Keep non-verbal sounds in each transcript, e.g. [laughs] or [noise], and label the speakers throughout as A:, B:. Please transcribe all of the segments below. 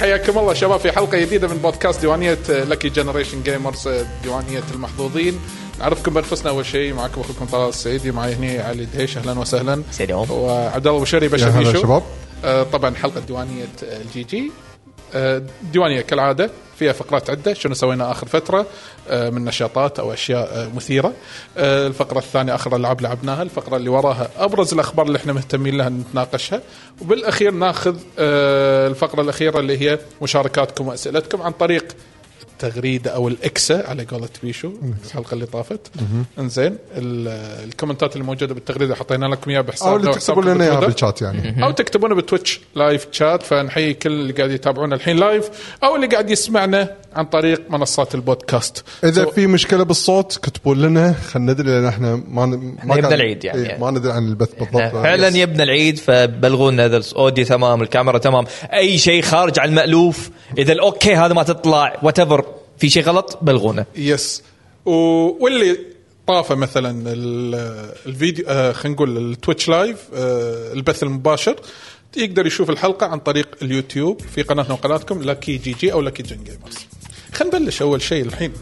A: حياكم الله شباب في حلقه جديده من بودكاست ديوانيه لكي جنريشن جيمرز ديوانيه المحظوظين نعرفكم بانفسنا اول شيء معكم اخوكم طلال السعيدي معي هنا علي دهيش اهلا وسهلا
B: سيد عمر.
A: وعبد الله بشري
C: يا
A: بشر
C: هلا
A: بيشو
C: شباب
A: آه، طبعا حلقه ديوانيه الجي جي آه، ديوانيه كالعاده فيها فقرات عده شنو سوينا اخر فتره آه، من نشاطات او اشياء آه، مثيره آه، الفقره الثانيه اخر العاب لعبناها الفقره اللي وراها ابرز الاخبار اللي احنا مهتمين لها نتناقشها وبالاخير ناخذ آه، الفقره الاخيره اللي هي مشاركاتكم واسئلتكم عن طريق التغريده او الاكسه على قولة بيشو الحلقه اللي طافت انزين ال- الكومنتات اللي موجوده بالتغريده حطينا لكم اياها بحسابنا
C: او آه، اللي تكتبوا
A: وحسابكم
C: لنا اياها
A: بتويتر.
C: بالشات يعني
A: او تكتبونه بتويتش لايف شات فنحيي كل اللي قاعد يتابعونا الحين لايف او اللي قاعد يسمعنا عن طريق منصات البودكاست
C: اذا
A: سو-
C: في مشكله بالصوت كتبوا لنا خلينا ندري لان احنا ما ن- ما
B: نبنى
C: قاعد-
B: العيد يعني.
C: إيه، ما ندري عن البث بالضبط
B: فعلا يبنى العيد فبلغونا اذا الاوديو تمام الكاميرا تمام اي شيء خارج عن المالوف اذا الاوكي هذا ما تطلع وات في شيء غلط بلغونا
A: يس و... واللي طافه مثلا ال- الفيديو آه خلينا نقول التويتش لايف آه البث المباشر يقدر يشوف الحلقه عن طريق اليوتيوب في قناتنا وقناتكم لكي جي جي او لكي جن جيمرز خلينا نبلش اول شيء الحين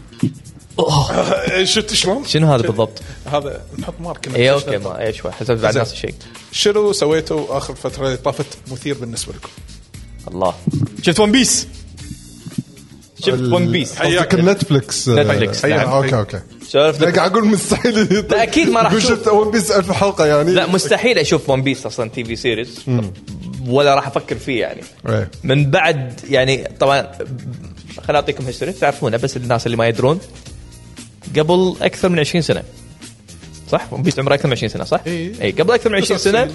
A: [laughs] شفت شلون؟
B: شنو هذا بالضبط؟
A: هذا نحط مارك
B: اي اوكي إيه، ما اي شوي حسبت بعد نفس الشيء
A: شنو سويتوا اخر فتره اللي طافت مثير بالنسبه لكم؟
B: الله شفت ون بيس شفت ون بيس
C: حياك نتفلكس
B: نتفلكس،
C: آه،
B: نعم.
C: آه، اوكي اوكي
B: شفت
C: لا قاعد اقول مستحيل
B: لا، أكيد ما راح
C: أقول
B: أشوف.
C: شفت ون بيس 1000 حلقه يعني
B: لا مستحيل اشوف ون بيس اصلا تي في سيريز ولا راح افكر فيه يعني
C: إيه.
B: من بعد يعني طبعا خليني اعطيكم هيستوري تعرفونه بس الناس اللي ما يدرون قبل اكثر من 20 سنه صح؟ ون بيس عمره اكثر من 20 سنه صح؟
A: إيه.
B: اي قبل اكثر من 20 سنه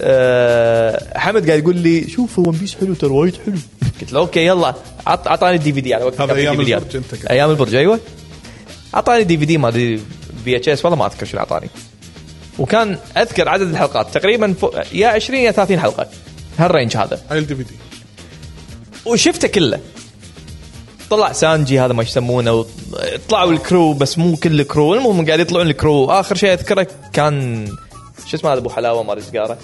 B: آه، حمد قاعد يقول لي شوف ون بيس حلو ترى وايد
A: [laughs]
B: حلو قلت له اوكي يلا عط عطاني الدي في دي على وقت
A: هذا
B: كان في
A: أيام
B: DVD.
A: البرج أنت قاعد.
B: ايام البرج ايوه عطاني دي في دي ما ادري في اتش اس والله ما اذكر شو اللي اعطاني وكان اذكر عدد الحلقات تقريبا فوق يا 20 يا 30 حلقه هالرينج هذا
A: على الدي في دي
B: وشفته كله طلع سانجي هذا ما يسمونه و- طلعوا الكرو بس مو كل الكرو المهم قاعد يطلعون الكرو اخر شيء اذكره كان شو اسمه هذا ابو حلاوه مال سيجاره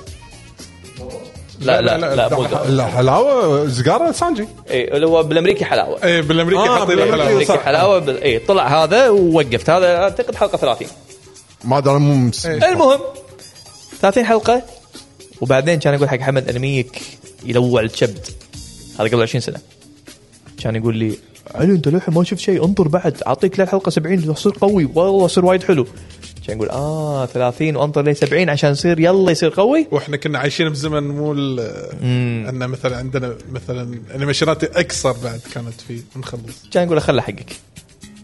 B: لا لا لا, لا, مو سيجارة.
C: لا حلاوه سيجاره سانجي
B: اي اللي هو بالامريكي حلاوه
A: اي بالامريكي
C: آه،
A: حاطين
C: بالأمريكي.
A: الحلاوه
B: بالامريكي
C: صح.
B: حلاوه بال... اي إيه، طلع هذا ووقفت هذا اعتقد حلقه 30
C: ما ادري أنا مو مس-
B: المهم 30 حلقه وبعدين كان اقول حق حمد انميك يلوع الكبد هذا قبل 20 سنه كان يقول لي علي انت للحين ما شفت شيء انطر بعد اعطيك للحلقه 70 تصير قوي والله يصير وايد حلو كان يقول اه 30 وانطر لي 70 عشان يصير يلا يصير قوي
A: واحنا كنا عايشين بزمن مو ال- ان مثلا عندنا مثلا انيميشنات اكثر بعد كانت فيه نخلص
B: كان يقول له خله حقك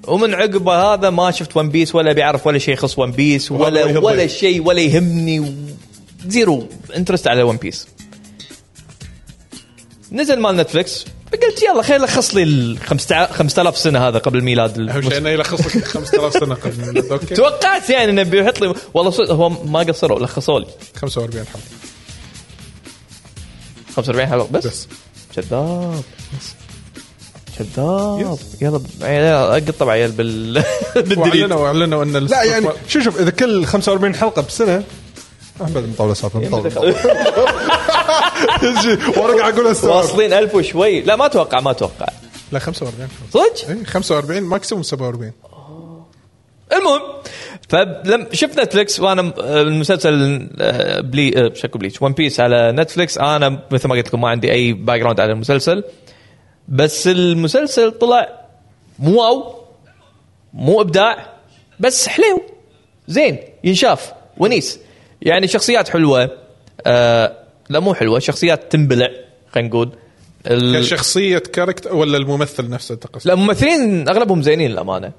B: ومن عقبه هذا ما شفت ون بيس ولا بيعرف ولا شيء يخص ون بيس
A: وهذا ما
B: ولا
A: يهمني.
B: ولا شيء ولا يهمني و... زيرو انترست على ون بيس نزل مال نتفلكس فقلت يلا خليني الخص لي ال 5000 سنه هذا قبل الميلاد
A: اهم شيء
B: المس-
A: انه يلخص لك 5000 سنه قبل
C: [laughs]
A: الميلاد. اوكي
B: توقعت يعني انه بيحط لي والله صدق هو ما قصروا لخصوا لي
A: 45 حلقه
B: 45 حلقه بس,
A: بس.
B: بس. كذاب بس. كذاب يلا يلا اقطع عيال بال [laughs] بالدليل
A: واعلنوا اعلنوا ان
C: لا يعني شوف شوف اذا كل 45 حلقه بسنه احمد مطاوله سالفه [laughs] مطاوله وانا قاعد اقول استوعب.
B: واصلين ألف وشوي لا ما اتوقع ما اتوقع
A: لا 45 حلقه
B: صدق
A: اي 45 ماكسيموم 47
B: المهم فلم شفت نتفلكس وانا آه، المسلسل آه، بلي آه، شكو بليتش ون بيس على نتفلكس انا مثل ما قلت لكم ما عندي اي باك جراوند على المسلسل بس المسلسل طلع مو واو مو ابداع بس حلو زين ينشاف ونيس يعني شخصيات حلوه آه لا مو حلوه شخصيات تنبلع خلينا نقول ال-
A: كشخصيه كاركتر ولا الممثل نفسه تقصد
B: لا ممثلين اغلبهم زينين للامانه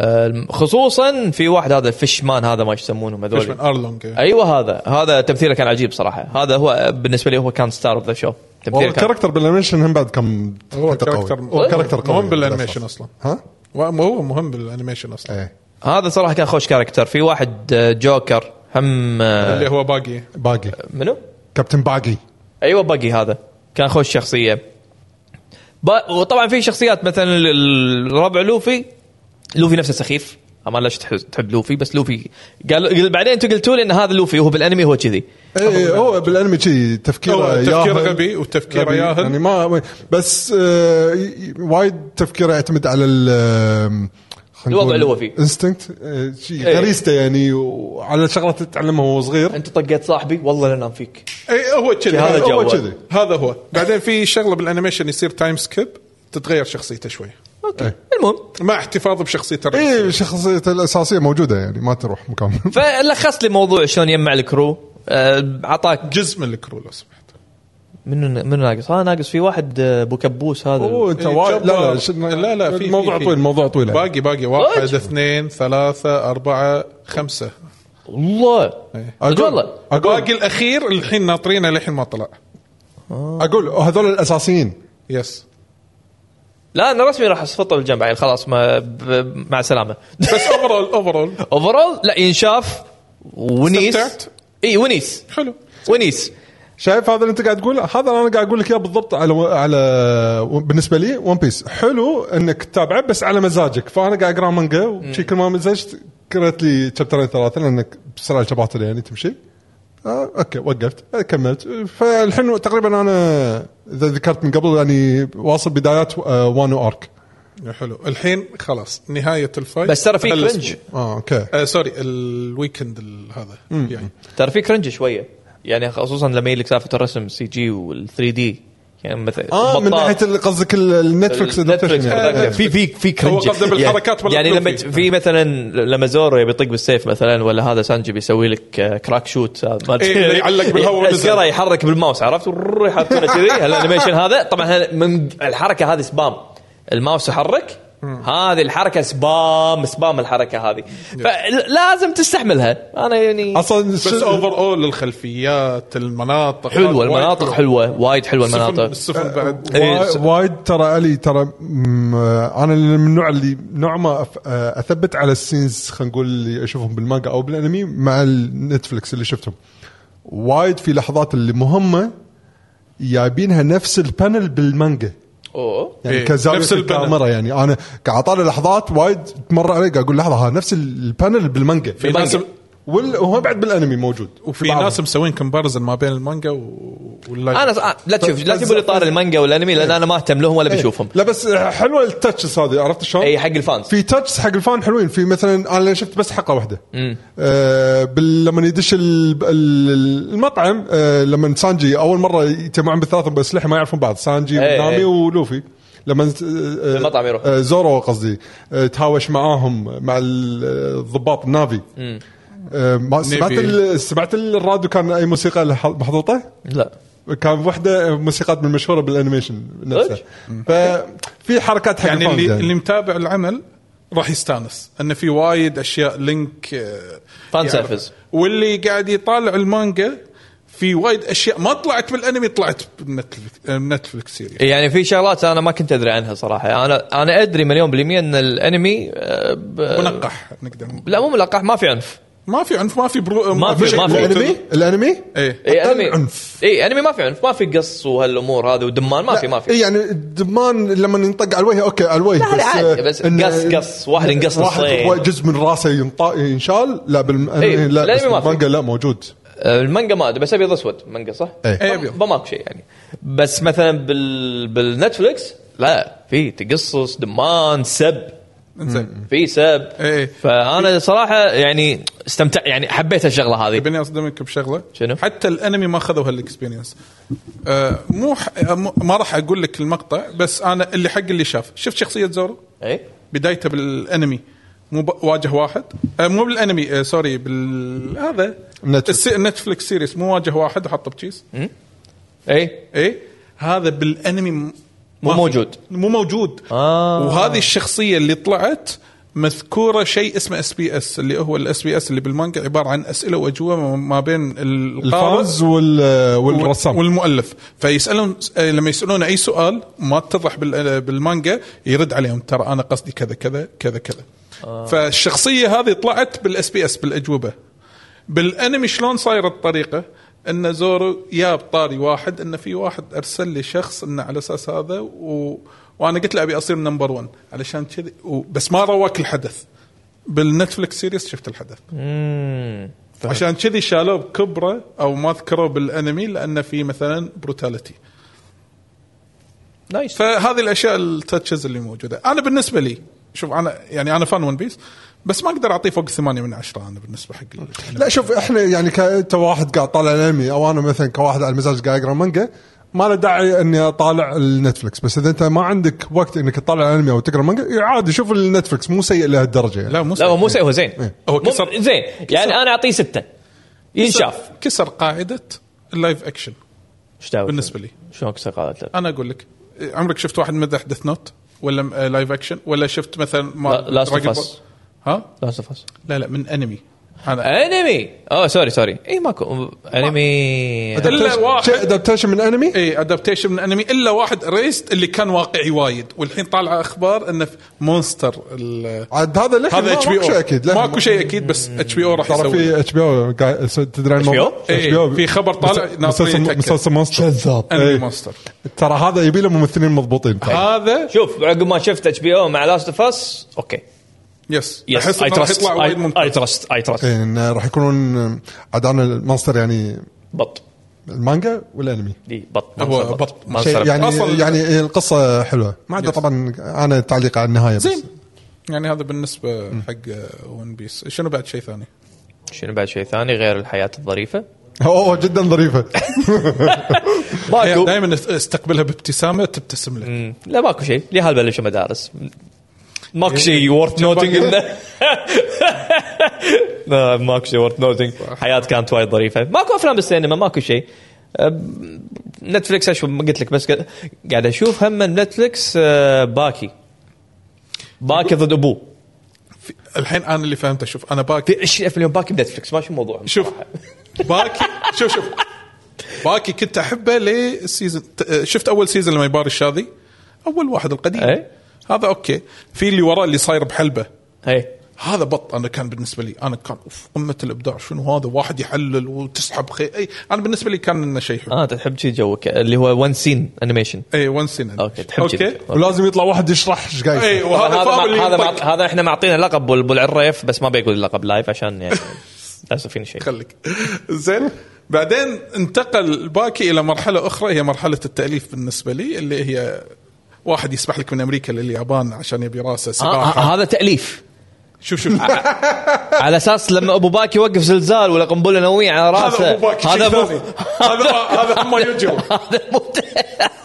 B: أم، خصوصا في واحد هذا الفيش مان هذا ما يسمونهم هذول
A: من ارلونج
B: ايوه هذا هذا تمثيله كان عجيب صراحه هذا هو بالنسبه لي هو كان ستار اوف ذا شو تمثيله كان
C: والكاركتر بالانيميشن هم بعد كم
A: هو
C: حتى قوي.
A: كاركتر
C: هو كاركتر قوي
A: مهم بالانيميشن
C: بالأساس.
A: اصلا
C: ها؟
A: هو مهم بالانيميشن اصلا
C: ايه
B: هذا صراحه كان خوش كاركتر في واحد آه، جوكر هم آه،
A: اللي هو باقي
C: باقي
B: منو؟
C: كابتن باقي
B: ايوه باقي هذا كان خوش شخصيه ب... وطبعا في شخصيات مثلا ال- ال- الربع لوفي لوفي نفسه سخيف ما ليش تح- تحب لوفي بس لوفي قال قل- بعدين انتم قلتوا لي ان هذا لوفي وهو بالانمي هو كذي
C: اي إيه، هو بالانمي كذي
A: هو
C: تفكيره
A: تفكير
C: ياهل.
A: غبي وتفكيره
C: غبي. يعني
A: ياهل
C: ما بس آه، ي- ي- وايد تفكيره يعتمد على ال آم، خلينا
B: الوضع
C: نقول
B: اللي هو فيه. إيه.
C: انستنكت آه، شي غريزته يعني وعلى شغله تتعلمها وهو صغير
B: انت طقيت صاحبي والله لا انام فيك
A: اي إيه، هو كذي
B: هذا
A: هذا
B: جو.
C: هو
B: جوال.
C: كذي
A: هذا هو بعدين في شغله بالانيميشن يصير تايم سكيب تتغير شخصيته شوي
C: إيه.
B: اوكي المهم
A: مع احتفاظ بشخصيته الرئيسية.
C: اي شخصيته الاساسيه موجوده يعني ما تروح
A: [laughs]
C: مكان
B: فلخص لي موضوع شلون يجمع الكرو آه، اعطاك
A: جزء من الكرو لو سمحت
B: منو منو ناقص؟ ها ناقص في واحد آه، ابو كبوس هذا
C: اوه انت وايد لا لا ش-
A: إيه، لا لا في- في
C: الموضوع
A: في.
C: طويل موضوع طويل يعني.
A: باقي باقي واحد اثنين ثلاثة أربعة خمسة
B: والله
C: إيه. أقول-
B: والله
A: باقي الأخير الحين ناطرينه للحين ما طلع
C: اقول هذول الاساسيين
A: يس
B: لا انا رسمي راح اصفطه بالجنب يعني خلاص ما ب- مع [laughs] السلامه
A: بس اوفرول اوفرول
B: اوفرول لا ينشاف ونيس
A: استمتعت؟
B: اي ونيس
A: حلو
B: ونيس
C: شايف هذا اللي انت قاعد تقوله هذا انا قاعد اقول لك اياه بالضبط على على بالنسبه لي ون بيس حلو انك تتابعه بس على مزاجك فانا قاعد اقرا مانجا وشي كل ما مزجت قريت لي شابترين ثلاثه لانك بسرعه شباتر يعني تمشي آه اوكي وقفت آه، كملت فالحين تقريبا انا اذا ذكرت من قبل يعني واصل بدايات آه، وانو ارك
A: حلو الحين خلاص نهاية الفايت
B: بس ترى في
A: هالأسبوع.
B: كرنج
C: اه اوكي
A: آه سوري الويكند ال- هذا يعني
B: ترى في كرنج شويه يعني خصوصا لما يجي لك سالفه الرسم سي جي وال 3 دي يعني مثلا
C: اه من
B: بطاط.
C: ناحيه ال- قصدك ال- النتفلكس
B: نتفلكس
C: adaptation يعني.
B: production. في في في
A: هو
B: كرنج
A: قصده
B: يعني-
A: بالحركات ولا
B: يعني لما
A: بالفيلم؟
B: ت- في مثلا لما زورو يبي يطق بالسيف مثلا ولا هذا سانجي بيسوي لك آه، كراك شوت آه، ما
A: إيه، اللي يعلق بالهواء
B: [laughs]
A: ونزل.
B: اسكره يحرك بالماوس عرفت ورر يحطونه كذي هالانيميشن هذا طبعا هل- من الحركه هذه سبام الماوس يحرك هذه الحركه سبام سبام الحركه هذه فلازم تستحملها انا يعني
C: اصلا
A: بس اوفر اول الخلفيات المناطق
B: حلوه
A: هذا وايد
B: المناطق حلوه وايد حلوه
A: السفن-
B: المناطق
A: السفن بعد
B: إيه.
C: وا-
B: س-
C: وايد ترى الي ترى مم، آه، انا اللي من النوع اللي نوع ما أف- آه، اثبت على السينز خلينا نقول اللي اشوفهم بالمانجا او بالانمي مع النتفلكس اللي شفتهم وايد في لحظات اللي مهمه جايبينها نفس البانل بالمانجا
B: اوه
C: يعني
A: إيه،
C: إيه كزاويه
A: نفس
C: في
A: البانل.
C: الكاميرا يعني انا قاعد اطالع لحظات وايد تمر علي قاعد اقول لحظه ها نفس البانل بالمانجا
A: في ناس
C: وال- وهو بعد بالانمي موجود
A: وفي
C: بعضهم.
A: ناس مسوين كومبارزن ما بين المانجا و- واللايف
B: انا ص- آه، لا تشوف لا تجيبوا لي طار المانجا والانمي لان انا ما اهتم لهم
A: إيه.
B: ولا بشوفهم
C: لا بس حلوه التاتشز هذه عرفت شلون؟
B: اي حق الفانز
C: في تاتشز حق الفان حلوين في مثلا انا شفت بس حلقه واحده آه بال- لما يدش ال- ال- المطعم آه لما سانجي اول مره يجتمعون بالثلاثه باسلحه ما يعرفون بعض سانجي
B: إيه، إيه.
C: ونامي ولوفي لما آه، آه،
B: المطعم يروح.
C: آه زورو قصدي آه تهاوش معاهم مع ال- آه، الضباط النافي آه ما سمعت
A: نيفي.
C: ال- سمعت الراديو كان اي موسيقى لح- محطوطه؟
B: لا
C: كان وحده موسيقات من المشهوره بالانيميشن نفسه
B: صدق؟
C: ففي حركات حق
A: يعني
C: الفانز
A: اللي, اللي متابع العمل راح يستانس انه في وايد اشياء لينك آه،
B: فان
A: يعرف.
B: سيرفيس.
A: واللي قاعد يطالع المانجا في وايد اشياء ما طلعت بالانمي طلعت بنتفلكس- آه، بنتفلكس سيريس
B: يعني في شغلات انا ما كنت ادري عنها يعني صراحه انا انا ادري مليون بالميه ان الانمي آه، ب-
A: منقح نقدر نقول.
B: لا مو ملقح ما في عنف
A: ما في عنف ما في برو
B: ما في-
A: شيء
B: ما في. إيه،
A: brutal.
C: الانمي الانمي
A: ايه
B: اي
C: أقل
B: انمي
C: عنف.
B: اي انمي ما في عنف ما في قص وهالامور هذه ودمان ما في ما في
C: إيه يعني الدمان لما ينطق على الوجه اوكي على
B: لا،
C: الوجه
B: لا، عادي،
C: آه،
B: بس
C: إن-
B: قص- قص، واحد ينقص
C: واحد
B: نصين.
C: هو جزء من راسه ينط- ينشال لا بالم...
B: إيه،
C: لا
B: لا،
C: بس
B: ما في.
C: المانجا لا موجود
B: آه، المانجا ما ادري بس ابيض اسود مانجا صح؟
C: إيه.
A: إيه،
B: فما-
A: أبيض.
B: فماكو شيء يعني بس مثلا بال بالنتفلكس لا في تقصص دمان سب
A: زين
B: في سب
A: إيه.
B: فانا صراحه يعني استمتع يعني حبيت الشغله هذه
A: بني اصدمك بشغله
B: شنو؟
A: حتى الانمي ما خذوا هالاكسبيرينس آه مو ح... آه، مو- ما راح اقول لك المقطع بس انا اللي حق اللي شاف شفت شخصيه زورو
B: اي
A: بدايته بالانمي مو ب- واجه واحد آه مو بالانمي آه سوري بال هذا
C: نتفلكس.
A: السي... نتفلكس سيريس مو واجه واحد وحطه بتشيز
B: اي
A: اي إيه؟ هذا بالانمي م-
B: مو
A: ما في.
B: موجود.
A: مو موجود
B: آه.
A: وهذه الشخصيه اللي طلعت مذكوره شيء اسمه اس بي اس اللي هو الاس بي اس اللي بالمانجا عباره عن اسئله واجوبه ما- ما بين ال- القارئ
C: الفانز وال... والرسام
A: والمؤلف فيسالون آه، لما يسالون اي سؤال ما تتضح بال- آه، بالمانجا يرد عليهم ترى انا قصدي كذا كذا كذا كذا آه. فالشخصيه هذه طلعت بالاس بي اس بالاجوبه بالانمي شلون صايره الطريقه ان زورو جاب طاري واحد ان في واحد ارسل لي شخص انه على اساس هذا و... وانا قلت له ابي اصير نمبر 1 علشان كذي و... بس ما رواك الحدث بالنتفلكس سيريس شفت الحدث عشان كذي شالوه بكبره او ما ذكروه بالانمي لانه في مثلا بروتاليتي
B: نايس
A: فهذه الاشياء التاتشز اللي موجوده انا بالنسبه لي شوف انا يعني انا فان ون بيس بس ما اقدر اعطيه فوق ثمانية من عشرة انا بالنسبه حق ال-
C: لا شوف احنا يعني كانت واحد قاعد طالع الانمي او انا مثلا كواحد على المزاج قاعد اقرا مانجا ما له داعي اني اطالع النتفلكس بس اذا انت ما عندك وقت انك تطالع الانمي او تقرا مانجا إيه، عادي شوف النتفلكس مو سيء لهالدرجه يعني.
A: لا مو
B: لا هو
A: سيء.
B: مو سيء هو زين
A: هو
B: مو-
A: كسر-
B: زين يعني انا اعطيه سته ينشاف
A: كسر قاعده اللايف اكشن
B: ايش دعوة؟
A: بالنسبة لي.
B: شلون آه، كسر قاعدتك؟
A: انا اقول لك إيه، عمرك شفت واحد مدح ديث نوت ولا آه، لايف اكشن ولا شفت مثلا ما
B: لا، Last of
A: Dragon
B: Us.
A: Ball؟ ها
B: لاست اوف اس
A: لا لا من انمي
B: أه،
A: انا
B: انمي اوه سوري سوري اي ماكو انمي
A: إلا واحد.
C: ادابتيشن من انمي
A: اي ادابتيشن إيه، من انمي الا واحد ريست اللي كان واقعي وايد والحين طالعه اخبار انه في مونستر ال-
C: عاد هذا لحن
A: هذا
C: آه، ما-
A: اتش بي
C: ماكو شيء
A: او
C: اكيد لحن
A: ماكو شيء اكيد بس اتش بي او راح
C: ترى
A: يسوي
C: في اتش بي او تدري عن الموضوع؟
B: HBO؟
A: إيه،
C: HBO.
A: في خبر طالع
C: مس-
A: ناطرين
C: مسلسل
A: يتأكد.
C: مسلسل مونستر كذاب
A: انمي
C: إيه.
A: مونستر
C: ترى هذا يبي له ممثلين مضبوطين طيب.
A: هذا
B: شوف عقب ما شفت اتش بي او مع لاست اوف اس اوكي
A: يس
B: يس
A: احس
B: اي
A: انه راح
B: تراست
A: يطلع وايد ممتاز
B: اي تراست اي تراست
C: إيه، إنه راح يكونون عاد انا المونستر يعني
B: بط
C: المانجا والانمي
B: دي بط
A: هو
B: مانستر
A: بط.
B: مانستر
C: شيء يعني
A: أصلاً-
C: يعني القصه حلوه ما عدا
A: يس.
C: طبعا انا تعليق على النهايه بس
A: زين يعني هذا بالنسبه حق ون بيس شنو بعد شيء ثاني؟
B: شنو بعد شيء ثاني غير الحياه الظريفه؟
C: اوه جدا
A: [laughs]
C: ظريفه
B: ماكو
A: دائما استقبلها بابتسامه تبتسم لك
B: مم. لا ماكو شيء لهال بلشوا مدارس ماكو شيء ورث نوتنج انه [laughs] لا، ماكو شيء ورث نوتنج حياه كانت وايد ظريفه ماكو افلام بالسينما ماكو شيء أم، نتفلكس اشوف ما قلت لك بس قا- قاعد اشوف هم نتفلكس آه، باكي باكي ضد ابوه
A: في- الحين انا اللي فهمت اشوف انا باكي
B: في 20 الف مليون باكي بنتفلكس ما شو موضوعهم
A: شوف باكي شوف شوف باكي كنت احبه للسيزون ت- شفت اول سيزون لما يباري الشاذي اول واحد القديم
B: إيه.
A: هذا اوكي في اللي وراه اللي صاير بحلبه
B: هي
A: هذا بط انا كان بالنسبه لي انا كان اوف قمه الابداع شنو هذا واحد يحلل وتسحب خي اي انا بالنسبه لي كان انه شيء حلو إيه،
B: اه انت تحب شي جوك اللي هو ون سين انيميشن
A: اي ون سين
B: اوكي تحب
A: اوكي
B: شي.
C: ولازم يطلع واحد يشرح ايش قاعد
A: اي
C: يصير.
A: إيه، أيوة، وهذا
B: هذا
A: الفام اللي
B: ما- هذا
A: ينطق.
B: ما- هذا احنا معطينا لقب بول- بول الريف بس ما بيقول اللقب لايف عشان يعني للاسف فيني شيء
A: خليك زين بعدين انتقل باكي الى مرحله اخرى هي مرحله التاليف بالنسبه لي اللي هي واحد يسمح لك من امريكا لليابان عشان يبي راسه سباحه
B: آه، هذا تاليف
A: شوف شوف
B: على اساس لما ابو باكي وقف زلزال ولا قنبله نوويه على راسه
A: هذا ابو باكي هذا
B: مو-
A: ثاني هذا هذا هم يجروا
B: هذا مو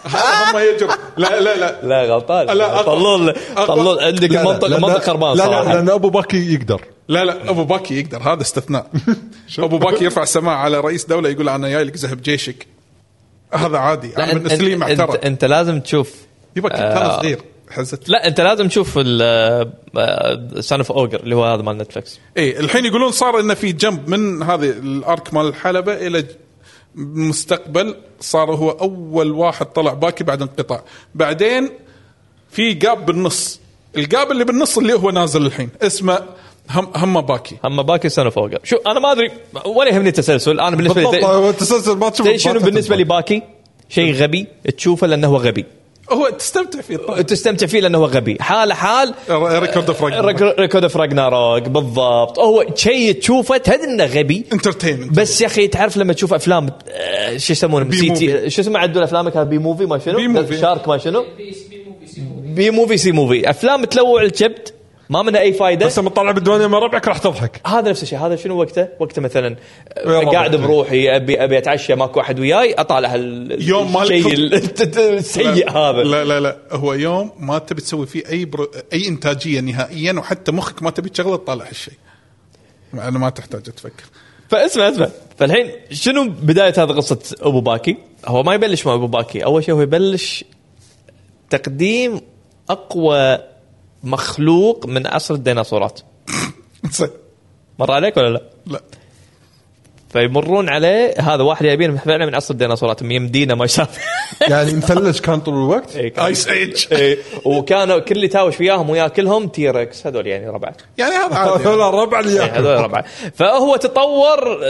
A: هذا هم يجروا لا لا لا
B: لا غلطان
A: لا، أقوى.
B: طلول طلول
A: أقوى.
B: عندك
C: لا، لا،
B: المنطقه
C: لأن-
B: منطقه
C: لا
B: خربان
C: لا
B: صراحه
C: لان ابو بكر يقدر
A: لا لا ابو باكي يقدر هذا استثناء ابو باكي يرفع السماعه على رئيس دوله يقول انا جاي لك زهب جيشك هذا عادي انا
B: أنت-
A: بالنسبه لي
B: أنت-
A: معترف
B: أنت- انت لازم تشوف
A: يبا كنت انا
B: آه.
A: صغير حزت
B: لا انت لازم تشوف آه، سان اوف اوجر اللي هو هذا مال نتفلكس
A: اي إيه، الحين يقولون صار انه في جنب من هذه الارك مال الحلبه الى ج- المستقبل صار هو اول واحد طلع باكي بعد انقطاع بعدين في جاب بالنص الجاب اللي بالنص اللي هو نازل الحين اسمه هم هم باكي
B: اما باكي سان اوف اوجر شو انا ما ادري ولا يهمني التسلسل انا بالنسبه لي
C: بالضبط هو التسلسل ما تشوف
B: تدري شنو بالنسبه لي باكي شيء غبي تشوفه لانه هو غبي
A: هو تستمتع فيه طبعا
B: تستمتع فيه لانه هو غبي حال حال آه،
A: ريكورد اوف
B: ريك- ريكورد اوف راجناروك بالضبط هو شيء تشوفه تدري انه غبي
A: انترتينمنت
B: بس يا اخي تعرف لما تشوف افلام آه، شو يسمونه
A: بي
B: سي
A: موفي.
B: تي شو اسمه عدول افلامك هذا بي موفي ما شنو
A: بي موفي.
B: شارك ما شنو بي موفي سي موفي افلام تلوع الكبد ما منها اي فايده
C: بس لما تطلع بالديوانيه مع ربعك راح تضحك
B: هذا نفس الشيء هذا شنو وقته؟ وقته مثلا
C: ويا ربع.
B: قاعد بروحي ابي ابي اتعشى ماكو احد وياي اطالع هال-
A: يوم مالك
B: الشيء
A: خلق.
B: ال- [laughs] الت- السيء هذا
A: لا لا لا هو يوم ما تبي تسوي فيه اي برو... اي انتاجيه نهائيا وحتى مخك ما تبي تشغله تطالع هالشيء مع انه ما تحتاج تفكر [laughs]
B: فاسمع اسمع فالحين شنو بدايه هذا قصه ابو باكي؟ هو ما يبلش مع ابو باكي اول شيء هو يبلش تقديم اقوى مخلوق من عصر الديناصورات
A: زين.
B: مر عليك ولا لا؟
A: لا
B: فيمرون عليه هذا واحد يبين فعلا من عصر الديناصورات يمدينا ما شاف
C: يعني مثلج كان طول
A: [laughs]
C: الوقت
B: [laughs] إيه، كان-
A: ايس ايج
B: إيه، وكانوا كل اللي تاوش وياهم وياكلهم تيركس هذول [laughs] يعني ربعه
A: يعني هذا
C: [laughs]
A: عادي
C: هذول
A: يعني.
C: الربع اللي
B: إيه، هذول
C: ياكل
B: ربعه فهو تطور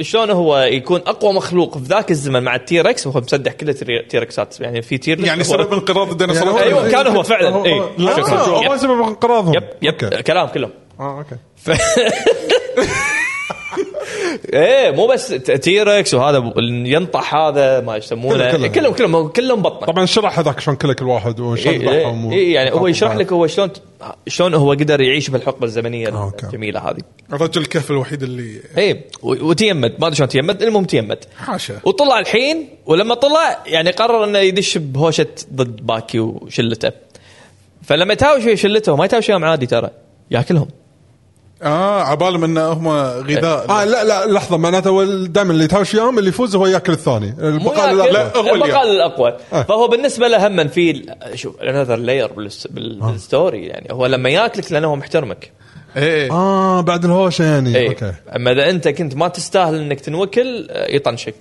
B: شلون هو يكون اقوى مخلوق في ذاك الزمن مع التيركس وهو مسدح كل التير- التيركسات يعني في تيرلس
A: [laughs] يعني
B: [laughs]
A: سبب انقراض أيوة. الديناصورات
C: يعني
B: ايوه كان هو فعلا
C: هو-
B: اي
C: لا
B: آه،
C: هو سبب انقراضهم
B: يب آه، يب
C: أوكي.
B: كلام كلهم
C: اه اوكي
B: ايه مو بس ت- تيركس وهذا ب- ينطح هذا ما
C: كله-
B: يسمونه
C: كله.
B: كلهم كلهم كلهم بطنه
C: طبعا شرح هذاك شلون كل كل واحد وشلون
B: إيه،
C: ذبحهم
B: إيه،
C: و-
B: إيه، يعني هو يشرح
C: بعد.
B: لك هو شلون شلون هو قدر يعيش بالحقبه الزمنيه
C: أوكي.
B: الجميله هذه
A: الرجل الكهف الوحيد اللي
B: ايه و- وتيمد ما ادري شلون تيمد المهم تيمد
A: حاشا
B: وطلع الحين ولما طلع يعني قرر انه يدش بهوشه ضد باكي وشلته فلما يتهاوش ويا شلته وما يتهاوش وياهم عادي ترى ياكلهم
A: اه عبالهم ان هم غذاء
B: آه،
C: اه لا لا لحظه معناته هو دائما اللي يتهاوش وياهم اللي يفوز هو ياكل الثاني
B: مو
C: البقاء
B: ياكل
C: لا
A: لا، هو اللي
B: البقال
A: ياكل.
B: الاقوى
C: آه.
B: فهو بالنسبه له هم في ال- شوف انذر لاير بالستوري يعني هو لما ياكلك لانه هو محترمك إيه.
A: ايه
B: آه،
C: اه بعد الهوشه يعني
B: اي
C: اوكي
B: اما اذا انت كنت ما تستاهل انك تنوكل آه، يطنشك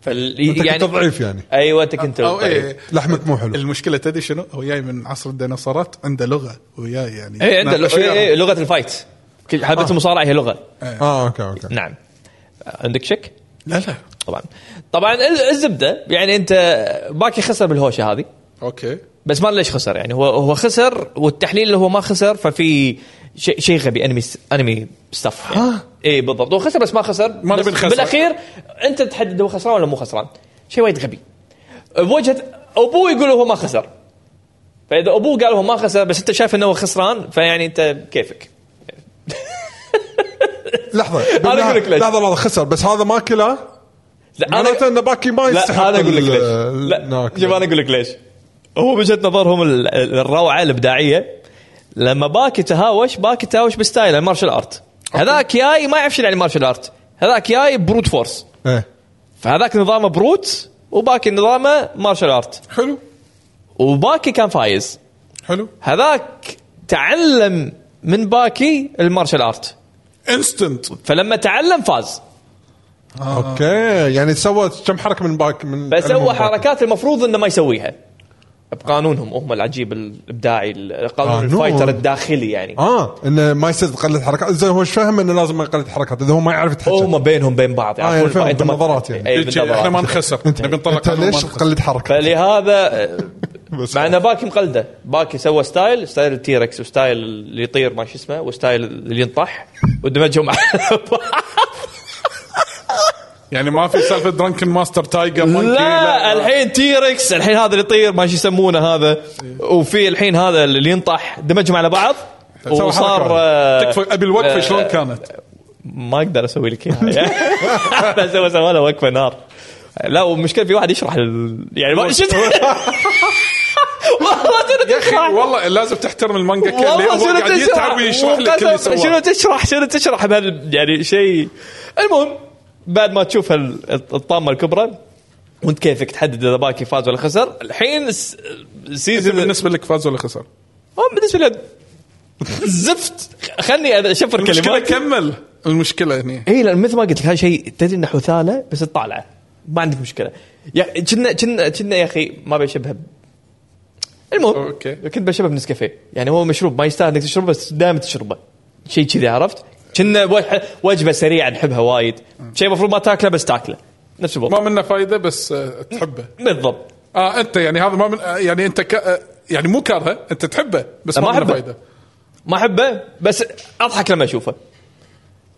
B: فال
C: انت كنت ضعيف يعني
B: ايوه انت كنت
A: او
B: ضعيف.
A: ايه
C: لحمك مو حلو
A: المشكله تدري شنو؟ هو جاي من عصر الديناصورات عنده لغه وياي يعني
B: اي عنده لغ-
A: ناقش
B: إيه،
A: وياهم.
B: إيه، لغه الفايت كل-
A: آه.
B: حبه المصارعه هي لغه
C: اه اوكي اوكي
B: نعم عندك شك؟
A: لا لا
B: طبعا طبعا ال- الزبده يعني انت باكي خسر بالهوشه هذه
A: اوكي
B: بس ما ليش خسر يعني هو هو خسر والتحليل اللي هو ما خسر ففي شيء شيء غبي انمي انمي ستاف يعني. اي بالضبط هو خسر بس ما خسر
A: ما
B: بس
A: نبي نخسر.
B: بالاخير انت تحدد هو خسران ولا مو خسران شيء وايد غبي بوجهه ابوه يقول هو ما خسر فاذا ابوه قال هو ما خسر بس انت شايف انه هو خسران فيعني انت كيفك [laughs]
C: لحظه بالله-
B: أقول لك ليش.
C: لحظه لحظه خسر بس هذا ما كله
A: يعني
B: لا
C: معناته
B: انا
C: ان باكي ما يستحق
B: لا انا اقول لك
C: ال-
B: ليش
C: ال-
B: لا
C: ناكل.
B: شوف انا اقول لك ليش هو وجهه نظرهم ال- ال- الروعه الابداعيه لما باكي تهاوش باكي تهاوش بستايل المارشال ارت هذاك جاي ما يعرف شنو يعني مارشال ارت هذاك جاي بروت فورس
C: ايه
B: فهذاك نظامه بروت وباكي نظامه مارشال ارت
A: حلو
B: وباكي كان فايز
A: حلو
B: هذاك تعلم من باكي المارشال ارت إيه،
A: انستنت
B: فلما تعلم فاز
C: اوكي يعني سوى كم حركه من باك من
B: آه. بس
C: من
B: هو
C: باكي.
B: حركات المفروض انه ما يسويها بقانونهم هم العجيب الابداعي ال- قانون
C: قانون.
B: الفايتر الداخلي يعني
C: اه انه ما يصير تقلد حركات زين هو ايش فاهم انه لازم ما يقلد حركات اذا هو ما يعرف يتحكم
B: هم بينهم بين بعض
C: آه، يعني
B: كل
C: فاهم،
B: فايتر ما-
C: بالنظرات يعني.
B: إيه،
A: احنا ما
B: بالنظرات. [laughs]
A: نخسر
C: انت
A: نبي نطلع
C: انت
A: قانون ما
C: ليش
A: نخسر.
C: تقلد [laughs] حركه؟
B: فلهذا آه،
C: بس
B: مع انه باكي مقلده باكي سوى ستايل ستايل التيركس وستايل اللي يطير ما شو اسمه وستايل اللي ينطح ودمجهم مع [laughs] بعض.
A: يعني ما في سالفه درنكن ماستر تايجر مونكي
B: لا الحين تيركس الحين هذا اللي يطير ما شو يسمونه هذا
C: إيه.
B: وفي الحين هذا اللي ينطح دمجهم على بعض
A: سوى
B: وصار
A: حركة.
B: آه،
A: تكفى ابي الوقفه
B: آه،
A: شلون كانت؟
B: ما اقدر اسوي لك [laughs] اياها بس هو سوى له وقفه نار لا والمشكله في واحد يشرح ال... يعني
A: [laughs]
B: ما شفت والله شنو
A: يا اخي
B: تشرح
A: والله لازم تحترم المانجا كان اللي
B: والله
A: هو
B: شنو
A: قاعد
B: تشرح
A: يتعب ويشرح لك اللي
B: وقسم- شنو
A: سواه
B: تشرح شنو تشرح بهال يعني شيء المهم بعد ما تشوف هال- الطامه الكبرى وانت كيفك تحدد اذا باكي فاز ولا خسر الحين الس-
A: انت
B: السيزون
A: بالنسبه لك فاز ولا خسر؟
B: آه، بالنسبه لي زفت خلني اشفر
A: المشكله
B: كلمات
A: كمل المشكله هنا
B: اي لان إيه، مثل ما قلت لك هذا شيء تدري انه حثاله بس تطالعه ما عندك مشكله يا كنا كنا كنا يا اخي ما بشبه المهم
A: أوكي.
B: كنت بشبه بنسكافيه يعني هو مشروب ما يستاهل انك تشربه بس دائما تشربه شيء كذي عرفت؟ كنا وج- وجبه سريعه نحبها وايد شيء المفروض ما تاكله بس تاكله نفس الوضع
A: ما منه فايده بس آه، تحبه
B: بالضبط
A: اه انت يعني هذا ما من آه، يعني انت ك... آه، يعني مو كارهه انت تحبه بس
B: ما
A: ما, منه
B: أحبه.
A: فايده
B: ما احبه بس اضحك لما اشوفه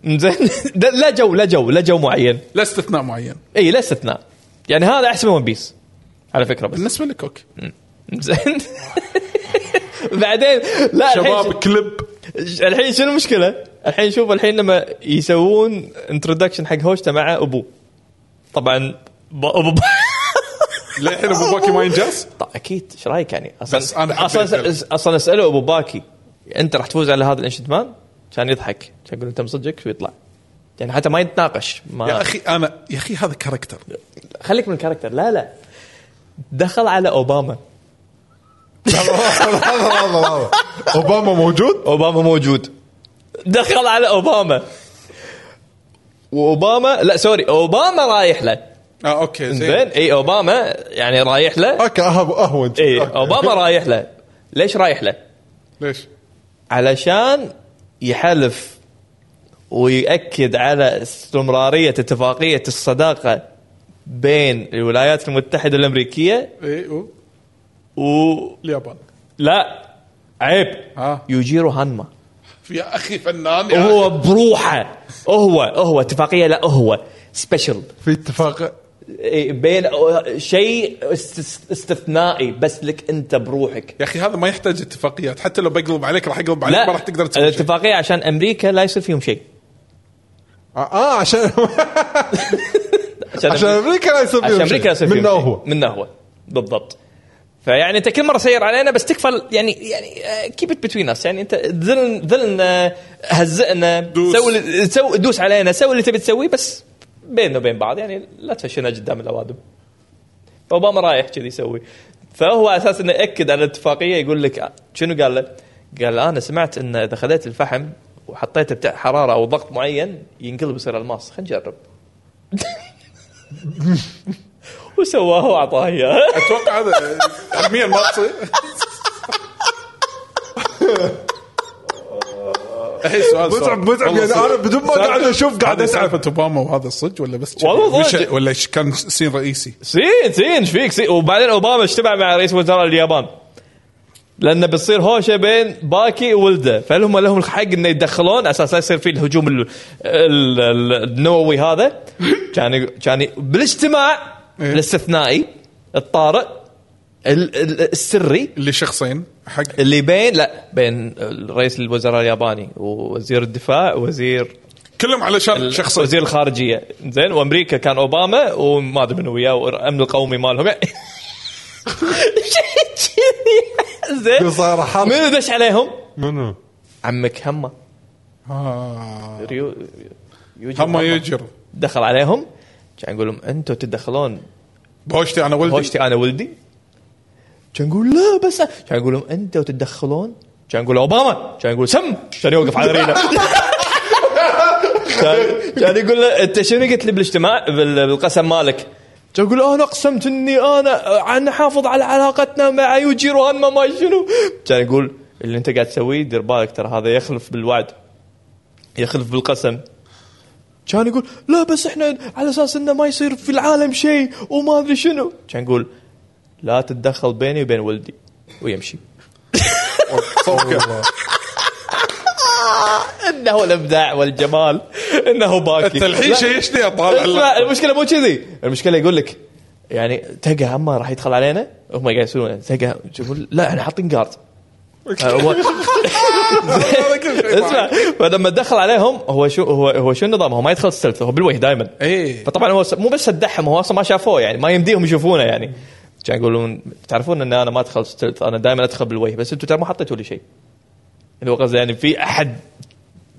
B: زين [laughs] لا جو لا جو لا جو معين
A: لا استثناء معين
B: اي لا استثناء يعني هذا احسن من ون بيس على فكره بس
A: بالنسبه لك اوكي
B: زين بعدين لا
A: شباب
B: الحين
A: كلب
B: الحين شنو المشكله؟ الحين شوف الحين لما يسوون انتروداكشن حق هوشته مع ابوه طبعا ب- ابو ب- [laughs]
A: للحين ابو باكي ما
C: [laughs]
A: ينجاز
B: طيب اكيد ايش رايك يعني؟ اصلا
A: بس أنا حبيت
B: اصلا
A: الفيلم.
B: اصلا اساله ابو باكي انت راح تفوز على هذا الانشنت مان؟ كان يضحك كان يقول انت مصدقك ويطلع يعني حتى ما يتناقش ما
A: يا اخي انا يا اخي هذا كاركتر
B: خليك من الكاركتر لا لا دخل على اوباما
C: لحظة، لحظة، لحظة. اوباما موجود؟
B: اوباما موجود دخل على اوباما واوباما لا سوري اوباما رايح له
A: اه اوكي
B: زين
A: زين
B: اي اوباما يعني رايح له
C: اوكي أهو- اهون
B: اي
C: أوكي.
B: اوباما رايح له ليش رايح له؟
A: ليش؟
B: علشان يحلف ويأكد على استمرارية اتفاقية الصداقة بين الولايات المتحدة الأمريكية
A: اي و
B: و
A: إيه، اليابان
B: لا عيب
A: ها
B: يوجيرو هانما
A: يا اخي فنان يا
B: وهو بروحه هو هو اتفاقيه لا هو سبيشل
C: في اتفاق
B: إيه، بين شيء است- استثنائي بس لك انت بروحك
A: يا اخي هذا ما يحتاج اتفاقيات حتى لو بقلب عليك راح يقلب عليك ما راح تقدر تسوي شيء
B: الاتفاقيه عشان امريكا لا يصير فيهم
A: [laughs]
B: شيء
C: اه آه، عشان
B: [laughs] عشان,
C: عشان
B: امريكا
C: امريكا لا يصير فيهم شيء.
B: عشان امريكا لا يصير فيهم
C: منه
B: شيء.
C: هو
B: منه هو بالضبط فيعني انت كل مره سير علينا بس تكفى يعني يعني كيب ات بتوين اس يعني انت ذلنا ذلنا هزئنا
A: دوس.
B: سوي اللي- سو دوس علينا سوي اللي تبي تسويه بس بيننا وبين بعض يعني لا تفشنا قدام الاوادم اوباما رايح كذي يسوي فهو على اساس انه اكد على الاتفاقيه يقول لك آه، شنو قال له؟ قال انا سمعت ان اذا خذيت الفحم وحطيته بتاع حراره او ضغط معين ينقلب يصير الماس خلينا نجرب [laughs] وسواه واعطاه اياه
A: اتوقع هذا علميا ما تصير الحين إيه، سؤال
C: متعب
A: صعب.
C: متعب
A: والله
C: يعني
A: صدق.
C: انا بدون ما قاعد اشوف قاعد
A: هذه
C: اسعف
A: سالفه اوباما وهذا الصج ولا بس
B: والله صدق.
A: مش- ولا إيش كان سين رئيسي
B: زين زين ايش فيك زين. وبعدين اوباما اجتمع مع رئيس وزراء اليابان لانه بتصير هوشه بين باكي وولده فلهم لهم الحق انه يتدخلون على اساس لا يصير في الهجوم ال- ال- ال- النووي هذا كان كان بالاجتماع
A: إيه.
B: الاستثنائي الطارئ ال- ال- السري
A: اللي شخصين حق
B: اللي بين لا بين رئيس الوزراء الياباني ووزير الدفاع وزير
A: كلهم على شر شخصين
B: وزير الخارجيه زين وامريكا كان اوباما وما ادري من وياه والامن القومي مالهم [laughs] يعني شيء كذي. زين
C: صار حرب.
B: منو دش عليهم؟
C: منو؟
B: عمك همه
A: آه.
B: ريو يوجي
A: هم يجر
B: دخل عليهم كان يقول لهم انتم تدخلون
A: بوشتي انا ولدي
B: هوشتي انا ولدي كان يقول لا بس كان يقول لهم انتم تتدخلون كان يقول اوباما كان يقول سم كان يوقف على رينا كان- كان يقول له انت شنو قلت لي بالاجتماع بال- بالقسم مالك؟ كان يقول انا قسمت اني انا عن حافظ على علاقتنا مع يوجيرو هانما ما شنو كان يقول اللي انت قاعد تسويه دير بالك ترى هذا يخلف بالوعد يخلف بالقسم كان يقول لا بس احنا على اساس انه ما يصير في العالم شيء وما ادري شنو كان يقول لا تتدخل بيني وبين ولدي ويمشي
A: صوكه
B: انه الابداع والجمال انه باكي
A: انت الحين
B: لا،
A: شيشني
B: اسمع
A: اطالع
B: المشكله مو كذي المشكله يقول لك يعني تلقى عمه راح يدخل علينا هم قاعد يسولون تلقى يقول لا احنا حاطين جارد هو- اسمع فلما دخل عليهم هو شو هو هو شو النظام هو ما يدخل السلف هو بالوجه دائما
A: إيه.
B: فطبعا هو س- مو بس سدحهم هو اصلا ما شافوه يعني ما يمديهم يشوفونه يعني كان يقولون تعرفون ان انا ما ادخل ستيلث انا دائما ادخل بالوجه بس انتم ترى ما حطيتوا لي شيء اللي هو قصدي يعني في احد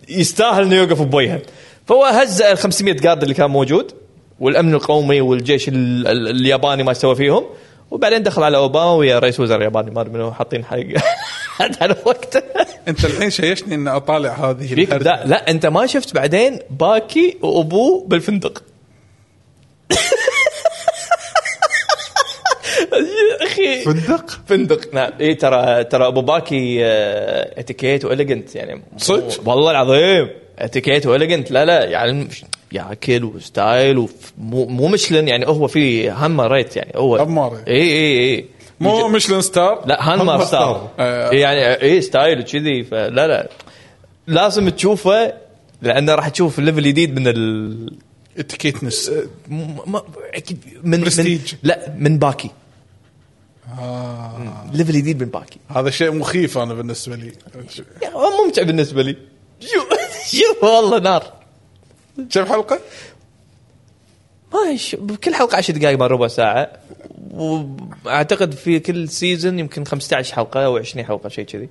B: يستاهل انه يوقف بوجهه فهو هز ال 500 جارد اللي كان موجود والامن القومي والجيش ال- ال- الياباني ما سوى فيهم وبعدين دخل على اوباما ويا رئيس وزراء الياباني ما ادري منو حاطين حق [laughs] حد على وقته
A: انت الحين شيشني اني اطالع هذه
B: فيك
A: الهرجة.
B: لا, لا انت ما شفت بعدين باكي وابوه بالفندق يا اخي
C: فندق؟
B: فندق نعم اي ترى ترى ابو باكي آه، اتيكيت واليجنت يعني
A: صدق؟
B: والله العظيم اتيكيت واليجنت لا لا يعني مش- ياكل وستايل وف- مو مو مشلن يعني هو في هامر ريت يعني هو
A: هامر.
B: اي اي اي
A: مو ميشلان ستار
B: لا هانما
C: هانما
B: ستار
C: ستار.
A: آه.
B: إيه يعني اي ستايل وكذي فلا لا لازم تشوفه لانه راح تشوف ليفل جديد من ال
A: اتيكيتنس
B: م- ما اكيد من من
A: Prestige.
B: لا من باكي
A: آه.
B: ليفل جديد من باكي
A: هذا شيء مخيف انا بالنسبه لي
B: يعني هو ممتع بالنسبه لي [laughs] شوف شوف والله نار
A: كم حلقه؟
B: ما يش- بكل حلقه 10 دقائق من ربع ساعه واعتقد في كل سيزون يمكن 15 حلقه او 20 حلقه شيء كذي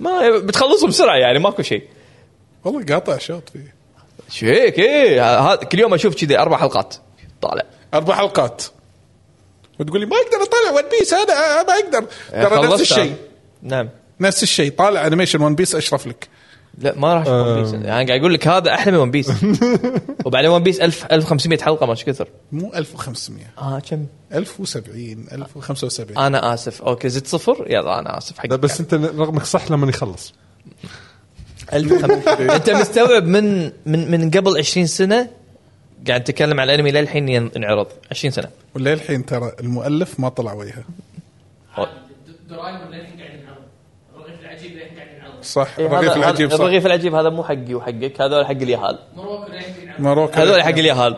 B: ما بتخلصهم بسرعه يعني ماكو شيء
A: والله قاطع شوط فيه
B: شيك ايه ه- ه- كل يوم اشوف كذي اربع حلقات طالع
A: اربع حلقات وتقول لي ما اقدر اطالع ون بيس انا أنا ما اقدر ترى
B: خلصت.
A: نفس الشيء
B: نعم
A: نفس الشيء طالع انيميشن ون بيس اشرف لك
B: لا ما راح اشوف ون بيس
A: آه.
B: انا يعني قاعد اقول لك هذا احلى من ون بيس
A: [laughs]
B: وبعدين ون بيس 1000 1500 حلقه ما إيش كثر
A: مو 1500
B: اه كم
A: 1070 1075
B: انا اسف اوكي زدت صفر يلا انا اسف حق
C: لا بس انت رقمك صح لما يخلص
B: 1500 انت مستوعب من من من قبل 20 سنه قاعد تتكلم على الانمي للحين ين- ينعرض 20 سنه
A: وللحين ترى المؤلف ما طلع وجهه
B: أو-
D: آه، درايفر للحين قاعد ينعرض الرغيف العجيب للحين قاعد ينعرض
A: صح
B: إيه،
A: الرغيف
B: هذا-
A: العجيب
B: هذا-
A: صح
B: الرغيف العجيب هذا مو حقي وحقك هذول حق اليهال
A: مروكو
B: هذول حق اليهال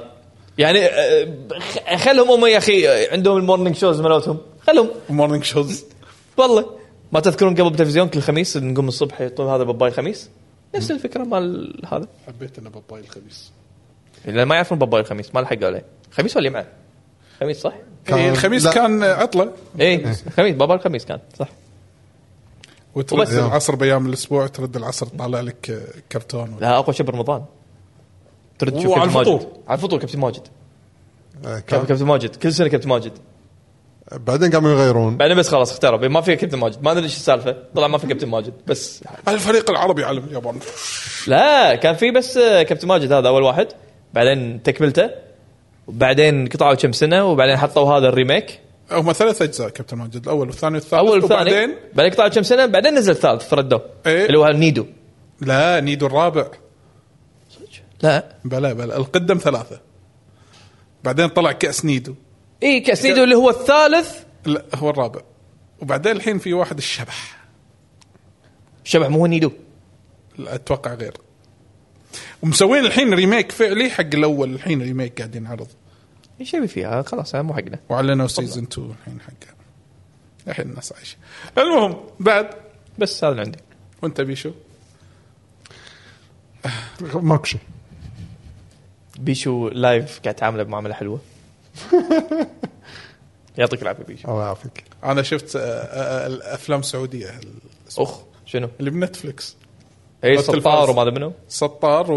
B: يعني آه، خ- خلهم هم يا اخي آه، عندهم المورنينج شوز مالتهم خلهم
A: مورنينج شوز
B: والله ما تذكرون قبل بالتلفزيون كل خميس نقوم الصبح يحطون هذا باباي خميس نفس الفكره مال هذا
A: حبيت انه باباي الخميس
B: لان ما يعرفون باباي الخميس ما لحقوا عليه خميس ولا يمعه؟ خميس صح؟
C: كان-
A: إيه، الخميس
C: لا.
A: كان عطله
B: اي خميس بابا الخميس كان صح
A: وترد
B: وبس.
A: العصر بايام الاسبوع ترد العصر طالع لك آه، كرتون
B: لا اقوى شيء برمضان ترد تشوف
A: وعلى
B: كابتن ماجد
A: الفطور.
B: على الفطور كابتن ماجد
C: آه،
B: كاب-
C: كان-
B: كابتن ماجد كل سنه كابتن ماجد
C: بعدين قاموا يغيرون
B: بعدين بس خلاص اختاروا ما في كابتن ماجد ما ادري ايش السالفه طلع ما في كابتن ماجد بس
A: الفريق العربي على اليابان
B: لا كان في بس آه، كابتن ماجد هذا اول واحد بعدين تكملته وبعدين قطعوا كم سنه وبعدين حطوا هذا الريميك
A: هم ثلاث اجزاء كابتن ماجد الاول والثاني والثالث
B: اول وثاني
A: وبعدين
B: بعدين قطعوا كم سنه بعدين نزل الثالث فردوه
A: إيه.
B: اللي هو نيدو
A: لا نيدو الرابع
B: لا
A: بلا بلا القدم ثلاثه بعدين طلع كاس نيدو
B: اي كاس نيدو إيه، اللي هو الثالث
A: لا هو الرابع وبعدين الحين في واحد الشبح
B: شبح مو هو نيدو
A: لا اتوقع غير ومسوين الحين ريميك فعلي حق الاول الحين ريميك قاعد ينعرض
B: ايش يبي فيها خلاص هذا مو حقنا
A: واعلنوا سيزون 2 الحين حقه الحين الناس عايشه المهم بعد
B: بس هذا اللي عندي
A: وانت بيشو
C: ماكو شيء
B: بيشو لايف قاعد تعامله بمعامله حلوه يعطيك العافيه بيشو
C: الله يعافيك
A: انا شفت آه، آه، الافلام سعوديه
B: اخ شنو؟
A: اللي بنتفلكس
B: اي
A: بس
B: سطار
A: الفاز.
B: وما ادري منو
A: سطار و...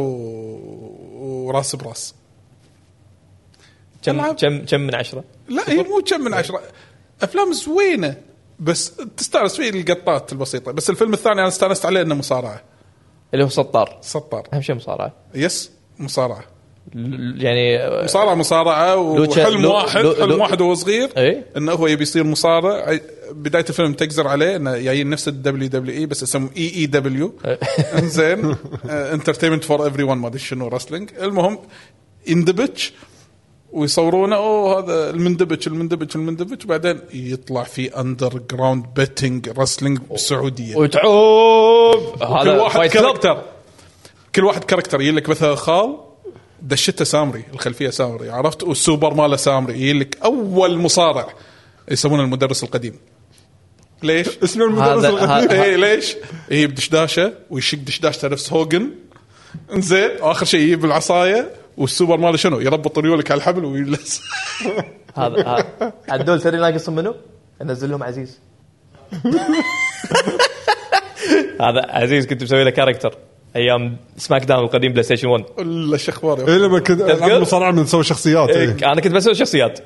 A: وراس براس
B: كم
A: ألعب.
B: كم كم من عشره؟
A: لا هي مو كم من عشرة افلام زوينه بس تستانس فيه القطات البسيطه بس الفيلم الثاني انا استانست عليه انه مصارعه
B: اللي هو سطار
A: سطار
B: اهم شيء مصارعه
A: يس مصارعه
B: ل- يعني آه،
A: مصارعه مصارعه
B: لوتشا-
A: وحلم
B: لو-
A: واحد
B: لو-
A: حلم
B: لو-
A: واحد وهو صغير
B: إيه.
A: انه هو يبي يصير مصارع عي- بدايه الفيلم تقزر عليه انه جايين نفس الدبليو دبليو اي E، بس اسمه اي اي دبليو
B: [laughs]
A: انزين انترتينمنت فور ايفري ون ما ادري شنو رسلينج المهم يندبج ويصورونه اوه هذا المندبج المندبج المندبج وبعدين يطلع في اندر جراوند بيتنج رسلينج بالسعوديه
B: وتعوب
A: كل
B: هذا
A: واحد
B: فايت كلوب
A: كاركتر كل واحد كاركتر يجي لك مثلا خال دشته سامري الخلفيه سامري عرفت والسوبر ماله سامري يجي لك اول مصارع يسمونه المدرس القديم ليش؟
C: [laughs] اسمه المدرس
B: هذا-
C: القديم
B: هذا-
A: ايه ليش؟ يجيب دشداشه ويشق دشداشته نفس هوجن انزين واخر شيء يجيب العصايه والسوبر ماله شنو؟ يربط ريولك على الحبل ويلس [laughs]
B: هذا هذا [laughs] عدول تدري ناقصهم منو؟ انزل لهم عزيز [laughs] هذا عزيز كنت مسوي له كاركتر ايام سماك داون القديم بلاي ستيشن 1
A: ولا شو اخباري؟
C: اي إيه، لما كنت
B: تذكر؟
C: ألعاب مصارعه من نسوي شخصيات إيه.
B: إيه، انا كنت بسوي شخصيات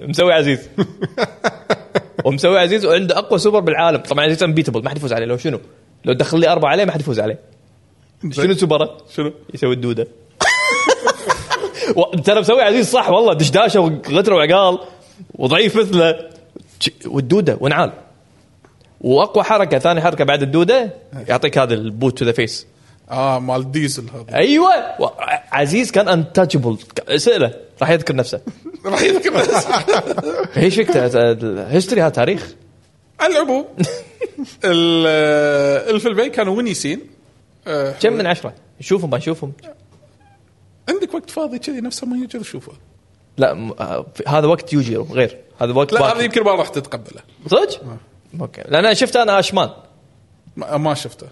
B: مسوي عزيز ومسوي عزيز وعنده اقوى سوبر بالعالم طبعا عزيز انبيتبل ما حد يفوز عليه لو شنو لو دخل لي اربعه عليه ما حد يفوز عليه شنو سوبره؟
A: شنو؟
B: يسوي الدوده [laughs] و- ترى مسوي عزيز صح والله دشداشه وغتره وعقال وضعيف مثله ش- والدوده ونعال واقوى حركه ثاني حركه بعد الدوده يعطيك هذا البوت تو ذا فيس
A: اه مال ديزل
B: [laughs]
A: هذا
B: ايوه و- عزيز كان انتشبل اساله راح يذكر نفسه
A: راح يذكر
B: ايش فيك هيستوري هذا تاريخ
A: العموم ال- آه، الفيلمين كانوا ونيسين آه،
B: كم من عشره نشوفهم ما نشوفهم
A: عندك وقت فاضي كذي نفسه ما يجوز شوفه
B: لا م- آه، في- هذا وقت يوجيرو غير هذا وقت
A: لا
B: باكر.
A: هذا يمكن ما راح تتقبله
B: صدق؟ اوكي لان أنا شفت انا اشمان
A: ما ما شفته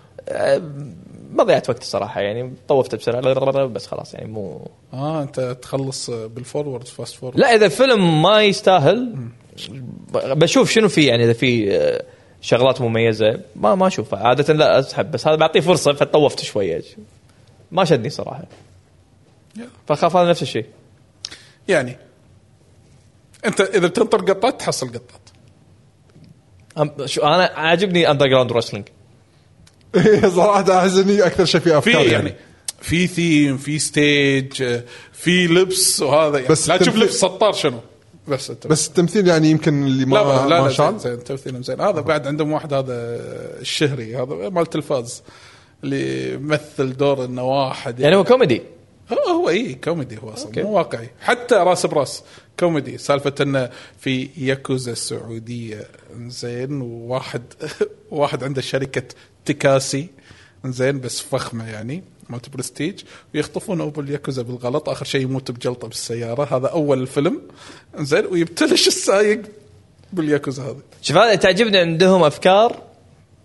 B: ما ضيعت وقت الصراحه يعني طوفته بسرعه بس خلاص يعني مو
A: اه انت تخلص بالفورورد فاست فورورد
B: لا اذا فيلم ما يستاهل ب- بشوف شنو فيه يعني اذا في آه، شغلات مميزه ما ما اشوفها عاده لا اسحب بس هذا بعطيه فرصه فطوفت شويه ما شدني صراحه
A: يلا.
B: فخاف هذا نفس الشيء
A: يعني انت اذا بتنطر قطات تحصل قطات
B: أم- شو- انا عاجبني اندر جراوند رسلينج
C: [laughs] إيه، صراحه احس اني اكثر شيء فيه
A: إيه. في
C: افكار
A: يعني في ثيم في ستيج آه، في لبس وهذا يعني بس
C: بس
A: لا تشوف
C: التمثيل-
A: لبس سطار شنو بس انت
C: بس التمثيل يعني يمكن اللي ما
A: لا لا
C: ما
A: لا, لا
C: شال
A: زين تمثيلهم زين هذا بعد عندهم واحد هذا الشهري هذا مال تلفاز اللي يمثل دور انه واحد
B: يعني هو كوميدي
A: هو هو اي كوميدي هو اصلا
B: أوكي.
A: مو واقعي حتى راس براس كوميدي سالفه انه في [laughs] ياكوزا السعوديه زين وواحد واحد عنده شركه تكاسي زين بس فخمه يعني مالت برستيج ويخطفون ابو اليكوزا بالغلط اخر شيء يموت بجلطه بالسياره هذا اول الفيلم زين ويبتلش [laughs] السايق بالياكوزا هذا
B: شوف هذا تعجبني عندهم افكار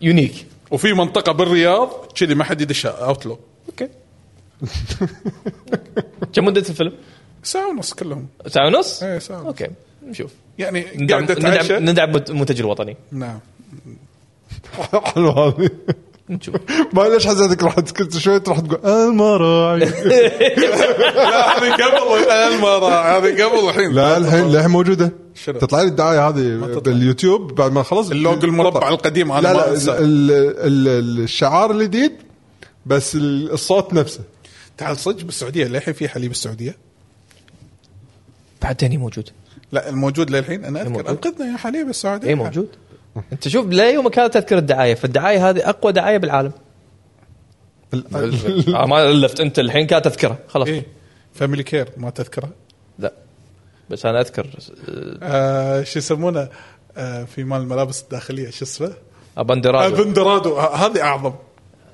B: يونيك
A: وفي منطقه بالرياض كذي ما حد يدشها اوتلو
B: اوكي [laughs] كم مده الفيلم؟
A: ساعه ونص كلهم
B: ساعه ونص؟
A: ايه ساعه ونص.
B: اوكي نشوف
A: يعني
B: ندعم
A: قاعده
B: ندعم,
A: تعشى
B: ندعم المنتج الوطني
A: نعم
C: [laughs] حلو هذه
B: نشوف
C: ما ليش حسيتك راح كنت شوي راح تقول
A: [laughs]
C: "آه، المراعي
A: هذه قبل [laughs] المرة هذه قبل الحين
C: لا الحين للحين موجوده
A: شنو؟
C: تطلع لي الدعايه هذه
A: تطلع.
C: باليوتيوب بعد ما خلص
A: اللوجو المربع القديم
C: لا
A: انا ما
C: لا
A: انساه
C: ال- ال- ال- الشعار الجديد بس ال- الصوت نفسه
A: تعال صدق بالسعوديه للحين في حليب السعوديه
B: بعد تاني موجود
A: لا الموجود للحين انا
B: موجود.
A: اذكر انقذنا يا حليب السعوديه
B: اي إيه، موجود انت شوف ليومك هذا تذكر الدعايه فالدعايه هذه اقوى دعايه بالعالم [laughs]
C: ال-
B: آه، ما الفت انت الحين كانت تذكره خلاص
A: اي فاميلي كير إيه، ما تذكره
B: لا بس انا اذكر
A: آه شو يسمونه آه في مال الملابس الداخليه شو اسمه؟
B: ابندرادو
A: ابندرادو آه، هذه اعظم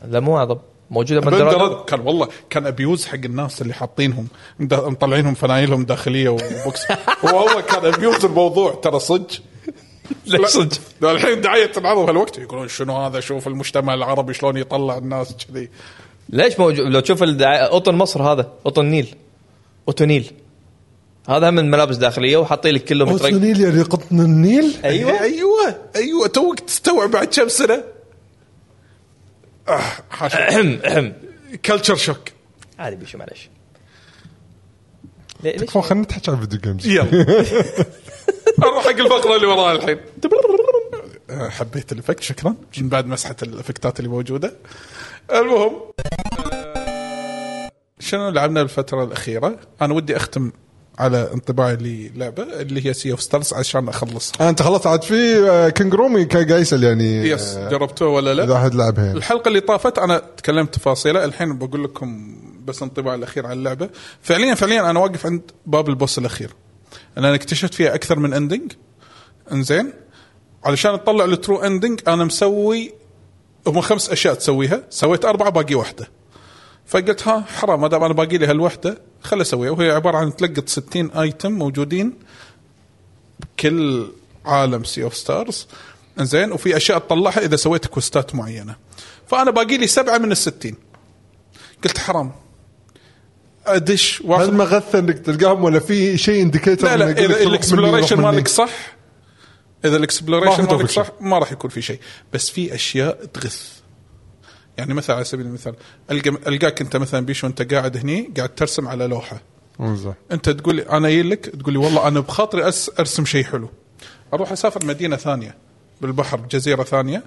B: لا مو اعظم موجوده ابندرادو [laughs]
A: ابندرادو كان والله كان ابيوز حق الناس اللي حاطينهم مد- مطلعينهم فنايلهم داخليه وبوكس والله كان ابيوز الموضوع ترى صدق
B: ليش صدق
A: لا، الحين دعايه تنعرض هالوقت يقولون شنو هذا شوف المجتمع العربي شلون يطلع الناس كذي
B: ليش موجود لو تشوف الدعاية قطن مصر هذا قطن نيل قطن نيل هذا هم من ملابس داخليه وحاطين لك كله
C: صوت
B: مترك
C: النيل يعني قطن النيل
B: ايوه
A: ايوه ايوه توك تستوعب بعد كم سنه آه، حاشا
B: اهم اهم
A: كلتشر شوك
B: عادي بيشو معلش لي- ليش
C: تكفون خلينا نتحكي عن الفيديو
A: [laughs]
C: جيمز
A: يلا نروح حق الفقره اللي وراها الحين آه، حبيت الافكت شكرا من بعد مسحه الافكتات اللي موجوده المهم آه، شنو لعبنا الفتره الاخيره انا ودي اختم على انطباعي للعبه اللي هي سي اوف ستارز عشان اخلصها
C: انت خلاص عاد في آه، كينجرومي كان قاعد يسال يعني
A: يس
C: آه،
A: جربتوها ولا لا
C: اذا احد لعبها يعني
A: الحلقه اللي طافت انا تكلمت تفاصيلها الحين بقول لكم بس انطباع الاخير عن اللعبه فعليا فعليا انا واقف عند باب البوس الاخير انا اكتشفت فيها اكثر من اندنج انزين علشان اطلع الترو اندنج انا مسوي هم خمس اشياء تسويها سويت اربعه باقي واحده فقلت ها حرام ما دام انا باقي لي هالوحده خل اسويها وهي عباره عن تلقط 60 ايتم موجودين كل عالم سي اوف ستارز زين وفي اشياء تطلعها اذا سويت كوستات معينه فانا باقي لي سبعه من الستين قلت حرام ادش واخذ
C: هل مغثى انك تلقاهم ولا في شيء انديكيتر
A: لا لا اذا الاكسبلوريشن مالك صح اذا
C: ما
A: الاكسبلوريشن
C: راح
A: مالك
C: يطوفك شيء.
A: صح ما راح يكون في شيء بس في اشياء تغث يعني مثلا على سبيل المثال القى القاك انت مثلا بيش وانت قاعد هني قاعد ترسم على لوحه انت تقول لي انا جاي لك تقول لي والله انا بخاطري أس ارسم شيء حلو اروح اسافر مدينه ثانيه بالبحر بجزيره ثانيه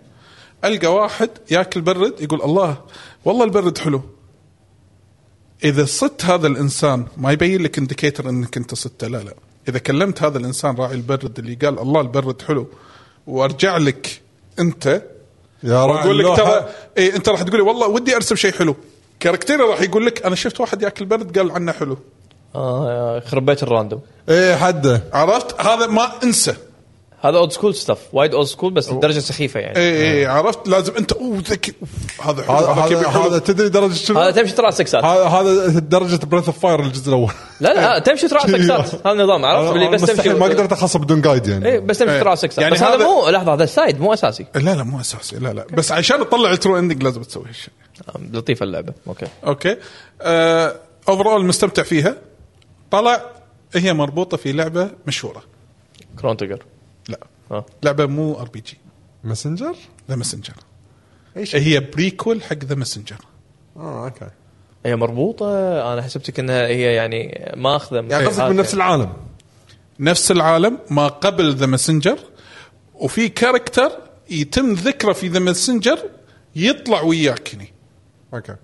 A: القى واحد ياكل برد يقول الله والله البرد حلو اذا صدت هذا الانسان ما يبين لك انديكيتر انك انت صدته لا لا اذا كلمت هذا الانسان راعي البرد اللي قال الله البرد حلو وارجع لك انت
C: يا رب
A: واقول لك ترى إيه انت راح تقول لي والله ودي ارسم شيء حلو كاركتيري راح يقول لك انا شفت واحد ياكل برد قال عنه حلو
B: اه خربيت الراندوم
C: ايه حده
A: عرفت هذا ما انسى إيه،
B: هذا اولد سكول ستاف وايد اولد سكول بس لدرجه سخيفه
C: أيوة.
B: يعني
A: اي اي إيه، عرفت لازم انت اوه ذكي أوف، هذا حلو
C: إيه. هذا
A: هذا كيف
C: هذا- هذا
A: حلو
C: تدري درجه شنو؟
A: آه.
B: هذا تمشي ترى سكسات
C: هذا هذا درجه بريث اوف فاير
A: [laughs]
C: الجزء الاول
B: لا لا ها، تمشي ترى سكسات هذا النظام عرفت اللي
C: أيوة. أنا
B: بس تمشي
C: مستحيل ما قدرت اخلصه بدون جايد يعني
B: اي بس تمشي
A: إيه.
B: ترى سكسات
A: يعني
B: بس هذا
A: هذا-
B: مو لحظه هذا سايد مو اساسي
A: لا لا مو اساسي لا لا بس عشان تطلع الترو اندنج لازم تسوي هالشيء
B: آه، لطيفه اللعبه اوكي
A: اوكي اوفر اول آه، مستمتع فيها طلع هي مربوطه في لعبه مشهوره
B: كرون تيجر
A: لا
B: ها.
A: لعبه مو ار بي جي
C: ماسنجر؟
A: ذا ماسنجر
C: ايش؟
A: هي بريكول حق ذا ماسنجر
C: اه اوكي
A: إيه،
B: هي مربوطه انا إيه، حسبتك انها هي يعني ماخذه من
C: يعني قصدك
B: هذا
C: من نفس
B: يعني.
C: العالم
A: نفس العالم ما قبل ذا ماسنجر وفي كاركتر يتم ذكره في ذا ماسنجر يطلع وياك هني
C: اوكي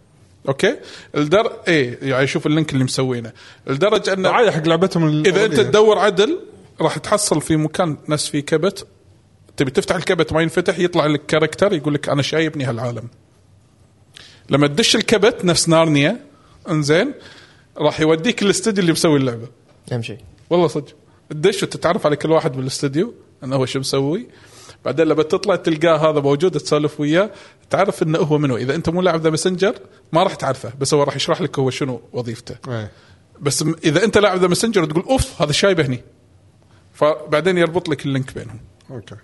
A: اوكي الدر ايه يعني شوف اللينك اللي مسوينه لدرجه ان
C: دعايه حق لعبتهم
A: اذا انت
C: الأولية.
A: تدور عدل راح تحصل في مكان ناس فيه كبت تبي تفتح الكبت ما ينفتح يطلع لك كاركتر يقول لك انا شايبني هالعالم لما تدش الكبت نفس نارنيا انزين راح يوديك الاستديو اللي مسوي اللعبه
B: اهم شيء
A: والله صدق تدش وتتعرف على كل واحد بالاستديو انه هو شو مسوي بعدين لما تطلع تلقاه هذا موجود تسولف وياه تعرف انه هو منو اذا انت مو لاعب ذا ماسنجر ما راح تعرفه بس هو راح يشرح لك هو شنو وظيفته
C: إيه.
A: بس م- اذا انت لاعب ذا ماسنجر تقول اوف هذا شايبه هني فبعدين يربط لك اللينك بينهم
C: اوكي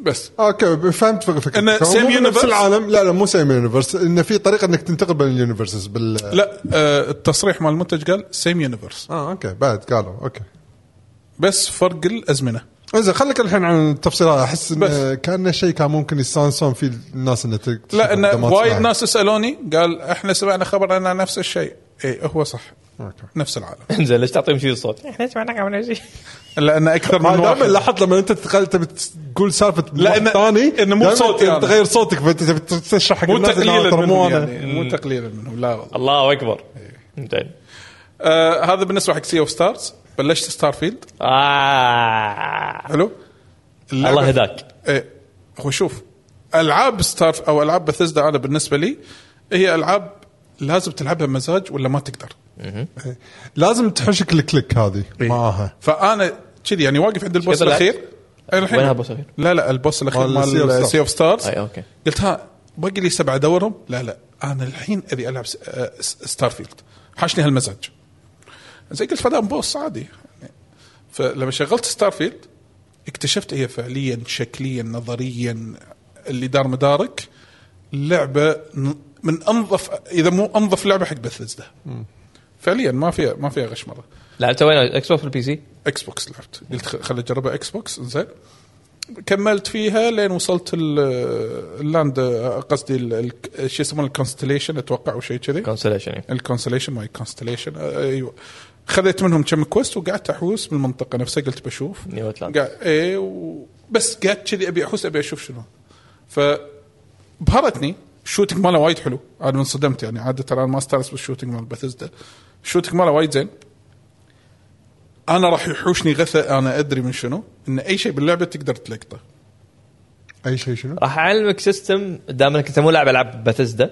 A: بس
C: اوكي فهمت فكرتك
A: إنه
C: فهو
A: same
C: مو من نفس
A: universe؟
C: العالم لا لا مو سيم يونيفرس انه في طريقه انك تنتقل بين اليونيفرسز بال
A: لا آه التصريح مال المنتج قال سيم يونيفرس
C: اه اوكي بعد قالوا اوكي
A: بس فرق الازمنه
C: زين خليك الحين عن التفصيل هذا احس انه
A: بس.
C: كان شيء كان ممكن يستانسون فيه الناس انه تك-
A: لا ان
C: تقدمات
A: وايد
C: صراحة.
A: ناس سالوني قال احنا سمعنا خبر انه نفس الشيء اي هو صح
C: أوكي.
A: نفس العالم
B: انزين ليش تعطيهم شيء الصوت؟
A: لان اكثر
C: ما
A: من
C: دائما
A: واحد
C: لاحظت لما انت تتخيل تبي تقول سالفه
A: لا،
C: واحد
A: إنه-
C: ثاني
A: إنه مو
C: دائماً
A: بصوتي أنا.
C: تغير صوتك فانت تبي تشرح حق
A: مو
C: الناس إنه
A: تقليلا
C: ترى
A: منهم
C: مو انا
A: يعني مو تقليلا منهم لا والله
B: الله اكبر زين
A: آه هذا بالنسبه حق سي اوف ستارز بلشت ستار فيلد
B: آه.
A: حلو اللعبة-
B: الله هداك
A: ايه هو شوف العاب ستار او العاب بثزدا انا بالنسبه لي هي العاب لازم تلعبها مزاج ولا ما تقدر
C: لازم تحشك الكليك هذه معاها
A: فانا كذي يعني واقف عند البوس
B: كذا لعبت؟
A: الاخير الحين
B: وين البوس الأخير؟
A: لا لا البوس الاخير
C: مال Sea of
A: مال
C: Stars.
A: سي اوف ستارز
B: أي، أوكي.
A: قلت ها باقي لي سبعه ادورهم لا لا انا الحين ابي العب س- آه، س- ستار فيلد حاشني هالمزاج زي قلت فدام بوس عادي فلما شغلت ستار فيلد اكتشفت هي فعليا شكليا نظريا اللي دار مدارك لعبه ن- من انظف اذا مو انظف لعبه حق بثزدا فعليا ما فيها ما فيها غشمره
B: لعبتها وين اكس بوكس والبي سي؟
A: اكس بوكس لعبت قلت خ- خل اجربها اكس بوكس زين كملت فيها لين وصلت ال- اللاند قصدي ال- ال- شو يسمونه الكونستليشن اتوقع او شيء كذي
B: كونسليشن
A: الكونسليشن ماي كونستليشن ايوه خذيت منهم كم كويست وقعدت احوس من المنطقه نفسها قلت بشوف
B: نيو أتلانتس.
A: قاعد اي و... بس قعدت كذي ابي احوس ابي اشوف شنو ف بهرتني الشوتنج ماله وايد حلو انا انصدمت يعني عاده انا ما استانس بالشوتنج مال بثزدا الشوتنج ماله وايد زين انا راح يحوشني غثا انا ادري من شنو ان اي شيء باللعبه تقدر تلقطه
C: اي شيء شنو؟
B: راح اعلمك سيستم دام انك انت مو لاعب العاب بثزدا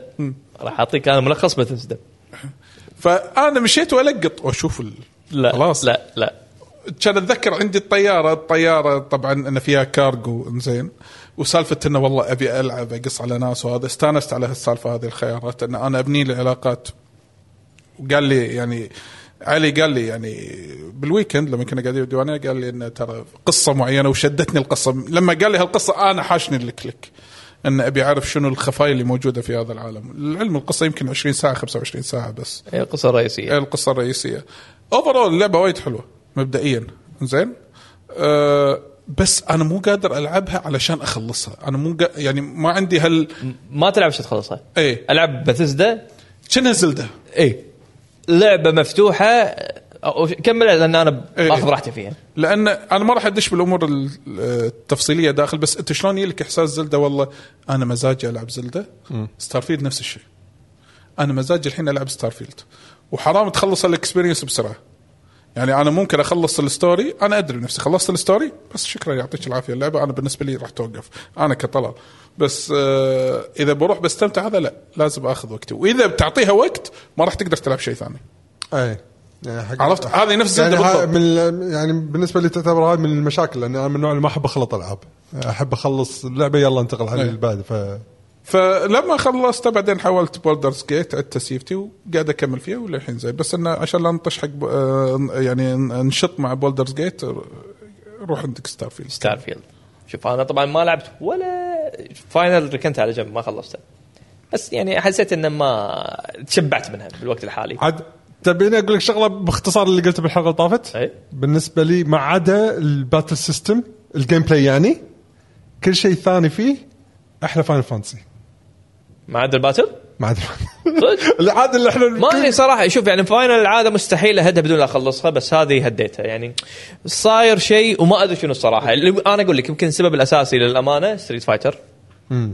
B: راح اعطيك انا ملخص بثزدا
A: فانا مشيت والقط واشوف ال...
B: لا
A: خلاص
B: لا لا
A: كان اتذكر عندي الطياره الطياره طبعا ان فيها كارجو انزين وسالفه انه والله ابي العب اقص على ناس وهذا استانست على هالسالفه هذه الخيارات ان انا ابني لي علاقات وقال لي يعني علي قال لي يعني بالويكند لما كنا قاعدين بالديوانيه قال لي انه ترى قصه معينه وشدتني القصه لما قال لي هالقصه انا حاشني الكليك ان ابي اعرف شنو الخفايا اللي موجوده في هذا العالم، العلم القصه يمكن 20 ساعه 25 ساعه بس.
B: هي القصه الرئيسيه
A: القصه الرئيسيه اوفرول اللعبه وايد حلوه مبدئيا زين أه بس انا مو قادر العبها علشان اخلصها انا مو قا... يعني ما عندي هال
B: ما تلعب عشان تخلصها
A: إيه.
B: العب بثزدا
A: شنها زلده
B: اي لعبه مفتوحه أو كمل لان انا
A: إيه.
B: باخذ راحتي فيها
A: لان انا ما راح ادش بالامور ال- التفصيليه داخل بس انت شلون يلك احساس زلده والله انا مزاجي العب زلده ستار فيلد نفس الشيء انا مزاجي الحين العب ستار فيلد وحرام تخلص الاكسبيرينس بسرعه يعني انا ممكن اخلص الستوري انا ادري نفسي خلصت الستوري بس شكرا يعطيك العافيه اللعبه انا بالنسبه لي راح توقف انا كطلال بس آه اذا بروح بستمتع هذا لا لازم اخذ وقتي واذا بتعطيها وقت ما راح تقدر تلعب شيء ثاني
C: اي يعني حق-
A: عرفت؟ هذه نفس زلدة
C: يعني ها-
A: بالضبط.
C: من ال- يعني بالنسبه لي تعتبر هاي من المشاكل لان انا من النوع اللي ما احب اخلط العاب احب اخلص اللعبه يلا انتقل
B: إيه.
C: على اللي بعد ف
A: فلما خلصت بعدين حولت بولدرز جيت عدت سيفتي وقاعد اكمل فيها وللحين زي بس انه عشان لا نطش حق ب- آه، يعني نشط مع بولدرز جيت روح عندك ستار فيلد
B: ستار فيلد شوف انا طبعا ما لعبت ولا فاينل ركنت على جنب ما خلصته بس يعني حسيت انه ما تشبعت منها بالوقت الحالي
C: عاد تبيني اقول لك شغله باختصار اللي قلته بالحلقه اللي طافت
B: أي.
C: بالنسبه لي ما عدا الباتل سيستم الجيم بلاي يعني كل شيء ثاني فيه احلى فاينل فانتسي
B: ما عدا الباتل
C: ما عاد [laughs]
B: صدق؟ [laughs]
C: العاده اللي احنا
B: ما ادري صراحه شوف يعني فاينل العاده مستحيل اهدها بدون لا اخلصها بس هذه هديتها يعني صاير شيء وما ادري شنو الصراحه اللي انا اقول لك يمكن السبب الاساسي للامانه ستريت فايتر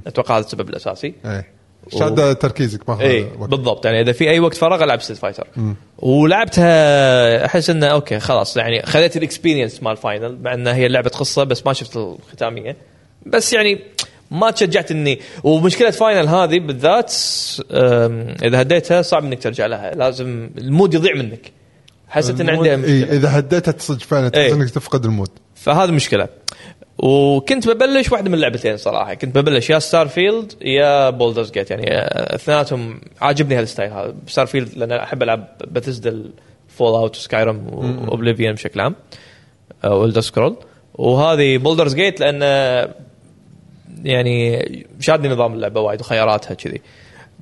B: اتوقع هذا السبب الاساسي
C: اي إيه. شاد تركيزك ما
B: اي بالضبط يعني اذا في اي وقت فراغ العب ستريت فايتر ولعبتها احس انه اوكي خلاص يعني خذيت الاكسبيرينس مال فاينل مع انها هي لعبه قصه بس ما شفت الختاميه بس يعني ما تشجعت اني ومشكله فاينل هذه بالذات أم، اذا هديتها صعب انك ترجع لها لازم المود يضيع منك حسيت ان عندها
C: اي
B: مشكله
C: اذا هديتها إيه، تصدق فعلا تحس
B: إيه.
C: انك تفقد المود
B: فهذه مشكله وكنت ببلش واحده من لعبتين صراحه كنت ببلش يا ستار فيلد يا بولدرز جيت يعني آه، اثنيناتهم عاجبني هالستايل هذا ستار فيلد لان أحب العب بثزدا فول اوت وسكايرم واوبليفيون بشكل عام والدر سكرول آه، وهذه بولدرز جيت لان آه، يعني شادني نظام اللعبه وايد وخياراتها كذي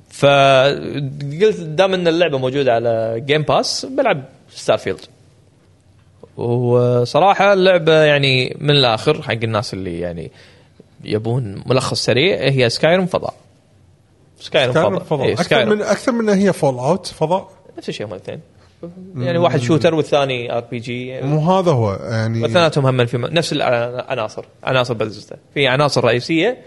B: فقلت دام ان اللعبه موجوده على جيم باس بلعب ستار فيلد وصراحه اللعبه يعني من الاخر حق الناس اللي يعني يبون ملخص سريع هي سكايرم فضاء سكايرم
C: كان
B: فضاء
C: فضاء
B: إيه،
C: اكثر من
B: سكايرم
C: اكثر من إن هي فول اوت فضاء
B: نفس الشيء هم الاثنين يعني واحد شوتر والثاني ار بي جي
C: مو هذا هو يعني
B: واثنيناتهم هم في نفس العناصر عناصر بذزدا في عناصر رئيسيه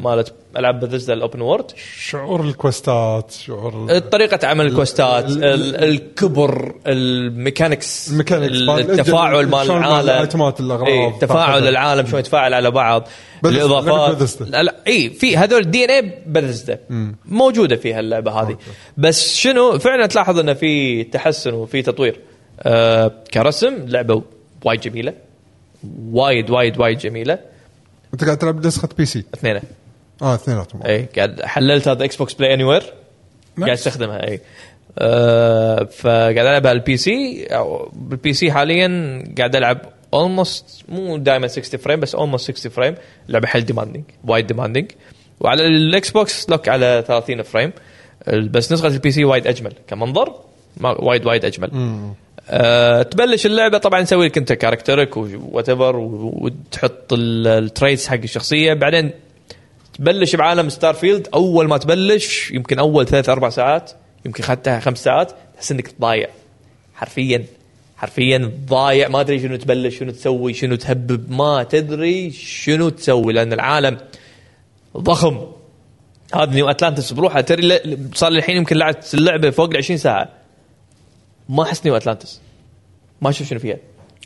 B: مالت العاب بذزدا الاوبن وورد
C: شعور الكوستات شعور ال-
B: طريقة عمل الكوستات
C: ال-
B: ال- الكبر الميكانكس
C: الميكانيكس مال-
B: التفاعل مال
C: شلون مال
B: العالم
C: الايتمات، الأغراض.
B: إيه، تفاعل
C: فاعتقد.
B: العالم شلون يتفاعل على بعض
C: بذزة، لعبة
B: الاضافات
C: بذزة.
B: لا لا اي في هذول الدي ان اي بذزة موجودة فيها اللعبة هذه بس شنو فعلا تلاحظ انه في تحسن وفي تطوير آه كرسم لعبة وايد جميلة وايد وايد وايد جميلة
C: انت قاعد تلعب نسخه بي سي
B: اثنينه
C: اه اثنيناتهم
B: اي إيه، قاعد حللت هذا اكس بوكس بلاي اني وير قاعد استخدمها اي أه فقاعد العبها على البي سي أو بالبي سي حاليا قاعد العب اولموست مو دائما 60 فريم بس اولموست 60 فريم لعبه حيل ديماندنج وايد ديماندنج وعلى الاكس بوكس لوك على 30 فريم بس نسخه البي سي وايد اجمل كمنظر ما وايد وايد اجمل أه تبلش اللعبه طبعا تسوي لك انت كاركترك وات ايفر وتحط ال- التريتس حق الشخصيه بعدين تبلش بعالم ستار فيلد اول ما تبلش يمكن اول ثلاث اربع ساعات يمكن خدتها خمس ساعات تحس انك ضايع حرفيا حرفيا ضايع ما ادري شنو تبلش شنو تسوي شنو تهبب ما تدري شنو تسوي لان العالم ضخم هذا نيو اتلانتس بروحه ترى ل- صار لي الحين يمكن لعبت اللعبه فوق ال 20 ساعه ما احس نيو اتلانتس ما اشوف شنو فيها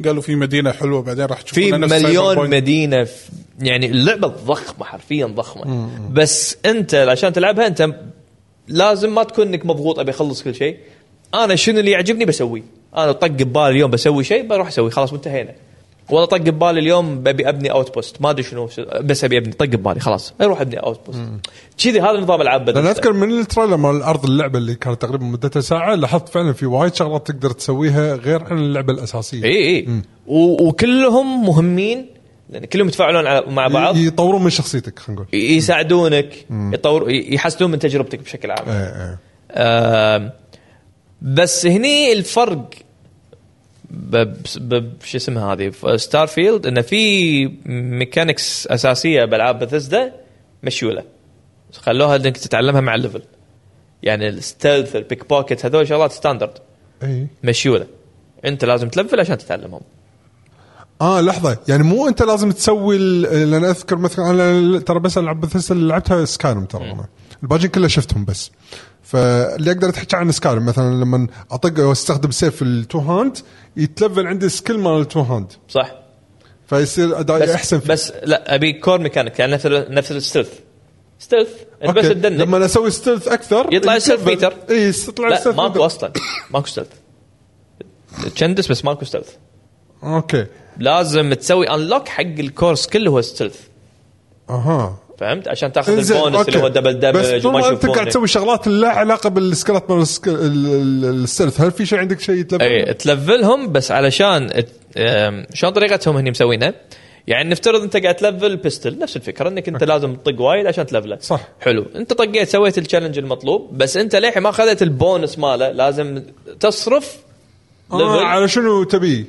A: قالوا في مدينه حلوه بعدين راح تشوف
B: في مليون مدينه في يعني اللعبه ضخمه حرفيا ضخمه بس انت عشان تلعبها انت لازم ما تكون انك مضغوط ابي اخلص كل شيء انا شنو اللي يعجبني بسويه انا طق ببالي اليوم بسوي شيء بروح اسوي خلاص انتهينا والله طق ببالي اليوم ببي ابني اوت بوست ما ادري شنو بس ابي ابني طق ببالي خلاص اروح ابني اوت بوست كذي هذا نظام العاب
C: لان
B: بدل
C: اذكر من التريلر مال ارض اللعبه اللي كانت تقريبا مدتها ساعه لاحظت فعلا في وايد شغلات تقدر تسويها غير عن اللعبه الاساسيه
B: اي اي إيه، و- وكلهم مهمين لان كلهم يتفاعلون على- مع بعض إيه.
C: ي- يطورون من شخصيتك خلينا نقول
B: ي- يساعدونك يطور ي- يحسنون من تجربتك بشكل عام
C: ايه ايه
B: آم، بس هني الفرق ب- ب- شو اسمها هذه ستار فيلد انه في ميكانكس اساسيه بالعاب بثزدا مشيوله خلوها انك تتعلمها مع الليفل يعني الستيلث البيك بوكيت هذول شغلات ستاندرد
C: اي
B: مشيوله انت لازم تلفل عشان تتعلمهم
C: اه لحظه يعني مو انت لازم تسوي ال- لان اذكر مثلا انا ترى بس العب بثس اللي لعبتها سكارم ترى انا الباجين كله شفتهم بس فاللي اقدر اتحكي عن سكارم مثلا لما اطق او استخدم سيف التو هاند يتلفل عندي السكيل مال التو هاند
B: صح
C: فيصير ادائي
B: بس
C: احسن فيه.
B: بس لا ابي كور ميكانيك يعني نفس ال- نفس الستيلث ستيلث انت بس
C: أوكي.
B: تدنك
C: لما اسوي ستيلث اكثر
B: يطلع السيلف بيتر.
C: اي يطلع
B: لا
C: السيلف
B: ماكو
C: بيتر.
B: اصلا ماكو ستيلث تشندس بس ماكو ستيلث
C: اوكي
B: لازم تسوي انلوك حق الكورس كله هو ستيلث
C: اها
B: فهمت عشان تاخذ
C: إنزين،
B: البونس اللي هو
C: أوكي.
B: دبل
C: بس
B: دامج
C: طول
B: وما
C: ما انت قاعد
B: يشوفونك
C: تسوي شغلات لا علاقه بالسكلات مال السك- ال- ال- السيلف هل في شيء عندك شيء يتلفل؟
B: اي تلفلهم بس علشان ت- أم، شلون طريقتهم هني مسوينها يعني نفترض انت قاعد تلفل بيستل نفس الفكره انك انت لازم تطق وايد عشان تلفله
C: صح.
B: حلو انت طقيت سويت التشالنج المطلوب بس انت للحين ما اخذت البونس ماله لازم تصرف
C: آه
B: level.
C: على شنو تبيه؟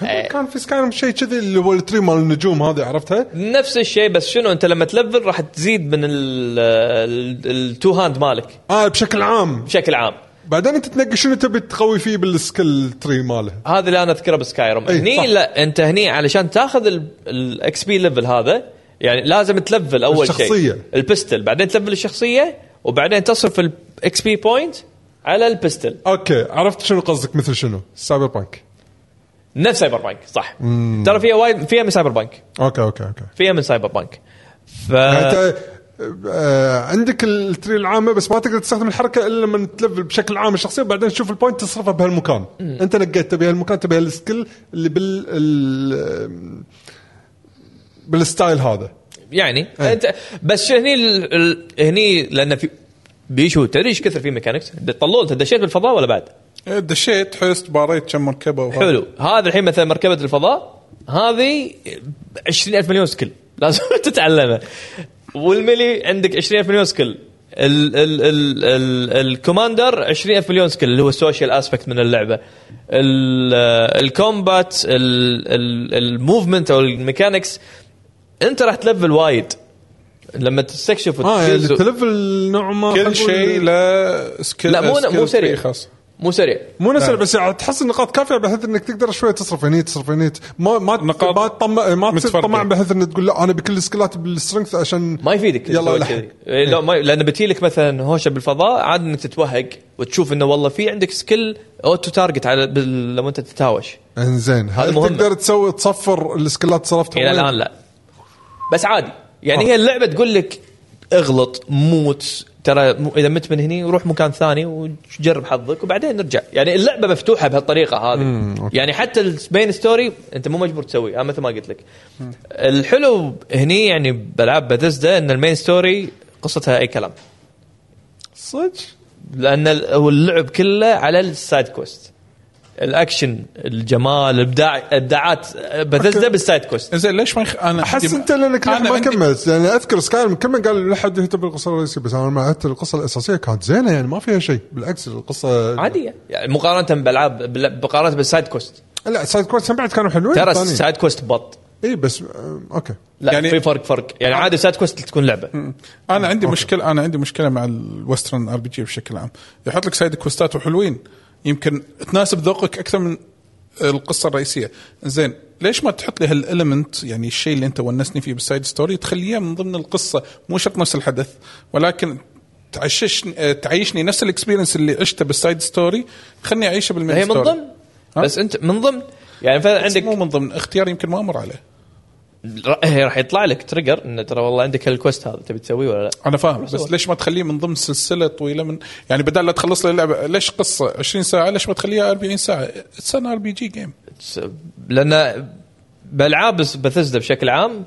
C: كان,
B: إيه.
C: كان في سكايرم شيء كذي اللي هو التري مال النجوم هذه عرفتها؟
B: نفس الشيء بس شنو انت لما تلفل راح تزيد من التو هاند مالك
C: اه بشكل عام
B: بشكل عام
C: بعدين انت تنقي شنو تبي تقوي فيه بالسكيل تري ماله
B: هذا اللي انا اذكره بسكايروم
C: إي،
B: هني
C: صح.
B: لا انت هني علشان تاخذ الاكس بي ليفل هذا يعني لازم تلفل اول شيء
C: الشخصية.
B: البستل بعدين تلفل الشخصيه وبعدين تصرف الاكس بي بوينت على البستل
C: اوكي عرفت شنو قصدك مثل شنو؟ سايبر بانك
B: نفس سايبر بانك صح ترى فيها وايد فيها من سايبر بانك
C: اوكي اوكي اوكي
B: فيها من سايبر بانك ف
C: يعني انت آه، عندك التري العامه بس ما تقدر تستخدم الحركه الا لما تلفل بشكل عام الشخصيه وبعدين تشوف البوينت تصرفها بهالمكان انت نقيت تبي هالمكان تبي هالسكيل اللي بال ال- بالستايل هذا
B: يعني انت بس هني ال- ال- هني لان في بيشو تدري ايش كثر في ميكانكس طلول انت دشيت بالفضاء ولا بعد؟
A: دشيت حست باريت كم مركبه وهذا.
B: حلو هذا الحين مثلا مركبه الفضاء هذه 20000 مليون سكيل [laughs] لازم تتعلمها والملي عندك 20000 مليون سكيل ال ال ال ال الكوماندر 20000 مليون سكيل اللي هو السوشيال اسبكت من اللعبه ال- الكومبات ال- ال- الموفمنت او الميكانكس انت راح تلفل وايد لما تستكشف
C: اه يعني
B: وتفيز و-
C: التلفل نوع ما
A: كل شيء له سكيل
B: لا مو مو
A: سكيل
B: سريع
A: خاص
B: مو سريع
C: مو نسرع بس يعني تحصل النقاط كافيه بحيث انك تقدر شوي تصرف هني تصرف هني ما ما
A: نقاط
C: ما تطمع ما تصير
A: متفرقة.
C: طمع بحيث ان تقول لا انا بكل السكلات بالسترنث عشان
B: ما يفيدك إذا
C: يلا
B: سويت
C: لحق.
B: كذي. إيه، لا ما لان بتجي لك مثلا هوشه بالفضاء عاد انك تتوهق وتشوف انه والله في عندك سكيل اوتو تارجت على بال... لما انت تتهاوش
C: انزين هل
B: مهمة.
C: تقدر تسوي تصفر السكلات صرفتها
B: الى
C: وين؟
B: الان يعني لا بس عادي يعني هي اللعبه تقول لك اغلط موت ترى م- اذا مت من هني روح مكان ثاني وجرب حظك وبعدين نرجع يعني اللعبه مفتوحه بهالطريقه هذه يعني حتى البين ستوري انت مو مجبور تسويه انا مثل ما قلت لك الحلو هني يعني بالعاب بثزدا ان المين ستوري قصتها اي كلام
C: صدق
B: لان ال- هو اللعب كله على السايد كوست الاكشن الجمال الابداع ابداعات بثزدا بالسايد كوست
A: زين ليش ما يخ... انا
C: احس
A: عندي-
C: انت لانك
A: أنا
C: ما
A: عندي-
C: كملت يعني اذكر سكاي كم قال لحد يهتم بالقصه الرئيسيه بس انا ما عدت القصه الاساسيه كانت زينه يعني ما فيها شيء بالعكس القصه
B: عاديه يعني مقارنه بالالعاب بال- مقارنه بالسايد كوست
C: لا سايد كويست بعد كانوا حلوين
B: ترى
C: الثانيين.
B: السايد كوست بط
C: اي بس آم، اوكي
B: لا يعني
A: يعني-
B: في فرق فرق يعني عادي سايد كويست تكون لعبه
A: انا عندي مشكله انا عندي مشكله مع الوسترن ار بي جي بشكل عام يحط لك سايد كوستات وحلوين يمكن تناسب ذوقك اكثر من القصه الرئيسيه زين ليش ما تحط لي هالاليمنت يعني الشيء اللي انت ونسني فيه بالسايد ستوري تخليه من ضمن القصه مو شرط نفس الحدث ولكن تعششني آه، تعيشني نفس الاكسبيرينس اللي عشته بالسايد ستوري خلني اعيشه بالمين
B: هي من
A: ستوري
B: ضمن بس انت من ضمن يعني
A: عندك مو
B: فعندك
A: من ضمن اختيار يمكن ما امر عليه
B: ر- هي راح يطلع لك تريجر انه ترى والله عندك هالكوست هذا تبي تسويه ولا لا
A: انا فاهم بس ليش ما تخليه من ضمن سلسله طويله من يعني بدل لا تخلص لي اللعبه ليش قصه 20 ساعه ليش ما تخليها 40 ساعه؟ اتس ان ار بي جي جيم
B: س- لان بالعاب بثزدا بشكل عام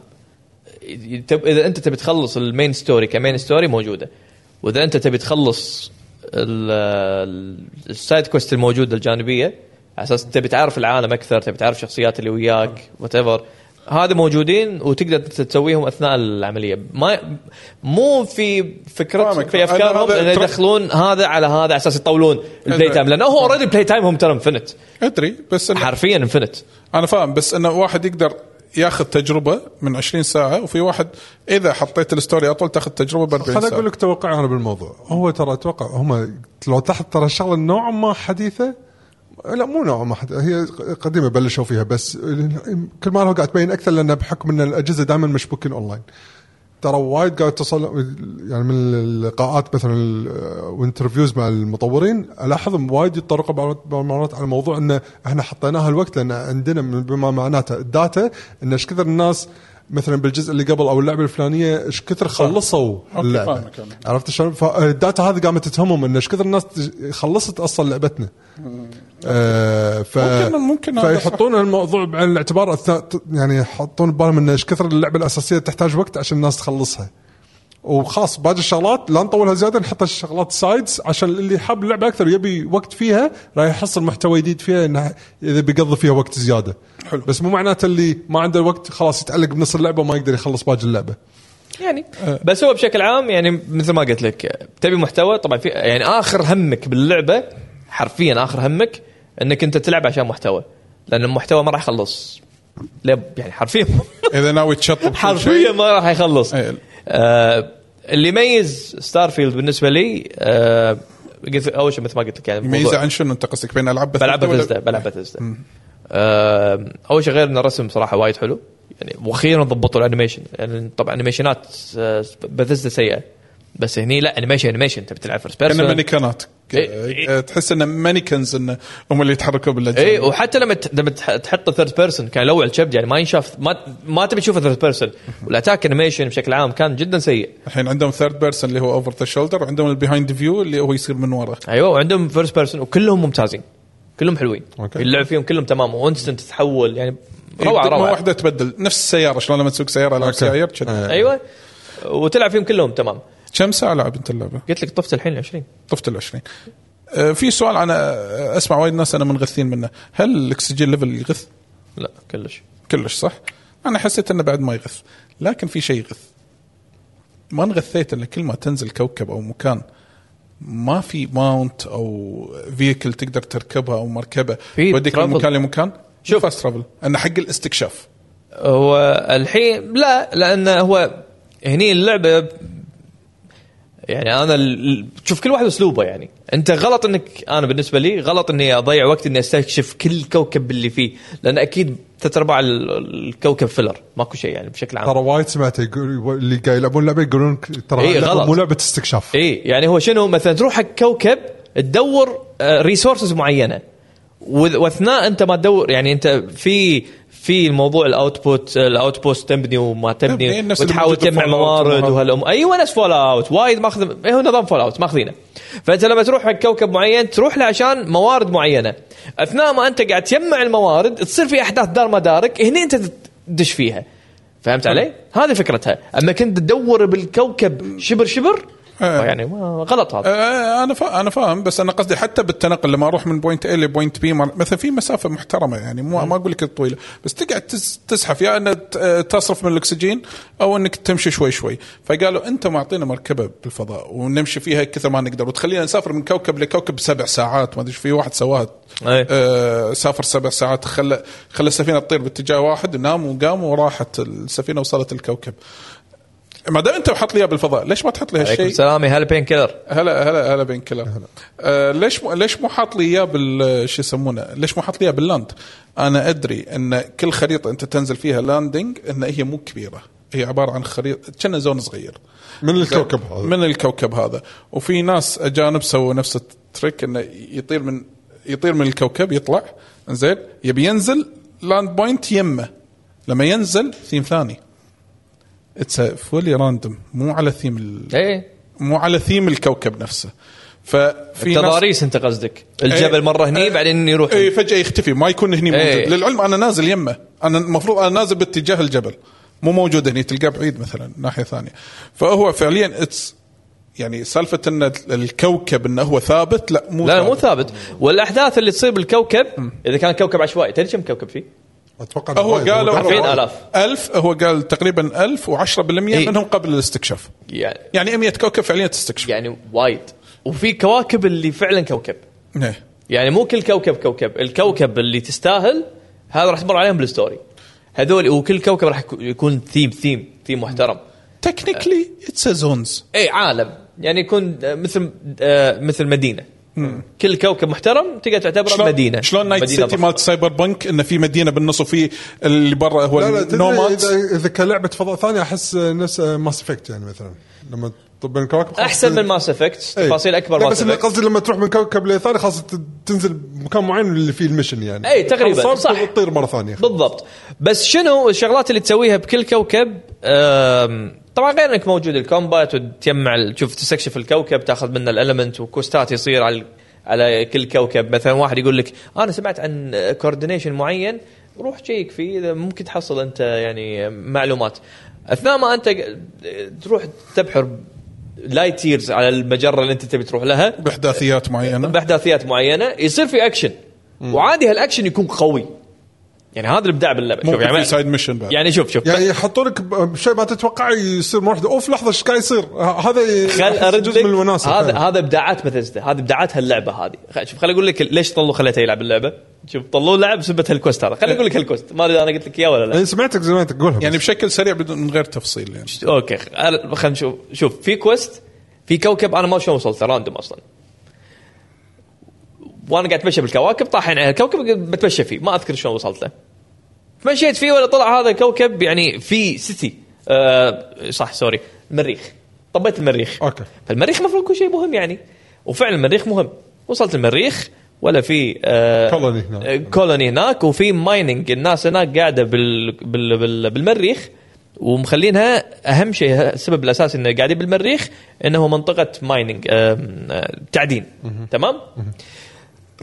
B: تب- اذا انت تبي تخلص المين ستوري كمين ستوري موجوده واذا انت تبي تخلص ال- ال- السايد كوست الموجوده الجانبيه على اساس تبي تعرف العالم اكثر تبي تعرف الشخصيات اللي وياك وات ايفر هذا موجودين وتقدر أنت تسويهم اثناء العمليه ما مو في فكرتهم
A: فاهمك.
B: في افكارهم
A: هذا-
B: ان يدخلون هذا على هذا على اساس يطولون البلاي تايم لانه هو اوريدي بلاي تايم هم ترى انفنت
A: ادري بس إن
B: حرفيا انفنت
A: انا فاهم بس انه واحد يقدر ياخذ تجربه من 20 ساعه وفي واحد اذا حطيت الستوري اطول تاخذ تجربه ب 40
C: خليني اقول
A: ساعه
C: لك توقعي انا بالموضوع هو ترى اتوقع هم لو تحت ترى الشغله نوعا ما حديثه لا مو نوعا ما حديثة هي قديمه بلشوا فيها بس كل ما لها قاعد تبين اكثر لان بحكم ان الاجهزه دائما مشبوكين اونلاين ترى وايد قاعد تصل يعني من اللقاءات مثلا ال- وانترفيوز مع المطورين الاحظهم وايد يتطرقوا بعض- بعض المرات على موضوع انه احنا حطيناها الوقت لان عندنا من- بما معناته الداتا ان ايش كثر الناس مثلا بالجزء اللي قبل او اللعبه الفلانيه ايش كثر خلصوا
A: أوكي،
C: اللعبه
A: فاهمك، فاهمك.
C: عرفت شلون؟ فالداتا هذه قامت تهمهم ان ايش كثر الناس تج- خلصت اصلا لعبتنا. آه ف
A: ممكن- ممكن هذا
C: فيحطون الموضوع بعين الاعتبار اثناء ت- يعني يحطون ببالهم ان ايش كثر اللعبه الاساسيه تحتاج وقت عشان الناس تخلصها. وخاص باقي الشغلات لا نطولها زياده نحط الشغلات سايدز عشان اللي حاب اللعبه اكثر يبي وقت فيها راح يحصل محتوى جديد فيها انه اذا بيقضي فيها وقت زياده.
A: حلو.
C: بس مو معناته اللي ما عنده وقت خلاص يتعلق بنص اللعبه وما يقدر يخلص باقي اللعبه.
B: يعني بس هو بشكل عام يعني مثل ما قلت لك تبي محتوى طبعا في يعني اخر همك باللعبه حرفيا اخر همك انك انت تلعب عشان محتوى لان المحتوى ما راح يخلص ليه؟ يعني حرفيا
A: اذا ناوي تشطب كل
B: حرفيا
A: شيء،
B: ما راح يخلص
A: إيه.
B: آه اللي يميز ستارفيلد بالنسبه لي آه قلت اول شيء مثل ما قلت لك يعني الموضوع-
A: يميزه عن شنو انت قصدك بين العاب بث
B: بلعب بثزدا بلعب بثزدا آه، اول شيء غير ان الرسم صراحه وايد حلو يعني واخيرا ضبطوا الانيميشن يعني طبعا انيميشنات آه، بثزدا سيئه بس هني لا انيميشن انيميشن تبي تلعب فيرست
A: كانه
B: بيرسون
A: مانيكانات
B: إيه.
A: آه، تحس انه مانيكنز انه هم اللي يتحركوا بالاجزاء
B: اي إيه، وحتى لما ت- لما تح- تحط ثيرد بيرسون كان الاول شبد يعني ما ينشاف ما ما تبي تشوفه ثيرد بيرسون والاتاك انيميشن بشكل عام كان جدا سيء
A: الحين عندهم ثيرد بيرسون اللي هو اوفر ذا شولدر وعندهم البيهايند فيو اللي هو يصير من ورا
B: ايوه وعندهم فيرست بيرسون وكلهم ممتازين كلهم حلوين
C: أوكي.
B: اللعب فيهم كلهم تمام وانستنت تتحول يعني روعه
A: كلمة
B: روعه
A: واحده تبدل نفس السياره شلون لما تسوق سياره العب
C: أوكي.
A: سيارة كذا.
B: ايوه وتلعب فيهم كلهم تمام
A: كم ساعه لعب انت اللعبه؟
B: قلت لك طفت الحين 20
A: طفت ال 20 آه، في سؤال انا آه، اسمع وايد ناس انا منغثين منه هل الاكسجين ليفل يغث
B: لا كلش
A: كلش صح انا حسيت انه بعد ما يغث لكن في شيء يغث ما انغثيت ان كل ما تنزل كوكب او مكان ما في ماونت او فيكل تقدر تركبها او مركبه
B: في
A: توديك من
B: travel.
A: مكان لمكان
B: شوف.
A: فاست ترافل انه حق الاستكشاف
B: هو الحين لا لان هو هني اللعبه يعني انا ال- شوف كل واحد اسلوبه يعني انت غلط انك انا بالنسبه لي غلط اني اضيع وقت اني استكشف كل كوكب اللي فيه لان اكيد ثلاث ارباع ال- الكوكب فيلر ماكو شيء يعني بشكل عام
C: ترى وايد سمعت يقول- اللي قاعد يلعبون لعبه يقولون ترى
B: إيه،
C: اللعبة
B: غلط.
C: مو لعبه استكشاف
B: اي يعني هو شنو مثلا تروح حق كوكب تدور آه، ريسورسز معينه وإذ- واثناء انت ما تدور يعني انت في في الموضوع الاوتبوت الاوتبوست تبني وما
A: تبني
B: تبني
A: نفس اللي
B: وتحاول
A: موجود
B: تجمع
A: بفول أوت
B: موارد
A: وهذا.
B: وهالام ايوه نفس فول اوت وايد ماخذ إيه هو نظام فول اوت ماخذينه فانت لما تروح حق كوكب معين تروح له عشان موارد معينه اثناء ما انت قاعد تجمع الموارد تصير في احداث دار مدارك هني انت تدش فيها فهمت علي؟ هذه فكرتها اما كنت تدور بالكوكب شبر شبر
A: آه.
B: يعني ما- غلط هذا
A: آه، انا فا انا فاهم بس انا قصدي حتى بالتنقل لما اروح من بوينت A لبوينت بي مثلا في مسافه محترمه يعني مو ما اقول لك طويله بس تقعد تز- تزحف يا ان ت- آه، تصرف من الاكسجين او انك تمشي شوي شوي فقالوا انت معطينا مركبه بالفضاء ونمشي فيها كثر ما نقدر وتخلينا نسافر من كوكب لكوكب سبع ساعات ما ادري إيش، في واحد سواها
B: أي.
A: آه، سافر سبع ساعات خلى خلى السفينه تطير باتجاه واحد نام وقام وراحت السفينه وصلت الكوكب ما دام انت حاط لي إياه بالفضاء ليش ما تحط لي
B: عليكم
A: هالشيء
B: سلام يا هلا بين كيلر
A: هلا هلا هلا بين كلام آه ليش مو ليش مو حاط لي اياه بال شو يسمونه ليش مو حاط لي اياه باللاند انا ادري ان كل خريطه انت تنزل فيها لاندنج ان هي مو كبيره هي عباره عن خريطه كنا زون صغير
C: من الكوكب هذا
A: من الكوكب هذا وفي ناس اجانب سووا نفس التريك انه يطير من يطير من الكوكب يطلع زين يبي ينزل لاند بوينت يمه لما ينزل ثيم ثاني اتس فولي راندوم مو على ثيم ال...
B: ايه
A: مو على ثيم الكوكب نفسه ففي
B: تضاريس انت قصدك الجبل
A: إيه.
B: مره هني بعدين يروح
A: اي فجاه يختفي ما يكون هني موجود
B: إيه.
A: للعلم انا نازل يمه انا المفروض انا نازل باتجاه الجبل مو موجود هني تلقاه بعيد مثلا ناحيه ثانيه فهو فعليا اتس يعني سالفه ان الكوكب انه هو ثابت لا مو
B: لا مو ثابت والاحداث اللي تصير بالكوكب اذا كان كوكب عشوائي تدري كم كوكب فيه؟
C: اتوقع
A: هو
C: وايد.
A: قالوا
C: ترى
B: 40,000.
A: ألف هو قال تقريبا 1000 و10%
B: إيه.
A: منهم قبل الاستكشاف
B: يعني
A: يعني 100 كوكب فعليا تستكشف
B: يعني وايد وفي كواكب اللي فعلا كوكب
A: إيه.
B: يعني مو كل كوكب كوكب الكوكب اللي تستاهل هذا راح تمر عليهم بالستوري هذول وكل كوكب راح يكو- يكون ثيم ثيم ثيم محترم
A: تكنيكلي اتس زونز
B: اي عالم يعني يكون آه، مثل آه، مثل مدينه كل كوكب محترم تقدر تعتبره
A: شلون
B: مدينه
A: شلون نايت
B: مدينة
A: سيتي
B: ضخمة.
A: مالت سايبر بنك انه في مدينه بالنص وفي اللي برا هو
C: لا لا تدري
A: النومات
C: اذا اذا كلعبه فضاء ثانيه احس نفس ماس افكت يعني مثلا لما تطب بين الكواكب خلاص
B: احسن من
C: تنزل-
B: ماس افكت
C: إيه.
B: تفاصيل اكبر
C: لا
B: ماس
C: بس اللي
B: افكت
C: قصدي لما تروح من كوكب لثاني خلاص ت- تنزل مكان معين اللي فيه المشن يعني
B: إيه، تقريباً،
C: خلاص
B: صح.
C: تطير مره ثانيه
B: بالضبط بس شنو الشغلات اللي تسويها بكل كوكب آم، طبعا غير انك موجود الكومبات وتجمع ال- تشوف تستكشف الكوكب تاخذ منه الالمنت وكوستات يصير على على كل كوكب مثلا واحد يقول لك انا سمعت عن كوردينيشن معين روح شيك فيه اذا ممكن تحصل انت يعني معلومات اثناء ما انت ق- تروح تبحر لايت ييرز على المجره اللي انت تبي تروح لها
A: باحداثيات معينه
B: باحداثيات معينه يصير في اكشن وعادي هالاكشن يكون قوي يعني هذا الابداع باللعبه شوف
A: ممكن
B: يعني
A: في سايد ميشن بعد
B: يعني شوف شوف
C: يعني يحطوا لك ب- شيء ما تتوقع يصير مره واحده اوف لحظه ايش قاعد يصير ه- هذا ي-
B: خل ارد
C: جزء
B: لك
C: من إيه. الوناسه
B: هذا
C: فعلاً.
B: هذا ابداعات بثزدا هذا ابداعات هاللعبه هذه خ- شوف خليني اقول لك ليش طلوا خليته يلعب اللعبه شوف طلوا لعب بسبه هالكوست هذا خليني اقول لك هالكوست ما ادري انا قلت لك اياه ولا لا
C: يعني سمعتك سمعتك قولها
A: يعني
C: يعني
A: بشكل سريع بدون من غير تفصيل يعني
B: اوكي خل- خلينا نشوف شوف في كوست في كوكب انا ما شلون وصلت راندوم اصلا وانا قاعد اتمشى بالكواكب طاحين على الكوكب بتمشى فيه ما اذكر شلون وصلت له مشيت فيه ولا طلع هذا الكوكب يعني في سيتي آه صح سوري المريخ طبيت المريخ
C: أوكي.
B: فالمريخ المفروض يكون شيء مهم يعني وفعلا المريخ مهم وصلت المريخ ولا في آه
C: Colony هناك.
B: آه، كولوني هناك وفي مايننج الناس هناك قاعده بال بال بال بالمريخ ومخلينها اهم شيء السبب الاساسي انه قاعدين بالمريخ انه منطقه مايننج تعدين تمام آه،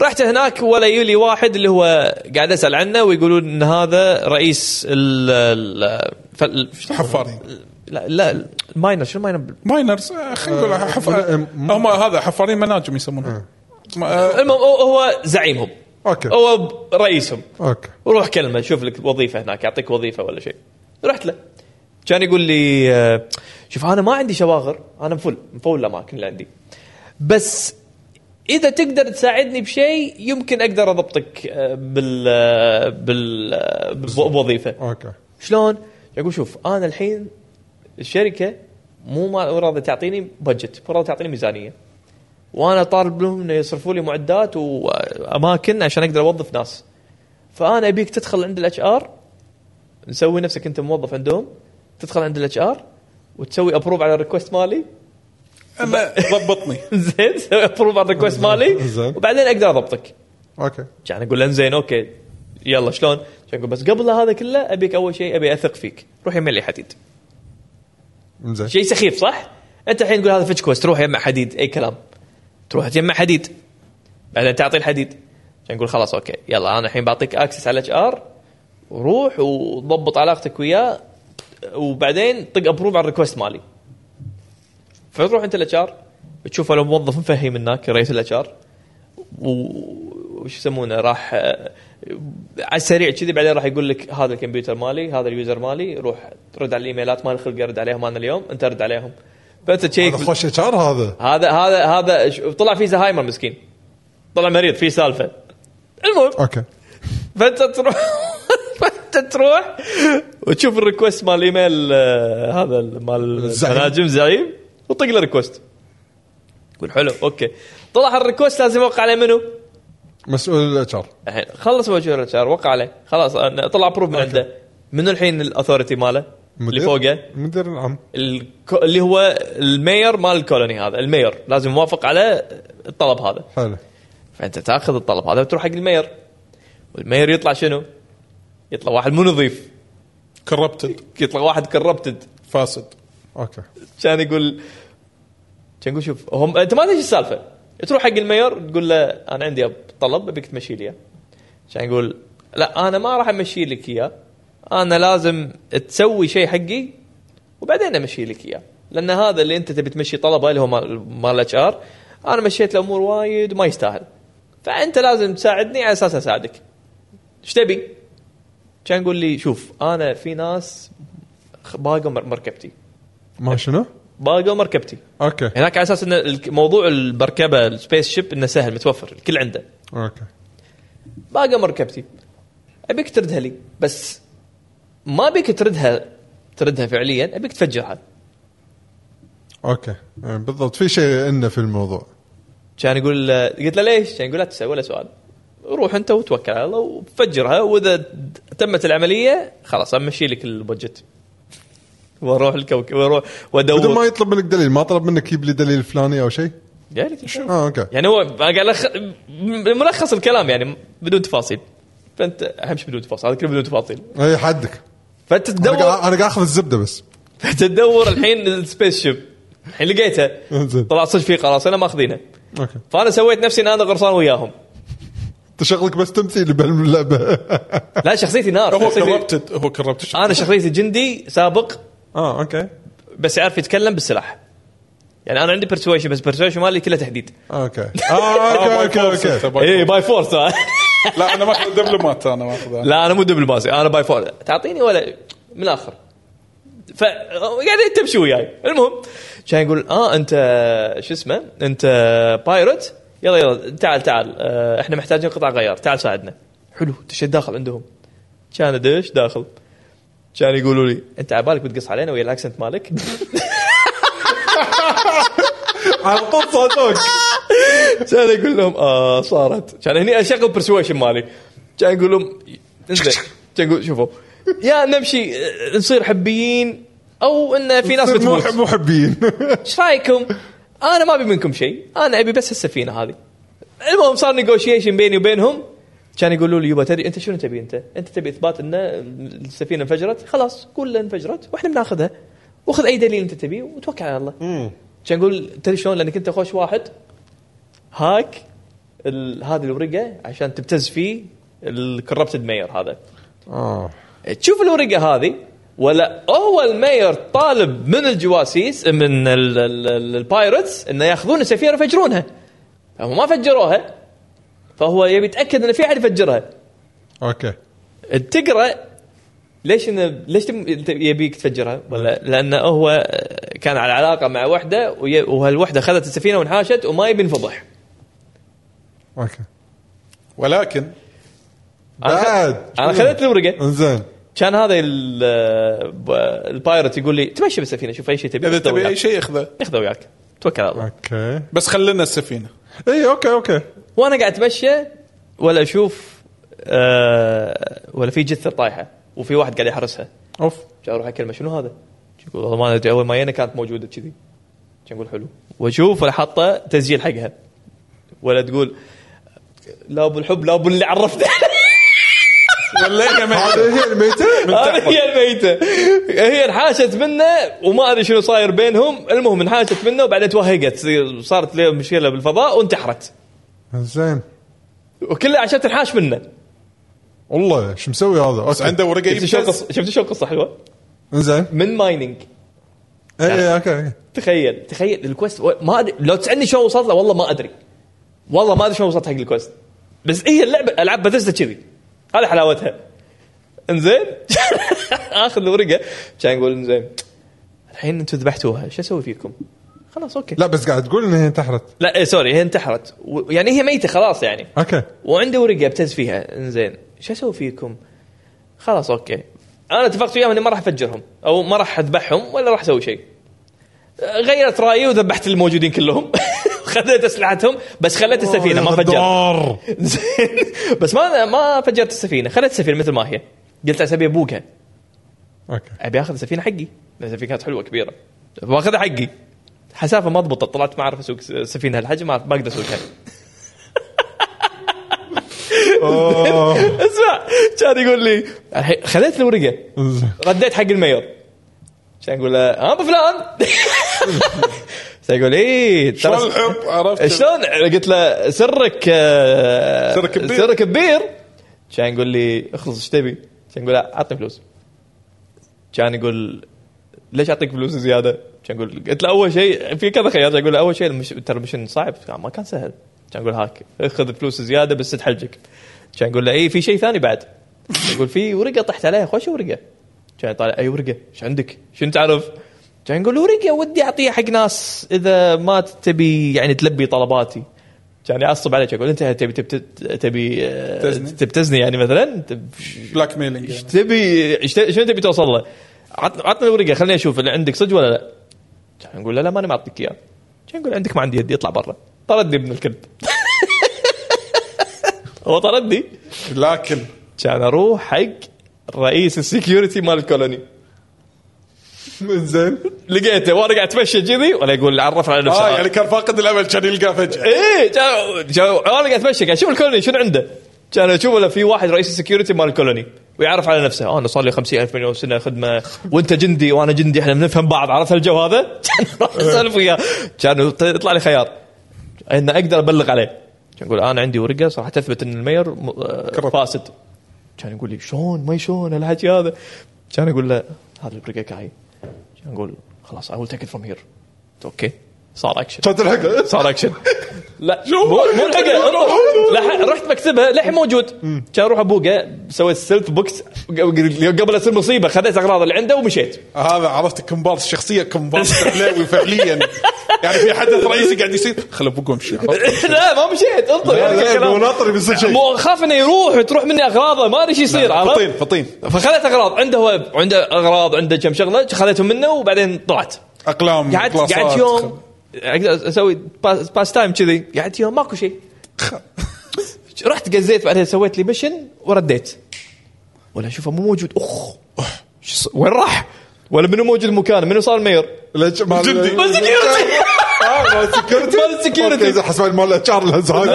B: رحت هناك ولا يلي واحد اللي هو قاعد اسال عنه ويقولون ان هذا رئيس ال ال- فال- شلون؟
A: حفار
B: لا لا الماينر شنو الماينر
A: ماينرز آه، خلينا نقول حف...
C: آه،
A: هم هذا حفارين مناجم يسمونهم ما- آه،
B: المهم هو- هو زعيمهم
C: اوكي
B: هو ب- رئيسهم
C: اوكي
B: وروح كلمه شوف لك وظيفه هناك يعطيك وظيفه ولا شيء رحت له كان يقول لي آه، شوف انا ما عندي شواغر انا مفل مفول الاماكن اللي عندي بس اذا تقدر تساعدني بشيء يمكن اقدر اضبطك آه، بال آه، بال آه، بوظيفه
C: اوكي
B: شلون؟ يقول شوف انا الحين الشركه مو ما راضي تعطيني بادجت مو راضي تعطيني ميزانيه وانا طالب لهم انه يصرفوا لي معدات واماكن عشان اقدر اوظف ناس فانا ابيك تدخل عند الاتش ار نسوي نفسك انت موظف عندهم تدخل عند الاتش ار وتسوي ابروف على الريكوست مالي [laughs]
A: أنا- ضبطني
B: زين تسوي ابروف على الريكوست مالي
C: زين.
B: وبعدين اقدر اضبطك
C: اوكي
B: كان اقول له زين اوكي يلا شلون؟ كان اقول بس قبل هذا كله ابيك اول شيء ابي اثق فيك روح يمين لي حديد
C: زين
B: شيء سخيف صح؟ انت الحين تقول هذا فتش كويست تروح يجمع حديد اي كلام تروح تجمع حديد بعدين تعطي الحديد عشان نقول خلاص اوكي يلا انا الحين بعطيك اكسس على الاتش ار وروح وضبط علاقتك وياه وبعدين طق ابروف على الريكوست مالي فتروح انت الاتش ار تشوفه لو موظف مفهم هناك رئيس الاتش ار وش يسمونه راح آه، على السريع كذي بعدين راح يقول لك هذا الكمبيوتر مالي هذا اليوزر مالي روح رد على الايميلات مال خلق ارد عليهم انا اليوم انت رد عليهم فانت تشيك
C: هذا خوش اتش ار هذا
B: هذا هذا هذا ش- طلع في زهايمر مسكين طلع مريض في سالفه المهم
C: اوكي
B: فانت تروح [laughs] فانت تروح وتشوف الريكوست مال ايميل آه، هذا ال- مال
C: الزعيم.
B: الزعيم زعيم وطق له ريكوست تقول حلو اوكي طلع الريكوست لازم اوقع عليه منو؟
C: مسؤول الاتش ار
B: الحين خلص مجهول الاتش ار وقع عليه خلاص أنا- طلع بروف من عنده منو الحين الاثورتي ماله؟ اللي فوقه
C: المدير العام
B: الكو- اللي هو المير مال الكولوني هذا المير لازم يوافق على الطلب هذا
C: حلو
B: فانت تاخذ الطلب هذا وتروح حق المير والمير يطلع شنو؟ يطلع واحد مو نظيف
A: كربتد
B: يطلع واحد كربتد
A: فاسد
C: اوكي
B: كان يقول كان يقول شوف هم انت ما تدري ايش السالفه تروح حق المير تقول له انا عندي أب- طلب ابيك تمشي لي إياه. كان يقول لا انا ما راح امشي لك اياه انا لازم تسوي شيء حقي وبعدين امشي لك اياه لان هذا اللي انت تبي تمشي طلبه اللي هو مال- مال الاتش ار انا مشيت الامور وايد وما يستاهل فانت لازم تساعدني على اساس اساعدك ايش تبي؟ كان يقول لي شوف انا في ناس خ- باقوا مر- مركبتي
C: ما شنو؟
B: باقوا مركبتي
C: اوكي
A: إيه.
B: هناك على اساس ان الك- موضوع المركبه السبيس شيب انه سهل متوفر الكل عنده
C: اوكي
B: باقى مركبتي ابيك تردها لي بس ما ابيك تردها تردها فعليا ابيك تفجرها
C: اوكي يعني بالضبط في شيء انه في الموضوع
B: كان يقول له- قلت له ليش؟ كان يقول لا تسال ولا سؤال روح انت وتوكل على الله وفجرها واذا تمت العمليه خلاص امشي لك البودجت واروح الكوكب واروح
C: بدون ما
B: وادور
C: يطلب منك دليل ما طلب منك يجيب لي دليل فلاني او شيء
B: يعني تشوف.
C: اه اوكي
B: يعني هو قال أخ... ملخص الكلام يعني بدون تفاصيل فانت اهم شيء بدون تفاصيل هذا كله بدون تفاصيل
C: اي حدك
B: فانت
C: انا
B: تدور
C: قاعد إيه، أنا قاعد اخذ الزبده بس
B: فانت تدور الحين السبيس شيب الحين لقيته
C: زين.
B: طلع صدق في قراصنه ماخذينه
C: اوكي
B: فانا سويت نفسي ان انا غرصان وياهم
C: انت شغلك بس
A: [laughs]
C: تمثيل بهاللعبه
B: لا شخصيتي نار
A: هو
B: شخصيتي...
A: كربتد هو كربتد
B: انا شخصيتي جندي سابق
A: آه،
C: اه اوكي
B: بس يعرف يتكلم بالسلاح يعني انا عندي برسويشن بس برسويشن مالي كله تهديد
A: [laughs]
B: إيه،
C: اوكي
A: آه،
C: اه اوكي اوكي اوكي
B: اي باي فورس
A: لا انا ماخذ دبلومات انا ماخذ
B: لا انا مو دبلوماسي انا باي فور تعطيني ولا من الاخر ف يعني تمشي وياي المهم كان يقول اه انت شو اسمه انت بايرت يلا يلا تعال تعال آه، احنا محتاجين قطع غيار تعال ساعدنا حلو دشيت داخل عندهم كان ادش داخل كان يقولوا لي انت على بالك بتقص علينا ويا الاكسنت [laughs] مالك
C: على طول صادوك
B: كان يقول لهم اه صارت كان هني اشغل برسويشن مالي كان يقول لهم انزين كان يقول شوفوا يا نمشي آه، نصير حبيين او ان في ناس
C: مو
B: بتموت
C: حب-
A: [laughs]
C: مو حبيين
B: ايش رايكم؟ انا ما ابي منكم شيء، انا ابي بس السفينه هذه. المهم صار نيغوشيشن بيني وبينهم كان يقولوا لي يبا تدري انت شنو تبي انت؟ انت تبي اثبات ان السفينه انفجرت؟ خلاص قول لها انفجرت واحنا بناخذها وخذ اي دليل انت تبيه وتوكل على الله. كان يقول تدري شلون لانك انت خوش واحد هاك ال- هذه الورقه عشان تبتز فيه الكربتد مير هذا
C: اه
B: تشوف الورقه هذه ولا هو المير طالب من الجواسيس من ال- ال- ال- البايرتس انه ياخذون السفينه ويفجرونها فهم ما فجروها فهو يبي يتاكد ان في احد يفجرها
C: اوكي
B: تقرا ليش إن ليش تم- أنت يبيك تفجرها؟ ولا لانه هو كان على علاقه مع وحده وي- وهالوحده خذت السفينه وانحاشت وما يبي انفضح.
C: اوكي
A: ولكن
B: انا
C: بعد.
B: خ- انا خذيت الورقه
C: انزين
B: كان هذا ال- ب- البايرت يقول لي تمشي بالسفينه شوف اي شيء تبي
A: اذا
B: خذه
A: تبي
B: وياك.
A: اي شيء اخذه
B: خذه وياك توكل على الله
C: اوكي
A: بس خلينا السفينه
C: اي اوكي
A: [laughs]
C: اوكي
B: وانا قاعد اتمشى ولا اشوف آه ولا في جثه طايحه وفي واحد قاعد يحرسها [laughs]
C: اوف
B: جاي اروح اكلمه شنو هذا؟ يقول والله ما ادري اول ما جينا كانت موجوده كذي نقول حلو واشوف ولا حاطه تسجيل حقها ولا تقول لا ابو الحب لا ابو اللي عرفته
A: خلينا ميت.
C: هذه هي الميته
B: هذه هي الميته هي انحاشت منه وما ادري شنو صاير بينهم المهم انحاشت منه وبعدين توهقت صارت له مشكله بالفضاء وانتحرت
C: انزين
B: وكلها عشان تنحاش منه
C: والله شو مسوي هذا
A: بس عنده ورقه
B: شفت شو
A: يبتز
B: القصه شفت شو القصه حلوه؟
C: انزين
B: من مايننج
C: اي
B: نعم.
C: اي اوكي إيه، أوكي.
B: تخيل تخيل الكويست و- ما أدري لو تسالني شلون وصلت له والله ما ادري والله ما ادري شلون وصلت حق الكويست بس هي اللعبه العاب بثزدا كذي هذه حلاوتها [laughs] انزين اخذ الورقه كان يقول انزين الحين انتم ذبحتوها شو اسوي فيكم؟ خلاص اوكي لا,
C: لا بس قاعد تقول ان هي انتحرت
B: لا إيه سوري هي انتحرت و- يعني هي ميته خلاص يعني
C: اوكي
B: وعنده ورقه ابتز فيها انزين شو اسوي فيكم؟ خلاص اوكي انا اتفقت وياهم اني ما راح افجرهم او ما راح اذبحهم ولا راح اسوي شيء غيرت رايي وذبحت الموجودين كلهم [laughs] خذيت اسلحتهم بس خليت السفينه ما فجرت
C: غدار.
B: زين [laughs] بس ما ما فجرت السفينه خليت السفينه مثل ما هي قلت على سبيل ابوقها
C: اوكي
B: ابي اخذ السفينه حقي لان السفينه كانت حلوه كبيره باخذها حقي حسافه ما ضبطت طلعت ما اعرف اسوق سفينه هالحجم ما أعرف- ما اقدر اسوقها
C: أوه.
B: [laughs] اسمع كان يقول لي الحين خذيت الورقه
C: انزين
B: رديت حق الميور كان يقول له ها ابو فلان [laughs] كان يقول ايه
A: شلون
B: ترى
A: الحب عرفت
B: شلون قلت له سرك آه،
A: سرك كبير.
B: سرك كبير كان يقول لي اخلص ايش تبي؟ كان يقول له عطني فلوس كان يقول ليش اعطيك فلوس زياده؟ كان يقول قلت له اول شيء في كذا خيار كان يقول له اول شيء المش... ترى المشن صعب كان- ما كان سهل كان يقول هاك خذ فلوس زياده بس سد حلجك كان يقول له اي في شيء ثاني بعد كان يقول في ورقه طحت عليها خوش ورقه كان يطالع اي ورقه ايش عندك؟ شنو تعرف؟ كان يقول ورقه ودي اعطيها حق ناس اذا ما تبي يعني تلبي طلباتي كان يعصب عليك يقول انت تبي تبي تبي آه،
A: تبتزني.
B: تبتزني يعني مثلا تب-
A: بلاك ميلينج
B: ايش
A: يعني.
B: تبي ايش ت- شنو تبي توصل له؟ عط- عطني الورقه خليني اشوف اللي عندك صدق ولا لا؟ كان نقول لا لا ماني معطيك اياه كان نقول عندك ما عندي يدي اطلع برا طردني ابن الكلب [laughs] هو طردني
A: لكن
B: كان اروح حق رئيس السكيورتي مال الكولوني
C: انزين
B: لقيته وانا قاعد اتمشى كذي ولا يقول عرف على نفسه
A: اه يعني كان فاقد الامل كان يلقى فجاه
B: ايه جا- جا- انا قاعد اتمشى قاعد اشوف الكولوني شنو عنده كان اشوف ولا في واحد رئيس السكيورتي مال الكولوني ويعرف على نفسه آه، انا صار لي 50000 مليون سنه خدمه وانت جندي وانا جندي احنا بنفهم بعض عرفت الجو هذا؟ [laughs] كان اروح اسولف وياه كان يطلع لي خيار ان اقدر ابلغ عليه كان يقول انا عندي ورقه صراحه تثبت ان المير م- آه،
A: كرر.
B: فاسد كان يقول لي شلون ما شلون الحكي هذا كان اقول له هذه الورقه كاي كان اقول خلاص اي ويل تيك ات فروم هير اوكي صار اكشن
C: كانت الحق
B: صار اكشن لا مو مو الحقه لح- رحت مكتبها للحين موجود كان اروح ابوقه سويت سيلف بوكس قبل لا تصير مصيبه خذيت اغراض اللي عنده ومشيت [laughs]
A: هذا عرفت كومبارس شخصيه [laughs] كومبارس حلاوي فعليا يعني في حدث رئيسي قاعد يصير خله ابوق وامشي عرفت؟
B: لا ما مشيت انطر يعني
C: هو
B: كان كلام.
C: ناطر بيصير شيء
B: مو خاف انه يروح وتروح مني اغراضه ما ادري ايش يصير
A: فطين
B: عرفت؟
A: فطين
B: فخذيت اغراض عنده ويب عنده اغراض عنده كم شغله خذيتهم منه وبعدين طلعت
A: اقلام
B: قعدت
A: كلاسات.
B: قعدت يوم اقدر اسوي باس, باس تايم كذي قعدت يوم ماكو [laughs] شيء رحت قزيت بعدين سويت لي ميشن ورديت ولا اشوفه مو موجود اخ أخ، شو ص- وين راح؟ ولا منو موجود مكانه؟ منو صار مير؟
C: ليش ما
A: جندي.
B: بس security. [laughs]
C: آه، مال سكيورتي
B: مال security.
C: حسب مال الاتش ار
B: صدق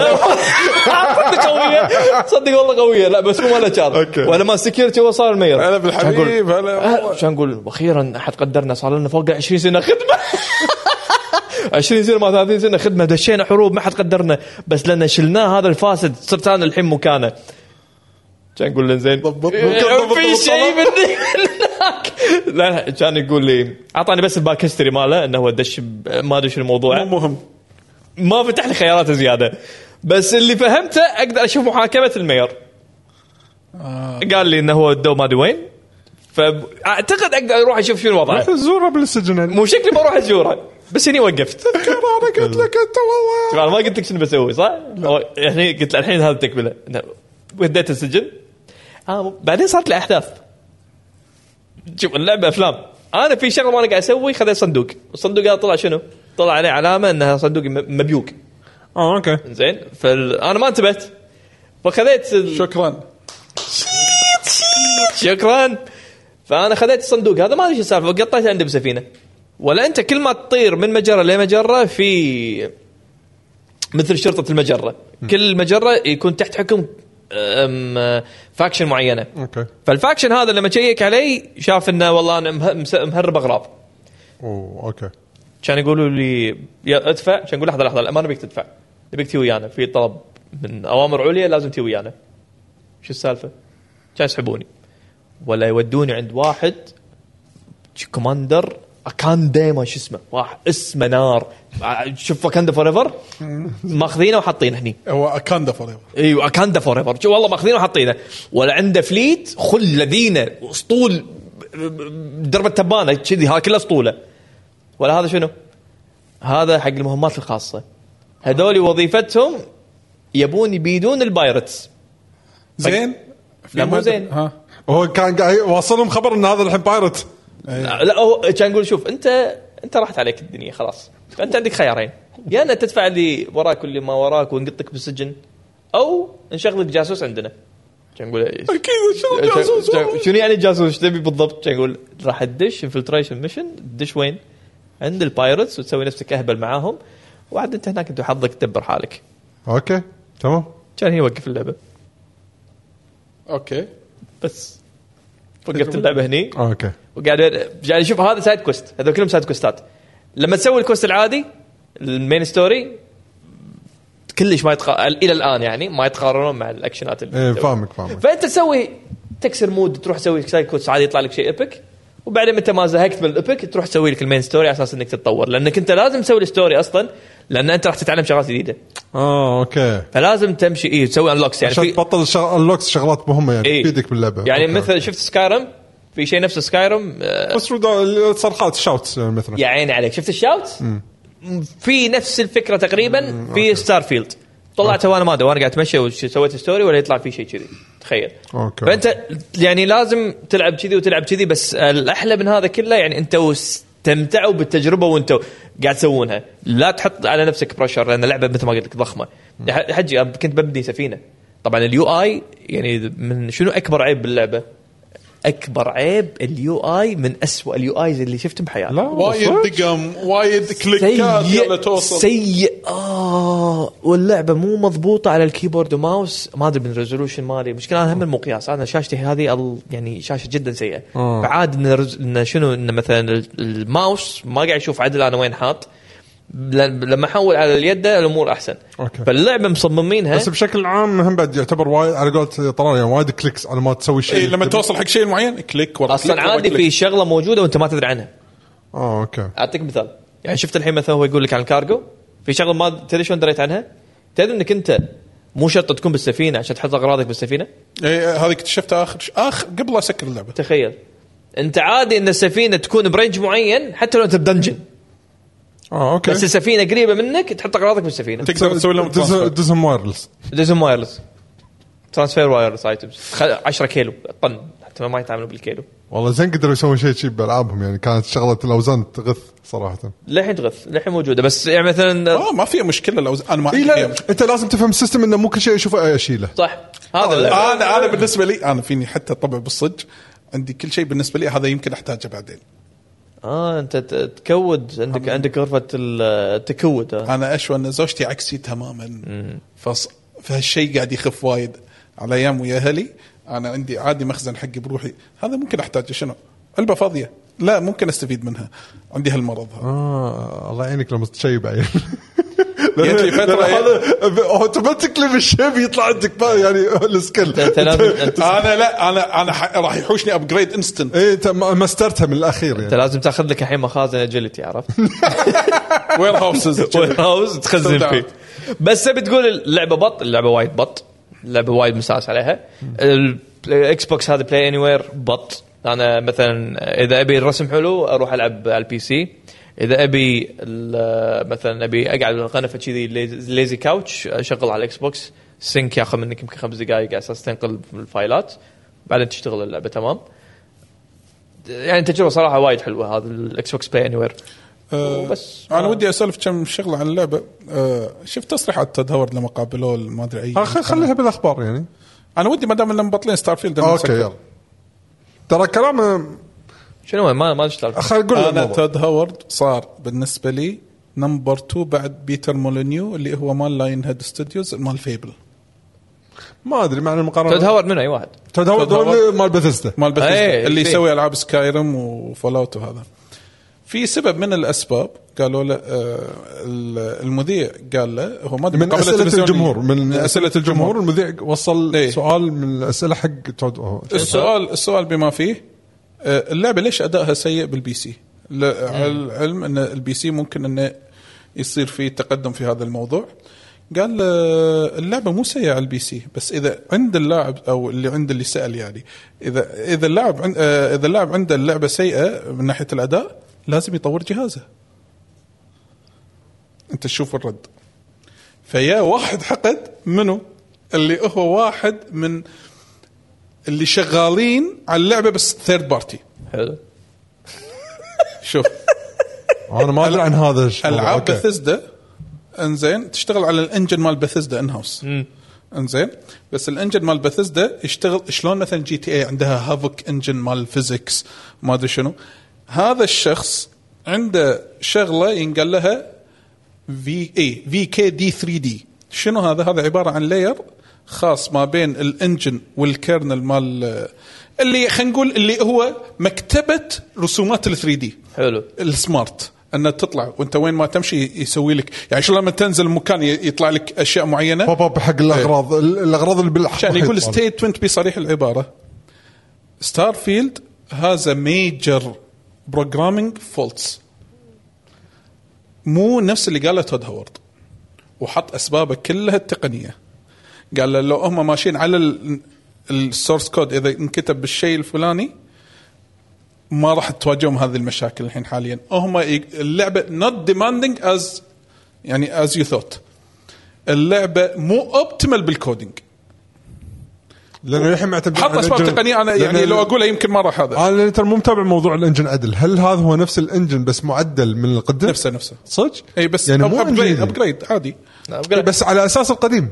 B: قويه صدق والله قويه لا بس مو ماله تشار
C: أوكي.
B: ولا ما سكيورتي هو صار مير
A: هلا بالحبيب هلا
B: أه، [laughs] عشان نقول واخيرا احد قدرنا صار لنا فوق ال 20 سنه خدمه 20 سنه ما 30 سنه خدمه دشينا حروب ما حد قدرنا بس لان شلناه هذا الفاسد صرت انا الحين مكانه كان نقول له زين
C: ضبط-
B: إيه. في شيء من هناك لا لا كان يقول لي اعطاني بس الباك هيستوري ماله انه هو دش ب- ما ادري شو الموضوع
A: مو مهم
B: ما فتح لي خيارات زياده بس اللي فهمته اقدر اشوف محاكمه المير قال لي انه هو الدو ما ادري وين فاعتقد اقدر اروح اشوف شنو وضعه
C: زوره بالسجن
B: مو شكلي بروح ازوره بس هني وقفت [laughs]
C: انا قلت لك انت والله
B: انا ما قلت لك شنو بسوي صح؟ أو- يعني قلت له الحين هذا التكمله أنا وديت السجن آه مو- بعدين صارت لي احداث شوف اللعبه افلام انا في شغله وانا قاعد اسوي خذيت صندوق الصندوق هذا طلع شنو؟ طلع عليه علامه انها صندوق م- مبيوق آه،
C: اه اوكي
B: زين فانا ما انتبهت فخذيت ال-
A: شكرا
B: شكرا فانا خذيت الصندوق هذا ما ادري شو السالفه وقطيته عندي بسفينه ولا انت كل ما تطير من مجره لمجره في مثل شرطه المجره كل مجره يكون تحت حكم أم، فاكشن معينه
C: اوكي
B: فالفاكشن هذا لما شيك علي شاف انه والله انا مه- مس- مهرب اغراض
C: اوه اوكي
B: كان يقولوا لي يا ادفع كان يقول لحظه لحظه لا، ما نبيك تدفع نبيك تي ويانا في طلب من اوامر عليا لازم تي ويانا شو السالفه؟ كان يسحبوني ولا يودوني عند واحد شي كوماندر اكاندا ما شو اسمه واحد اسمه نار شوف اكاندا فور ايفر ماخذينه وحاطينه هني
A: هو اكاندا فور ايفر
B: ايوه اكاندا فور ايفر شوف والله ماخذينه وحاطينه ولا عنده فليت خل لذينه اسطول درب التبانه كذي هذا كله اسطوله ولا هذا شنو؟ هذا حق المهمات الخاصه هذول وظيفتهم يبون يبيدون البايرتس
A: زين
B: لا، مو
A: في-
B: زين.
A: ها
C: هو كان قاعد واصلهم خبر ان هذا الحين بايرت
B: لا لا، هو كان يقول شوف انت انت راحت عليك الدنيا خلاص فانت عندك خيارين يا انك تدفع لي وراك واللي ما وراك ونقطك بالسجن او نشغلك جاسوس عندنا كان يقول إيش-
A: اكيد شنو جاسوس والله.
B: شنو يعني جاسوس ايش تبي بالضبط؟ كان يقول راح تدش انفلتريشن ميشن تدش وين؟ عند البايرتس وتسوي نفسك اهبل معاهم وعاد انت هناك انت وحظك تدبر حالك
C: اوكي تمام
B: كان هنا وقف اللعبه
A: اوكي
B: بس وقفت اللعبه هني
C: اوكي
B: وقاعد قاعد اشوف هذا سايد كوست هذول كلهم سايد كوستات لما تسوي الكوست العادي المين ستوري كلش ما يتقارن الى الان يعني ما يتقارنون مع الاكشنات اللي
C: ايه
B: تسوي.
C: فاهمك فاهمك
B: فانت تسوي تكسر مود تروح تسوي سايد كوست عادي يطلع لك شيء ايبك وبعدين متى ما زهقت من الايبك تروح تسوي لك المين ستوري على اساس انك تتطور لانك انت لازم تسوي الستوري اصلا لان انت راح تتعلم شغلات جديده
C: اه اوكي
B: فلازم تمشي اي تسوي انلوكس يعني
C: عشان
B: في
C: تبطل الشغ- اللوكس شغلات مهمه يعني
B: إيه.
C: تفيدك باللعبه
B: يعني
C: أوكي.
B: مثل شفت سكايرم في شيء آه، نفس سكايرم
C: بس ردا- الصرخات شاوت مثلا
B: يا عيني عليك شفت الشاوت في نفس الفكره تقريبا في ستار فيلد طلعته وانا ما ادري وانا قاعد اتمشى وسويت ستوري ولا يطلع في شيء كذي تخيل
C: أوكي.
B: فانت يعني لازم تلعب كذي وتلعب كذي بس الاحلى من هذا كله يعني انتوا استمتعوا بالتجربه وانتوا قاعد تسوونها لا تحط على نفسك بريشر لان اللعبه مثل ما قلت لك ضخمه يا حجي أنا كنت ببني سفينه طبعا اليو اي يعني من شنو اكبر عيب باللعبه اكبر عيب اليو اي من أسوأ اليو ايز اللي شفته بحياتي
C: لا والله.
A: وايد دقم وايد كليكات يلا
B: سيء
A: توصل
B: سيء اه واللعبه مو مضبوطه على الكيبورد وماوس ما ادري من الريزولوشن مالي مشكلة انا هم المقياس انا شاشتي هذه ال- يعني شاشه جدا سيئه
C: آه.
B: فعاد ان الرز- إن شنو ان مثلا ال- الماوس ما قاعد يشوف عدل انا وين حاط ل- لما احول على اليد الامور احسن
C: أوكي.
B: فاللعبه مصممينها
C: بس بشكل عام هم بعد يعتبر وايد على قولة طلال يعني وايد كليكس على ما تسوي شيء
A: إيه، لما توصل حق شيء معين كليك ورا
B: اصلا
A: كليك ورا
B: عادي
A: كليك.
B: في شغله موجوده وانت ما تدري عنها
C: اه اوكي
B: اعطيك مثال يعني شفت الحين مثلا هو يقول لك عن الكارجو في شغله ما تدري شلون دريت عنها تدري انك انت مو شرط تكون بالسفينه عشان تحط اغراضك بالسفينه
A: إيه، هذه اكتشفتها اخر اخر قبل لا اسكر اللعبه
B: تخيل انت عادي ان السفينه تكون برينج معين حتى لو انت بدنجن
C: اه اوكي
B: بس السفينه قريبه منك تحط اغراضك بالسفينه
A: تقدر تسوي لهم
C: دز-
A: ترانسفير.
C: دزهم وايرلس
B: لازم وايرلس ترانسفير وايرلس ايتمز 10 كيلو طن حتى ما يتعاملوا بالكيلو
C: والله زين قدروا يسوون شيء شي بالعابهم يعني كانت شغله الاوزان تغث صراحه
B: للحين تغث للحين موجوده بس يعني مثلا
A: اه ما فيها مشكله لو انا ما
C: اي
A: عندي فيها
C: إيه، لا
A: مشكلة.
C: انت لازم تفهم السيستم انه مو كل شيء اشوفه اشيله
B: صح
A: آه،
B: هذا اللعبة.
A: انا انا بالنسبه لي انا فيني حتى طبع بالصج عندي كل شيء بالنسبه لي هذا يمكن احتاجه بعدين
B: اه انت ت- تكود عندك عندك غرفه ال- التكود آه.
A: انا اشوى ان زوجتي عكسي تماما فص... فهالشيء قاعد يخف وايد على ايام ويا اهلي انا عندي عادي مخزن حقي بروحي هذا ممكن احتاجه شنو؟ علبه فاضيه لا ممكن استفيد منها عندي هالمرض هذا
C: اه الله يعينك لما تشيب [laughs] عين
A: جت لي فترة-
C: هذا اوتوماتيكلي بالشيب يطلع عندك بقى يعني [laughs] السكيل
B: أنت لازم-
C: [laughs]
B: أنت-
A: انا لا انا انا ح- راح يحوشني ابجريد انستنت
C: اي انت إيه، ما- ماسترتها من الاخير
B: انت
C: يعني
B: لازم تاخذ لك الحين مخازن اجيلتي عرفت؟
A: وير
B: [laughs]
A: هاوسز
C: [laughs]
B: وير هاوس تخزن فيه بس تبي تقول اللعبه بط اللعبه وايد بط اللعبه وايد مساس عليها الاكس بوكس هذا بلاي اني وير بط انا مثلا اذا ابي الرسم حلو اروح العب على البي سي اذا ابي ال- مثلا ابي اقعد بالقنفه كذي ليز- ليزي كاوتش اشغل على الاكس بوكس سينك ياخذ منك يمكن خمس دقائق على اساس تنقل الفايلات بعدين تشتغل اللعبه تمام يعني تجربه صراحه وايد حلوه هذا الاكس بوكس بلاي اني وير وبس. آه.
A: بس انا ودي اسولف كم شغله عن اللعبه آه، شفت تصريحات تيد هاورد لما قابلوه ما ادري اي
C: آه، خل- خليها بالاخبار يعني
A: انا ودي ما دام إنهم مبطلين ستار فيلد
C: اوكي يلا ترى كلام آه،
B: شنو هو؟ ما ما اشتغل
C: خل اقول
A: انا
C: الموضوع.
A: تود هاورد صار بالنسبه لي نمبر 2 بعد بيتر مولينيو اللي هو مال لاين هيد ستوديوز مال فيبل
C: ما ادري مع المقارنه
B: تود هاورد منه اي واحد
C: تود هاورد
A: تود هاورد.
C: دول مال بثيستا
A: مال
B: أي،
A: بثيستا اللي
B: في.
A: يسوي العاب سكايرم وفول اوت وهذا في سبب من الاسباب قالوا له آه، ال- المذيع قال له هو ما أدري
C: من
A: مقابلة
C: اسئله
A: تلفزيونية.
C: الجمهور من اسئله
A: اسئله
C: الجمهور المذيع وصل
A: إيه.
C: سؤال من الاسئله حق تود هاورد
A: السؤال السؤال بما فيه آه، اللعبه ليش ادائها سيء بالبي سي؟ ل- على العلم ان البي سي ممكن انه يصير في تقدم في هذا الموضوع. قال آه، اللعبه مو سيئه على البي سي بس اذا عند اللاعب او اللي عند اللي سال يعني اذا اذا اللاعب عن- آه، اذا اللاعب عنده اللعبه سيئه من ناحيه الاداء لازم يطور جهازه. انت تشوف الرد. فيا واحد حقد منو؟ اللي هو واحد من اللي شغالين على اللعبه بس ثيرد بارتي
B: حلو
A: شوف
C: انا ما ادري عن هذا الشيء
A: العاب
C: أوكي.
A: بثزدا انزين تشتغل على الانجن مال بثزدا ان هاوس انزين بس الانجن مال بثزدا يشتغل شلون مثلا جي تي اي عندها هافوك انجن مال فيزكس ما ادري شنو هذا الشخص عنده شغله ينقال لها إيه، في اي في كي دي 3 دي شنو هذا؟ هذا عباره عن لاير خاص ما بين الانجن والكيرنل مال اللي خلينا نقول اللي هو مكتبه رسومات ال 3 دي
B: حلو
A: السمارت انها تطلع وانت وين ما تمشي يسوي لك يعني شلون لما تنزل مكان ي- يطلع لك اشياء معينه
C: بوب اب حق الاغراض ال- الاغراض اللي طيب. بالحق
A: عشان إيه. يعني يقول ستيتمنت بصريح العباره ستار فيلد هذا ميجر بروجرامينج فولتس مو نفس اللي قاله تود هوارد وحط اسبابه كلها التقنيه قال له لو هم ماشيين على السورس كود اذا انكتب بالشيء الفلاني ما راح تواجههم هذه المشاكل الحين حاليا هم ي- اللعبه نوت ديماندينج از يعني از يو ثوت اللعبه مو اوبتيمال بالكودينج
C: لانه الحين معتمدين
A: حط
C: على
A: اسباب
C: الإنجن.
A: تقنيه انا
C: لأن
A: يعني
C: ال-
A: لو اقولها يمكن ما راح هذا
C: انا ترى مو متابع موضوع الانجن عدل هل هذا هو نفس الانجن بس معدل من القدم
A: نفسه نفسه
C: صدق
A: اي بس
C: يعني مو
A: ابجريد
C: engine.
A: ابجريد عادي إيه،
B: لا، بقول لك،
C: بس على اساس القديم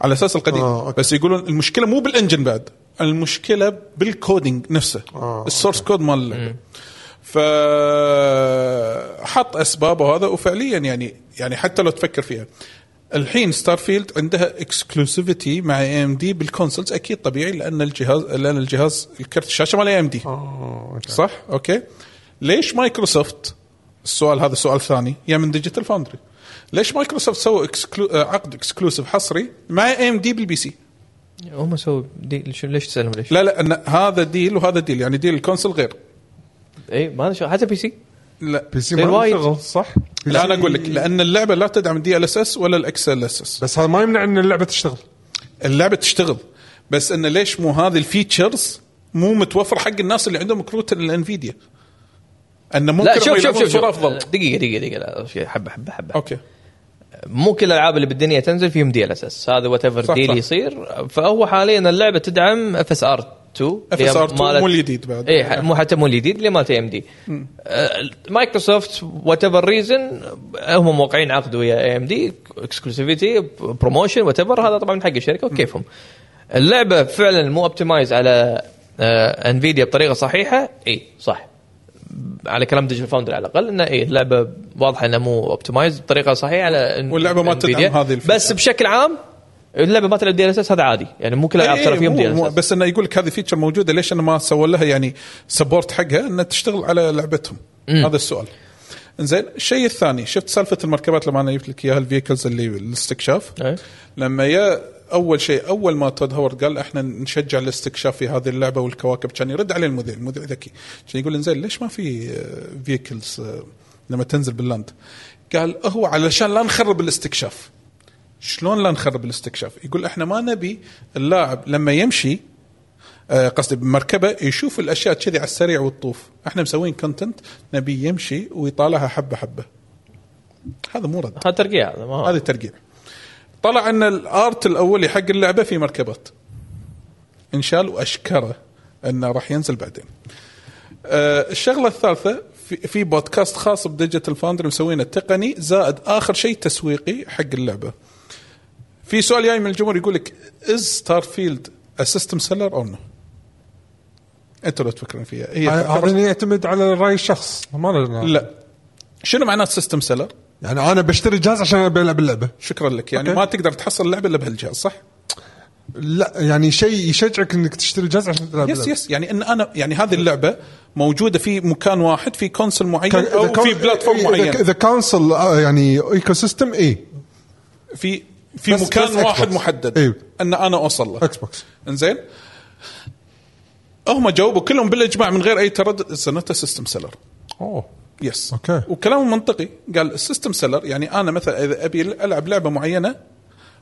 A: على اساس القديم
C: آه، أوكي.
A: بس يقولون المشكله مو بالانجن بعد المشكله بالكودينج نفسه
C: آه،
A: السورس كود مال اللعبه ف حط اسبابه هذا وفعليا يعني يعني حتى لو تفكر فيها الحين ستار فيلد عندها اكسكلوسيفيتي مع اي ام دي بالكونسولز اكيد طبيعي لان الجهاز لان الجهاز الكرت الشاشه مال اي ام
C: آه.
A: دي صح اوكي ليش مايكروسوفت السؤال هذا سؤال ثاني يا من ديجيتال فاوندري ليش مايكروسوفت سووا إكسكلو... آه، عقد اكسكلوسيف حصري مع اي ام دي بالبي سي
B: هم سووا ديل شو- ليش تسالهم ليش؟
A: لا لا أن هذا ديل وهذا ديل يعني ديل الكونسل غير
B: اي ما أنا شو حتى بي سي
A: لا
C: بي سي
B: غير
C: ما
B: وايد.
C: يشتغل صح
A: إيه، لا انا اقول لك لان اللعبه لا تدعم الدي ال اس اس ولا الاكس ال اس اس
C: بس هذا ما يمنع ان اللعبه تشتغل
A: إيه، اللعبه تشتغل بس ان ليش مو هذه الفيتشرز مو متوفر حق الناس اللي عندهم كروت الانفيديا ان ممكن
B: لا شوف
A: هم
B: شوف
A: يلعبون
B: شوف شوف
A: بصورة افضل
B: دقيقه دقيقه دقيقه لا شوي، حبه حبه حبه
A: اوكي
B: مو كل الالعاب اللي بالدنيا تنزل فيهم دي ال اس اس هذا وات ايفر
A: صح،
B: ديل
A: صح.
B: يصير فهو حاليا اللعبه تدعم اف اس ار 2
A: FSR 2 مو الجديد بعد.
B: اي إيه، مو حتى مو الجديد اللي مالت اي ام دي آه، مايكروسوفت وات ايفر ريزن هم موقعين عقد ويا اي ام دي اكسكلوسيفيتي بروموشن وات ايفر هذا طبعا من حق الشركه وكيفهم اللعبه فعلا مو اوبتمايز على آه، انفيديا بطريقه صحيحه اي إيه، صح على كلام ديجيتال فاوندر على إيه، الاقل انه اي اللعبه واضحه انها مو اوبتمايز بطريقه صحيحه على إن-
A: واللعبة ما
B: إنفيديا.
A: تدعم هذه الفكرة.
B: بس بشكل عام اللعبه ما تلعب دي اس اس هذا عادي يعني مو كل الالعاب
A: إيه،
B: ترى فيهم
A: مو-
B: دي
A: مو-
B: اس اس
A: بس انه يقول لك هذه فيتشر موجوده ليش انا ما سووا لها يعني سبورت حقها انها تشتغل على لعبتهم هذا السؤال زين الشيء الثاني شفت سالفه المركبات لما انا جبت لك اياها الفيكلز اللي الاستكشاف
B: إيه.
A: لما يا اول شيء اول ما تود هاورد قال احنا نشجع الاستكشاف في هذه اللعبه والكواكب كان يرد عليه المذيع المذيع ذكي كان يقول انزين ليش ما في فيكلز لما تنزل باللاند قال هو علشان لا نخرب الاستكشاف شلون لا نخرب الاستكشاف يقول احنا ما نبي اللاعب لما يمشي آه، قصدي بمركبه يشوف الاشياء كذي على السريع والطوف احنا مسوين كونتنت نبي يمشي ويطالعها حبه حبه هذا مو رد
B: هذا ترقيع هذا ما هو.
A: آه. هذا ترقيع طلع ان الارت الاولي حق اللعبه في مركبات انشال واشكره انه راح ينزل بعدين آه، الشغله الثالثه في, في بودكاست خاص بديجيتال فاوندري مسوينه تقني زائد اخر شيء تسويقي حق اللعبه في سؤال جاي من الجمهور يقول لك از ستار فيلد سيستم سيلر او نو؟ انتوا لو تفكرون فيها
C: آه،
A: هي فكرة-
C: هذا يعتمد على راي الشخص ما لنا
A: لا شنو معناه سيستم سيلر؟
C: يعني انا بشتري جهاز عشان ابي العب اللعبه
A: شكرا لك يعني
C: أوكي.
A: ما تقدر تحصل اللعبه الا بهالجهاز صح؟
C: لا يعني شيء يشجعك انك تشتري جهاز عشان تلعب
A: يس
C: اللعبة.
A: يس يعني ان انا يعني هذه اللعبه موجوده في مكان واحد في كونسل معين
C: كان- إذا
A: او
C: كان-
A: في بلاتفورم
C: إيه، إذا-
A: معين
C: اذا كونسل آه، يعني ايكو سيستم اي
A: في في
C: بس-
A: مكان
C: بس
A: واحد
C: Xbox.
A: محدد
C: إيه.
A: ان انا اوصل له
C: اكس بوكس
A: انزين هم جاوبوا كلهم بالاجماع من غير اي تردد سنته سيستم سيلر
C: اوه
A: يس
C: أوكي.
A: وكلامه منطقي قال السيستم سيلر يعني انا مثلا اذا ابي العب لعبه معينه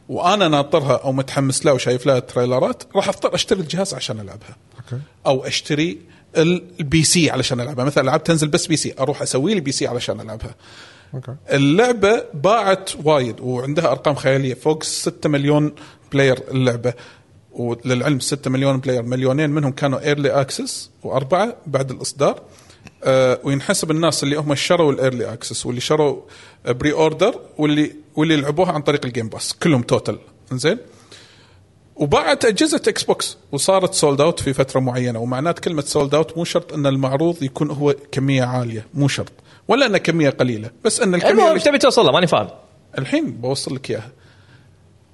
A: وانا ناطرها او متحمس لها وشايف لها تريلرات راح اضطر اشتري الجهاز عشان العبها
C: أوكي.
A: او اشتري ال- البي سي علشان العبها مثلا العاب تنزل بس بي سي اروح اسوي لي بي سي علشان العبها
C: اوكي
A: اللعبه باعت وايد وعندها ارقام خياليه فوق 6 مليون بلاير اللعبه وللعلم 6 مليون بلاير مليونين منهم كانوا ايرلي اكسس واربعه بعد الاصدار آه وينحسب الناس اللي هم شروا الايرلي اكسس واللي شروا بري اوردر واللي واللي لعبوها عن طريق الجيم باس كلهم توتال زين وباعت اجهزه اكس بوكس وصارت سولد اوت في فتره معينه ومعنات كلمه سولد اوت مو شرط ان المعروض يكون هو كميه عاليه مو شرط ولا ان كميه قليله بس ان الكميه
B: المهم
A: اللي-
B: ايش تبي توصل له ماني فاهم
A: الحين بوصل لك اياها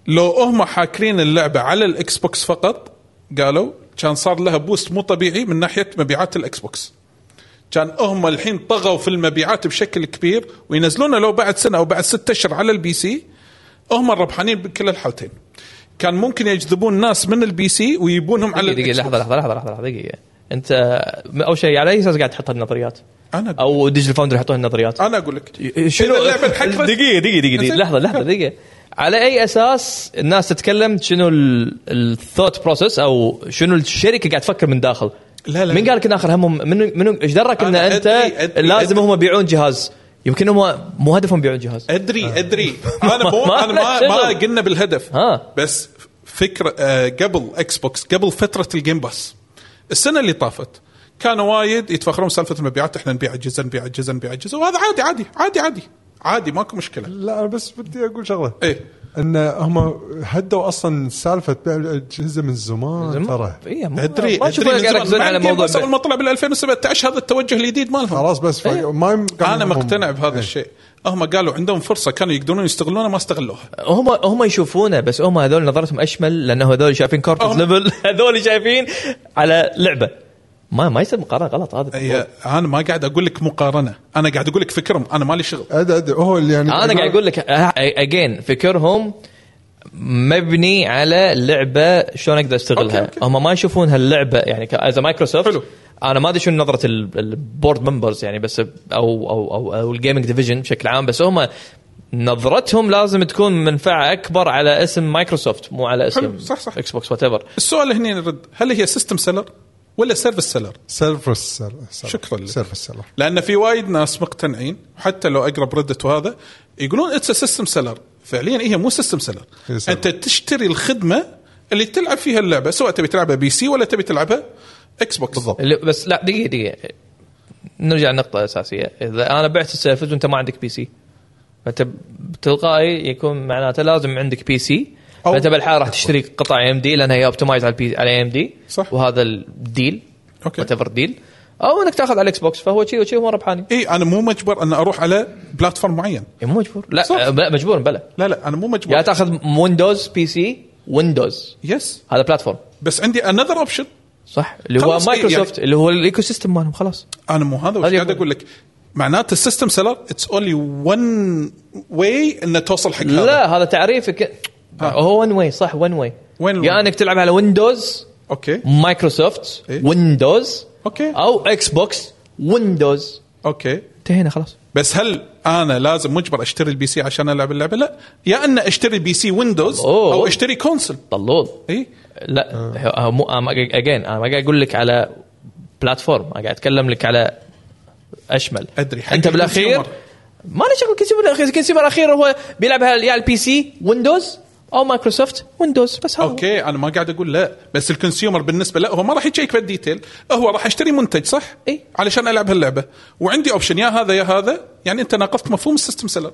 A: لو هم حاكرين اللعبه على الاكس بوكس فقط قالوا كان صار لها بوست مو طبيعي من ناحيه مبيعات الاكس بوكس كان هم الحين طغوا في المبيعات بشكل كبير وينزلونه لو بعد سنه او بعد ستة اشهر على البي سي هم الربحانين بكل الحالتين كان ممكن يجذبون ناس من البي سي ويبونهم على
B: دقيقه
A: الإكس
B: لحظه
A: بوكس.
B: لحظه لحظه لحظه دقيقه انت آه، اول شيء على اي اساس قاعد تحط النظريات؟
A: انا أقول-
B: او ديجيتال فاوندر يحطون النظريات
A: انا اقول لك
B: شنو
A: إذا اللعبة
B: دقيقه
A: انحكرت-
B: دقيقه دقيقه, دقيقة.
A: زين.
B: لحظه لحظه دقيقه على اي اساس الناس تتكلم شنو الثوت بروسس او شنو الشركه قاعد تفكر من داخل
A: لا، لا،
B: مين
A: لا.
B: قال لك ان اخر همهم من من ايش درك ان
A: أنا
B: انت
A: أدري- أدري-
B: لازم
A: أدري.
B: هم يبيعون جهاز يمكن هم مو هدفهم يبيعون جهاز
A: ادري
B: [laughs]
A: ادري انا مو
B: آه. ما-
A: انا ما ما
B: شغل. آه.
A: قلنا بالهدف
B: ها.
A: بس فكره آه، قبل اكس بوكس قبل فتره الجيم باس السنه اللي طافت كانوا وايد يتفاخرون بسالفه المبيعات احنا نبيع اجهزه نبيع اجهزه نبيع اجهزه وهذا عادي عادي عادي عادي عادي ماكو
B: آه،
A: مشكله
C: لا انا بس بدي اقول شغله
A: ايه
C: ان هم هدوا اصلا سالفه بيع الاجهزه من زمان ترى
B: إيه، ما-
A: ادري
B: ما
A: ادري
B: اشوفهم
A: من
B: قاعد
A: زمان.
B: يركزون
A: مع
B: على
A: الجيم
B: موضوع
A: باس اول ما طلع بال 2017 هذا التوجه الجديد مالهم
C: خلاص بس فا- ما يم- كان
A: انا
C: هم-
A: إيه. مقتنع بهذا
C: إيه.
A: الشيء هم قالوا عندهم فرصه كانوا يقدرون يستغلونها ما استغلوها
B: هم هم يشوفونه بس هم هذول نظرتهم اشمل لانه هذول شايفين كوربس
A: هم-
B: ليفل [laughs] هذول شايفين على لعبه ما ما يصير مقارنه غلط هذا
A: هي- انا ما قاعد اقول لك مقارنه انا قاعد اقول لك فكرهم انا مالي شغل
C: أدري- أدري، هو اللي يعني
B: انا قاعد اقول لك أه، اجين فكرهم مبني على لعبه شلون اقدر استغلها
A: أوكي، أوكي.
B: هم ما يشوفون هاللعبه يعني از مايكروسوفت
A: حلو.
B: انا ما ادري شنو نظره البورد ممبرز يعني بس او او او, أو الجيمنج ديفيجن بشكل عام بس هم نظرتهم لازم تكون منفعه اكبر على اسم مايكروسوفت مو على اسم
A: حلو، صح، صح.
B: اكس بوكس وات ايفر
A: السؤال هنا نرد هل هي سيستم سيلر ولا سيرفيس سيلر؟
C: سيرفر السيلر
A: شكراً لك.
C: سيرفر السيلر
A: لان في وايد ناس مقتنعين حتى لو اقرب ردت وهذا يقولون اتس سيستم سيلر فعليا هي مو سيستم سيلر
C: هي سيلر.
A: انت تشتري الخدمه اللي تلعب فيها اللعبه سواء تبي تلعبها بي سي ولا تبي تلعبها اكس بوكس
C: بالضبط.
B: اللي- بس لا دقيقه دقيقه نرجع للنقطة الأساسية، إذا أنا بعت السيرفس وأنت ما عندك بي سي فأنت تلقائي يكون معناته لازم عندك بي سي
C: أو-
B: فأنت بالحال راح تشتري قطع اي ام دي لأنها هي اوبتمايز على البي على اي ام دي
A: صح.
B: وهذا الديل
A: أوكي.
B: وات ديل أو أنك تاخذ على الاكس بوكس فهو شيء وشيء هو ربحاني
A: اي انا مو مجبر ان اروح على بلاتفورم معين
B: إيه، مو مجبور لا
A: صح.
B: آه، لا مجبور بلا
A: لا لا انا مو
B: يا
A: مجبر
B: تاخذ ويندوز بي سي ويندوز
A: يس
B: هذا بلاتفورم
A: بس عندي انذر اوبشن
B: صح اللي هو
A: خلاص، إيه،
B: مايكروسوفت اللي هو الايكو سيستم مالهم خلاص
A: انا مو هذا وش
B: هذه
A: قاعد
B: أقول.
A: اقول لك معناته السيستم سيلر اتس اونلي ون واي انه توصل حق هذا.
B: لا هذا تعريفك
A: ها.
B: هو ون واي صح ون واي
A: وين ال
B: يا
A: آه. one
B: انك تلعب على ويندوز
A: اوكي
B: مايكروسوفت
A: إيه.
B: ويندوز
A: أوكي.
B: او اكس بوكس ويندوز
A: اوكي
B: انتهينا خلاص
A: بس هل انا لازم مجبر اشتري البي سي عشان العب اللعبه؟ لا يا ان اشتري بي سي ويندوز
B: أوه.
A: او اشتري كونسل
B: طلول
A: اي
B: لا هو- مو اجين انا ما قاعد اقول لك على بلاتفورم انا قاعد اتكلم لك على اشمل
A: أدري، حق
B: انت بالاخير
A: الكونسيومر.
B: ما له شغل كونسيومر الأخير- الكونسيومر الاخير هو بيلعبها يا على البي سي ويندوز او مايكروسوفت ويندوز بس هذا هو.
A: اوكي انا ما قاعد اقول لا بس الكونسيومر بالنسبه لا هو ما راح يشيك في الديتيل هو راح اشتري منتج صح؟
B: إي.
A: علشان العب هاللعبه وعندي اوبشن يا هذا يا هذا يعني انت ناقضت مفهوم السيستم سيلر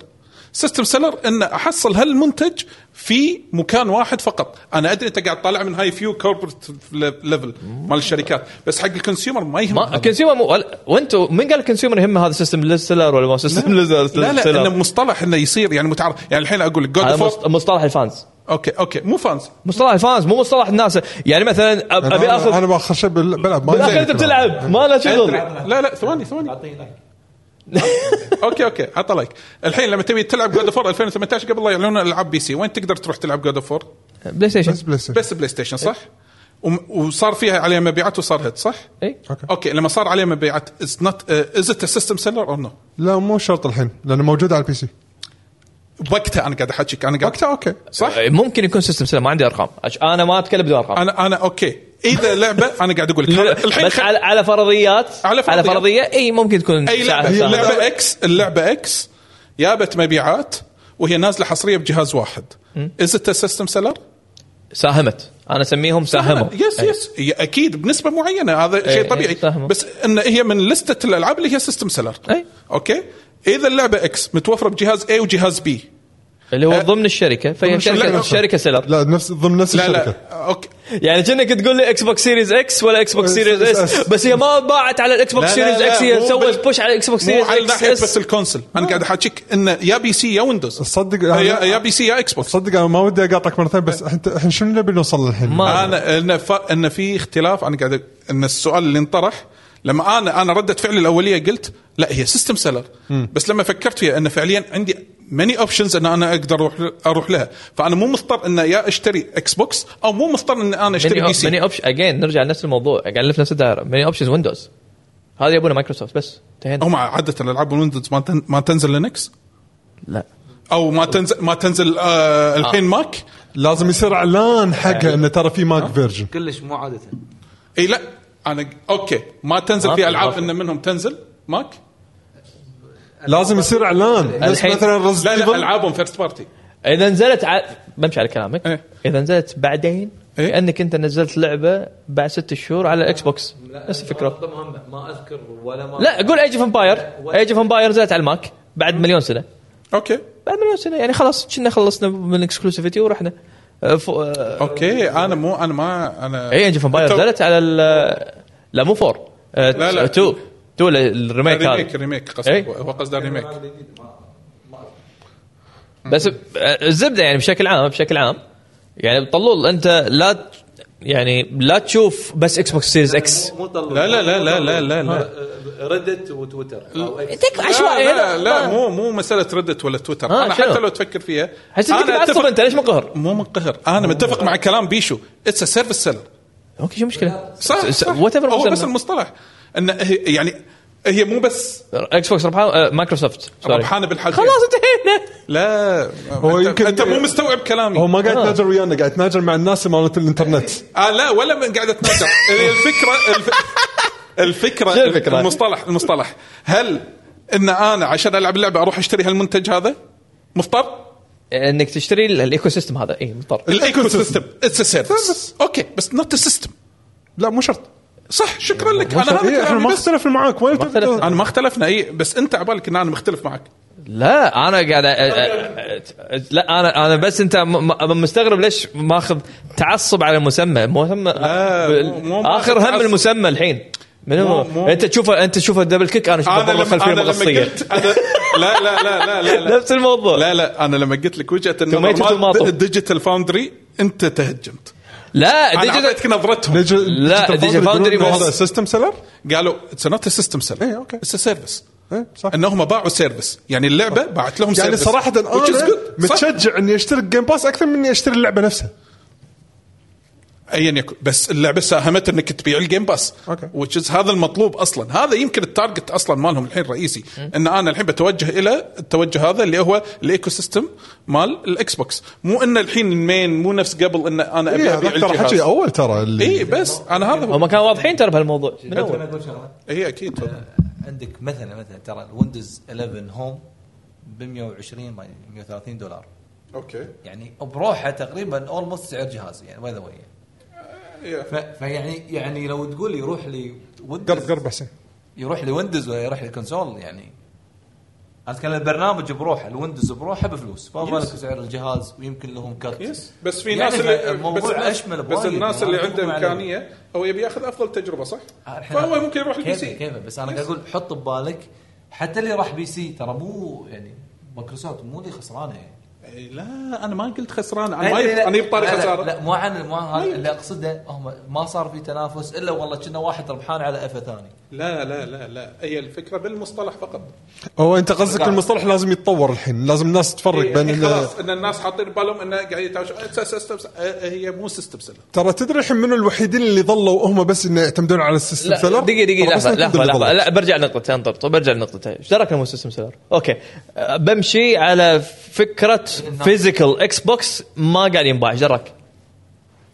A: سيستم سيلر ان احصل هالمنتج في مكان واحد فقط انا ادري انت قاعد طالع من هاي فيو كوربريت ليفل مال الشركات بس حق الكونسيومر ما يهم
B: ما
A: هذا.
B: كونسيومر مو ولا- وانتم من قال الكونسيومر يهمه هذا سيستم للسيلر ولا ما سيستم للسيلر
A: [laughs] لا لا انه مصطلح انه يصير يعني متعارف يعني الحين اقول لك
B: هذا
A: جود
B: مص- مصطلح الفانز
A: اوكي اوكي مو فانز
B: مصطلح الفانز مو مصطلح الناس يعني مثلا أب-
C: أنا-
B: ابي اخذ
C: انا باخر شيء بال- بلعب ما
B: بالاخير
C: يدري
B: انت
C: كلام.
B: بتلعب ما له
A: أدري.
B: شغل
A: لا لا ثواني ثواني [laughs] اوكي اوكي عطى لايك الحين لما تبي تلعب جود اوف 2018 قبل لا يعلنون العاب بي سي وين تقدر تروح تلعب جود اوف
B: بلاي ستيشن
C: بس بلاي ستيشن
A: بس بلاي ستيشن صح؟ وم- وصار فيها عليها مبيعات وصار هيد صح؟
B: إيه؟
C: أوكي.
A: اوكي لما صار عليها مبيعات از نوت از ات سيستم سيلر او نو؟
C: لا مو شرط الحين لانه موجود على البي سي
A: وقتها انا قاعد احكيك انا قاعد
C: وقتها اوكي
A: صح؟
B: إيه، ممكن يكون سيستم سيلر ما عندي ارقام أش- انا ما اتكلم بدون ارقام
A: انا انا اوكي اذا لعبه انا قاعد اقول لك الحين
B: بس
A: خل-
B: على على فرضيات
A: على
B: على
A: فرضيات.
B: فرضيه, اي ممكن تكون
A: اي
B: ساعة-
A: لعبه
C: هي
B: ساعة.
A: اللعبه اكس اللعبه اكس جابت مبيعات وهي نازله حصريه بجهاز واحد از ات سيستم سيلر؟
B: ساهمت انا اسميهم ساهموا إيه.
A: يس
B: أي.
A: يس هي اكيد بنسبه معينه هذا
B: إيه،
A: شيء
B: إيه،
A: طبيعي
B: فاهمه.
A: بس ان هي من لسته الالعاب اللي هي سيستم سيلر
B: إيه.
A: اوكي اذا اللعبه اكس متوفره بجهاز اي وجهاز بي
B: اللي هو
A: أه.
B: ضمن الشركه فهي
A: ضمن
B: شركه
A: الشركة.
B: شركه سيلر
C: لا نفس ضمن نفس
A: لا
C: الشركه
A: لا اوكي
B: يعني كأنك تقول لي اكس بوكس سيريز اكس ولا اكس بوكس
C: أه،
B: سيريز
C: سيريز
B: اس
C: إس.
B: بس هي ما باعت على الاكس بوكس
A: لا، لا،
B: سيريز
A: لا،
B: اكس
A: مو
B: هي
A: بال-
B: سوت بوش على الاكس بوكس
A: مو
B: سيريز
A: على
B: اكس
A: ناحيه بس
B: اس
A: الكونسل انا قاعد احاكيك ان يا بي سي يا ويندوز
C: تصدق
A: يا, يا بي سي يا اكس بوكس
C: تصدق انا ما ودي اقاطعك مره ثانيه بس انت احنا شنو نبي نوصل الحين؟
B: ما-
A: انا ان ف... ان في اختلاف انا قاعد أ- ان السؤال اللي انطرح لما انا انا رده فعلي الاوليه قلت لا هي سيستم سيلر بس لما فكرت فيها ان فعليا عندي ماني اوبشنز ان انا اقدر اروح اروح لها فانا مو مضطر ان يا اشتري اكس بوكس او مو مضطر ان انا اشتري بي
B: ماني
A: سي
B: اوبشن اجين نرجع لنفس الموضوع قاعد نلف نفس الدائره ماني اوبشنز ويندوز هذا يبونه مايكروسوفت بس انتهينا
A: هم عاده الالعاب الويندوز ما تن... ما تنزل لينكس
B: لا
A: او ما تنزل ما تنزل آه الحين ماك
C: لازم يصير اعلان حقها انه ترى في
B: أه؟
C: ماك فيرجن
D: كلش مو عاده
A: اي لا انا اوكي ما تنزل
B: ما
A: في
B: في-
A: العاب
B: ما في.
A: ان منهم تنزل ماك
C: لازم يصير اعلان نفس
B: الحين-
C: مثلا
A: لا
C: Resident
A: لا
C: Evil.
A: العابهم فيرست بارتي
B: اذا نزلت ع... بمشي على كلامك
A: إيه.
B: اذا نزلت بعدين
A: إيه.
B: كانك انت نزلت لعبه بعد ست شهور على الاكس بوكس نفس الفكره
D: نقطة مهمة ما اذكر ولا ما
B: لا قول ايج اوف امباير
D: ولا-
B: ايج اوف امباير نزلت على الماك بعد مليون سنه
A: اوكي
B: بعد مليون سنه يعني خلاص كنا خلصنا من الاكسكلوسيفيتي ورحنا أه، ف... أه،
A: اوكي انا مو انا ما انا
B: اي ايج اوف امباير
A: أنت-
B: نزلت على ال... لا مو آه، فور
A: لا، لا.
B: 2 2
A: الريميك
B: الريميك هذا
A: الريميك
B: إيه؟
A: قصدي هو قصده الريميك
B: بس أه، الزبده يعني بشكل عام بشكل عام يعني طلول انت لا ت- يعني لا تشوف بس اكس بوكس سيريز اكس
D: مو طلع
A: لا لا لا لا لا لا لا
D: ردت وتويتر أو إكس.
B: تكفى
A: لا
B: عشوائي
A: لا, لا
B: ما-
A: مو مو مساله ردت ولا تويتر
B: إيه، آه،
A: انا
B: شنو؟
A: حتى لو تفكر فيها
B: حسيت انك متعصب انت ليش منقهر؟
A: مو منقهر انا متفق مع كلام بيشو اتس سيرفيس سيلر
B: اوكي شو مشكله؟
A: صح, صح.
B: وات
A: هو بس
B: ايفر
A: المصطلح ان هي يعني هي مو بس
B: اكس بوكس ربحان مايكروسوفت سوري.
A: ربحانه بالحالتين
B: خلاص انتهينا
A: لا
C: هو
A: أنت-
C: يمكن-
A: انت مو مستوعب كلامي
C: هو ما
B: أه.
C: قاعد يتناجر ويانا قاعد يتناجر مع الناس مالت الانترنت
A: آه لا ولا من قاعد اتنازع الفكره الف... الفكره
B: شو الفكرة؟
A: المصطلح المصطلح هل ان انا عشان العب اللعبه اروح اشتري هالمنتج هذا مضطر
B: انك تشتري ال- الايكو سيستم هذا اي مضطر
A: الايكو سيستم اتس سيرفيس اوكي بس نوت سيستم
C: لا مو شرط
A: صح شكرا لك
C: مو
A: انا
C: شرط إيه،
A: هذا
C: احنا ما
A: كلامي بس
C: اختلفنا معاك ولا
B: اختلفنا.
A: انا ما اختلفنا اي بس انت عبالك ان انا مختلف معك
B: لا انا قاعد أ- أ- أ- لا انا انا بس انت م- م- مستغرب ليش ماخذ تعصب على المسمى المسمى
A: مو- مو ماخذ
B: اخر هم
A: تعصب.
B: المسمى الحين من هو
A: مو- مو-
B: انت تشوفه انت تشوفه دبل كيك
A: انا
B: انا شفته
A: لما
B: خلفيه
A: انا لما
B: مقصيه
A: قلت أنا لا لا لا لا لا لا
B: [laughs] نفس الموضوع
A: لا
B: لا,
A: لا انا لما قلت لك وجهه النظر
B: Tomato, tomato.
A: مال ديجيتال فاوندري انت تهجمت
B: لا
A: انا
B: ديجيتال
A: اعطيتك نظرتهم
C: ديجي-
B: لا،
C: ديجيتال
B: ديجي فاوندري
C: يقولون
B: بس.
C: هذا سيستم سيلر
A: قالوا اتس نوت سيستم سيل
C: إيه، أوكي.
A: اتس سيرفيس
C: إيه، صح.
A: انهم باعوا سيرفيس يعني اللعبه باعت لهم
C: يعني
A: سيرفيس
C: صراحه
A: which is
C: انا
A: good. صح.
C: متشجع اني اشتري جيم باس اكثر من اني اشتري اللعبه نفسها
A: ايا يكن بس اللعبه ساهمت انك تبيع الجيم باس
C: أوكي.
A: وتشز هذا المطلوب اصلا هذا يمكن التارجت اصلا مالهم الحين الرئيسي ان انا الحين بتوجه الى التوجه هذا اللي هو الايكو سيستم مال الاكس بوكس مو ان الحين المين مو نفس قبل ان انا ابي
C: إيه،
A: ابيع
C: هذا ترى
A: الجهاز
C: حكي اول ترى اللي-
A: اي بس انا هذا هو إيه،
B: هم كانوا واضحين ترى بهالموضوع من
D: بدر،
B: اول
D: أنا أقول شغلة.
A: اي اكيد تفضل.
D: عندك مثلا مثلا ترى الويندوز 11 هوم ب 120 ما أدري 130 دولار
A: اوكي
D: يعني بروحه تقريبا اولموست سعر جهازي يعني باي ذا واي
A: Yeah.
D: فيعني يعني لو تقول لي يروح لي
C: قرب
D: ويندوز
C: قرب احسن
D: يروح لي ويندوز ولا يروح لي كونسول يعني انا اتكلم البرنامج بروحه الويندوز بروحه بفلوس فما بالك سعر الجهاز ويمكن لهم كرت
A: يس بس في
D: يعني
A: ناس اللي
D: الموضوع
A: بس الناس-
D: أشمل
A: بس
D: بوايد.
A: الناس
D: أنا
A: اللي
D: أحكم
A: عنده
D: عليه.
A: امكانيه او يبي ياخذ افضل تجربه صح؟
D: آه، إحنا-
A: فهو ممكن يروح البي
D: كيفه-
A: سي
D: كيفه بس انا قاعد اقول حط ببالك حتى اللي راح بي سي ترى مو يعني مايكروسوفت مو اللي خسرانه يعني
A: إيه، لا انا ما قلت خسران انا
D: لا،
A: ما
D: لا، لا.
A: انا جبت طاري
D: لا، لا،
A: خساره
D: لا مو عن مو عن
A: طيب.
D: هذا اللي اقصده هم ما صار في تنافس الا والله كنا واحد ربحان على افه ثاني
A: لا لا لا لا هي الفكره بالمصطلح فقط
C: هو انت قصدك المصطلح لازم يتطور الحين لازم الناس تفرق بين
A: يعني
C: ال-
A: خلاص ان الناس حاطين بالهم انه قاعد إيه، يتعايش هي مو سيستم سيلر
C: ترى تدري الحين منو الوحيدين اللي ظلوا هم بس انه يعتمدون على السيستم سيلر
B: لا دقيقة دقيقة
C: ترى بس
B: لحظة
C: نتندو
B: لحظة
C: اللي
B: لحظة
C: ظلوا.
B: لا برجع لنقطتين انطر طب برجع لنقطتين ايش دراك مو سيستم سيلر؟ اوكي أه، بمشي على فكرة فيزيكال اكس بوكس ما قاعد ينباع ايش دراك؟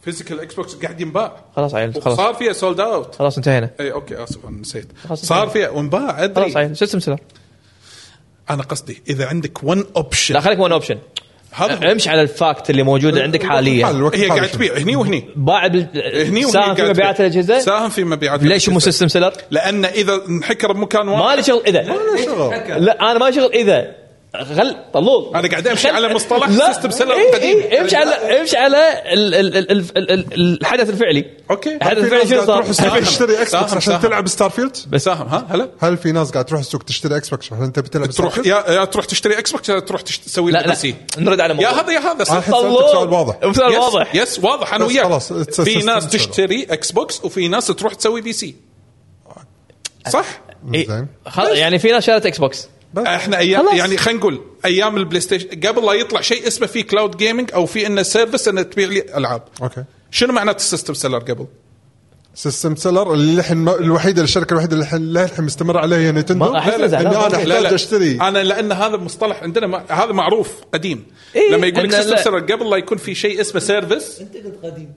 A: فيزيكال اكس بوكس قاعد ينباع
B: خلاص عيل خلاص
A: صار فيها إيه، سولد اوت
B: خلاص انتهينا
A: اي اوكي اسف انا نسيت
B: خلاص
A: صار فيها وانباع
B: خلاص
A: ادري
B: عيل سيستم سيلر
A: انا قصدي اذا عندك ون
B: لا
A: اوبشن
B: خليك ون اوبشن
A: هذا هو.
B: امشي على الفاكت اللي
A: أه،
B: موجودة عندك
C: الحل،
B: حاليا
C: الوقت
A: هي
C: الحالي
A: قاعد
C: شو.
A: تبيع هني وهني
B: باع بال-
A: هني وهني
B: ساهم في
A: قاعد
B: مبيعات
A: تبيع.
B: الاجهزة
A: ساهم في مبيعات
B: ليش مو
A: الأجهزة.
B: سيستم سيلر؟
A: لان اذا نحكر بمكان واحد
B: ما لي شغل اذا
C: إيه، شغل.
B: لا انا ما شغل اذا غل طلول
A: أنا قاعد أمشي على مصطلح system seller
B: إيه
A: قديم.
B: إيه امشي على امشي على ال- ال- ال- ال- ال- ال- الحدث الفعلي
A: أوكي. طيب،
B: الحدث
C: في
B: الفعلي
C: ناس
B: شنو
C: قاعد تروح
B: صار؟
C: السوق
A: ساهم،
C: تشتري اكس بوكس
A: ساهم،
C: عشان
A: ساهم.
C: تلعب ستار فيلد
A: ساهم ها هلا
C: هل في ناس قاعد تروح السوق تشتري اكس بوكس عشان انت بتلعب
A: تروح يا يا تروح تشتري اكس بوكس يا تروح تشت- تسوي
B: لا
A: لك
B: لا
A: بي سي
B: نرد على
A: يا
B: موضوع
A: هذا يا هذا
C: أحس- سألتك
B: طلول.
C: سؤال واضح.
B: سؤال
A: يس-
B: واضح
A: يس واضح انا
C: بس
A: وياك
C: خلاص، it's a
A: في
C: system
A: ناس
C: seller.
A: تشتري اكس بوكس وفي ناس تروح تسوي بي سي صح
B: إيه،
C: زين.
B: خل- يعني في ناس شارت اكس بوكس
C: إيه.
A: احنا ايام
B: خلاص.
A: يعني خلينا نقول ايام البلاي ستيشن قبل لا يطلع شيء اسمه فيه كلاود جيمنج او في انه سيرفس انه تبيع لي العاب
C: اوكي
A: شنو معناته السيستم سيلر قبل؟
C: سيستم سيلر اللي الحين الوحيده الشركه الوحيده اللي الحين للحين مستمر عليها هي نتندو
B: ما- أحس
C: إن
B: زعلان.
C: انا
B: لا،
A: لا
C: احتاج
A: لا
C: اشتري
A: انا لان هذا مصطلح عندنا ما هذا معروف قديم
B: إيه،
A: لما يقول لك
B: إن
A: سيستم
B: لا-
A: سيلر قبل لا يكون في شيء اسمه سيرفس
D: انت قلت قديم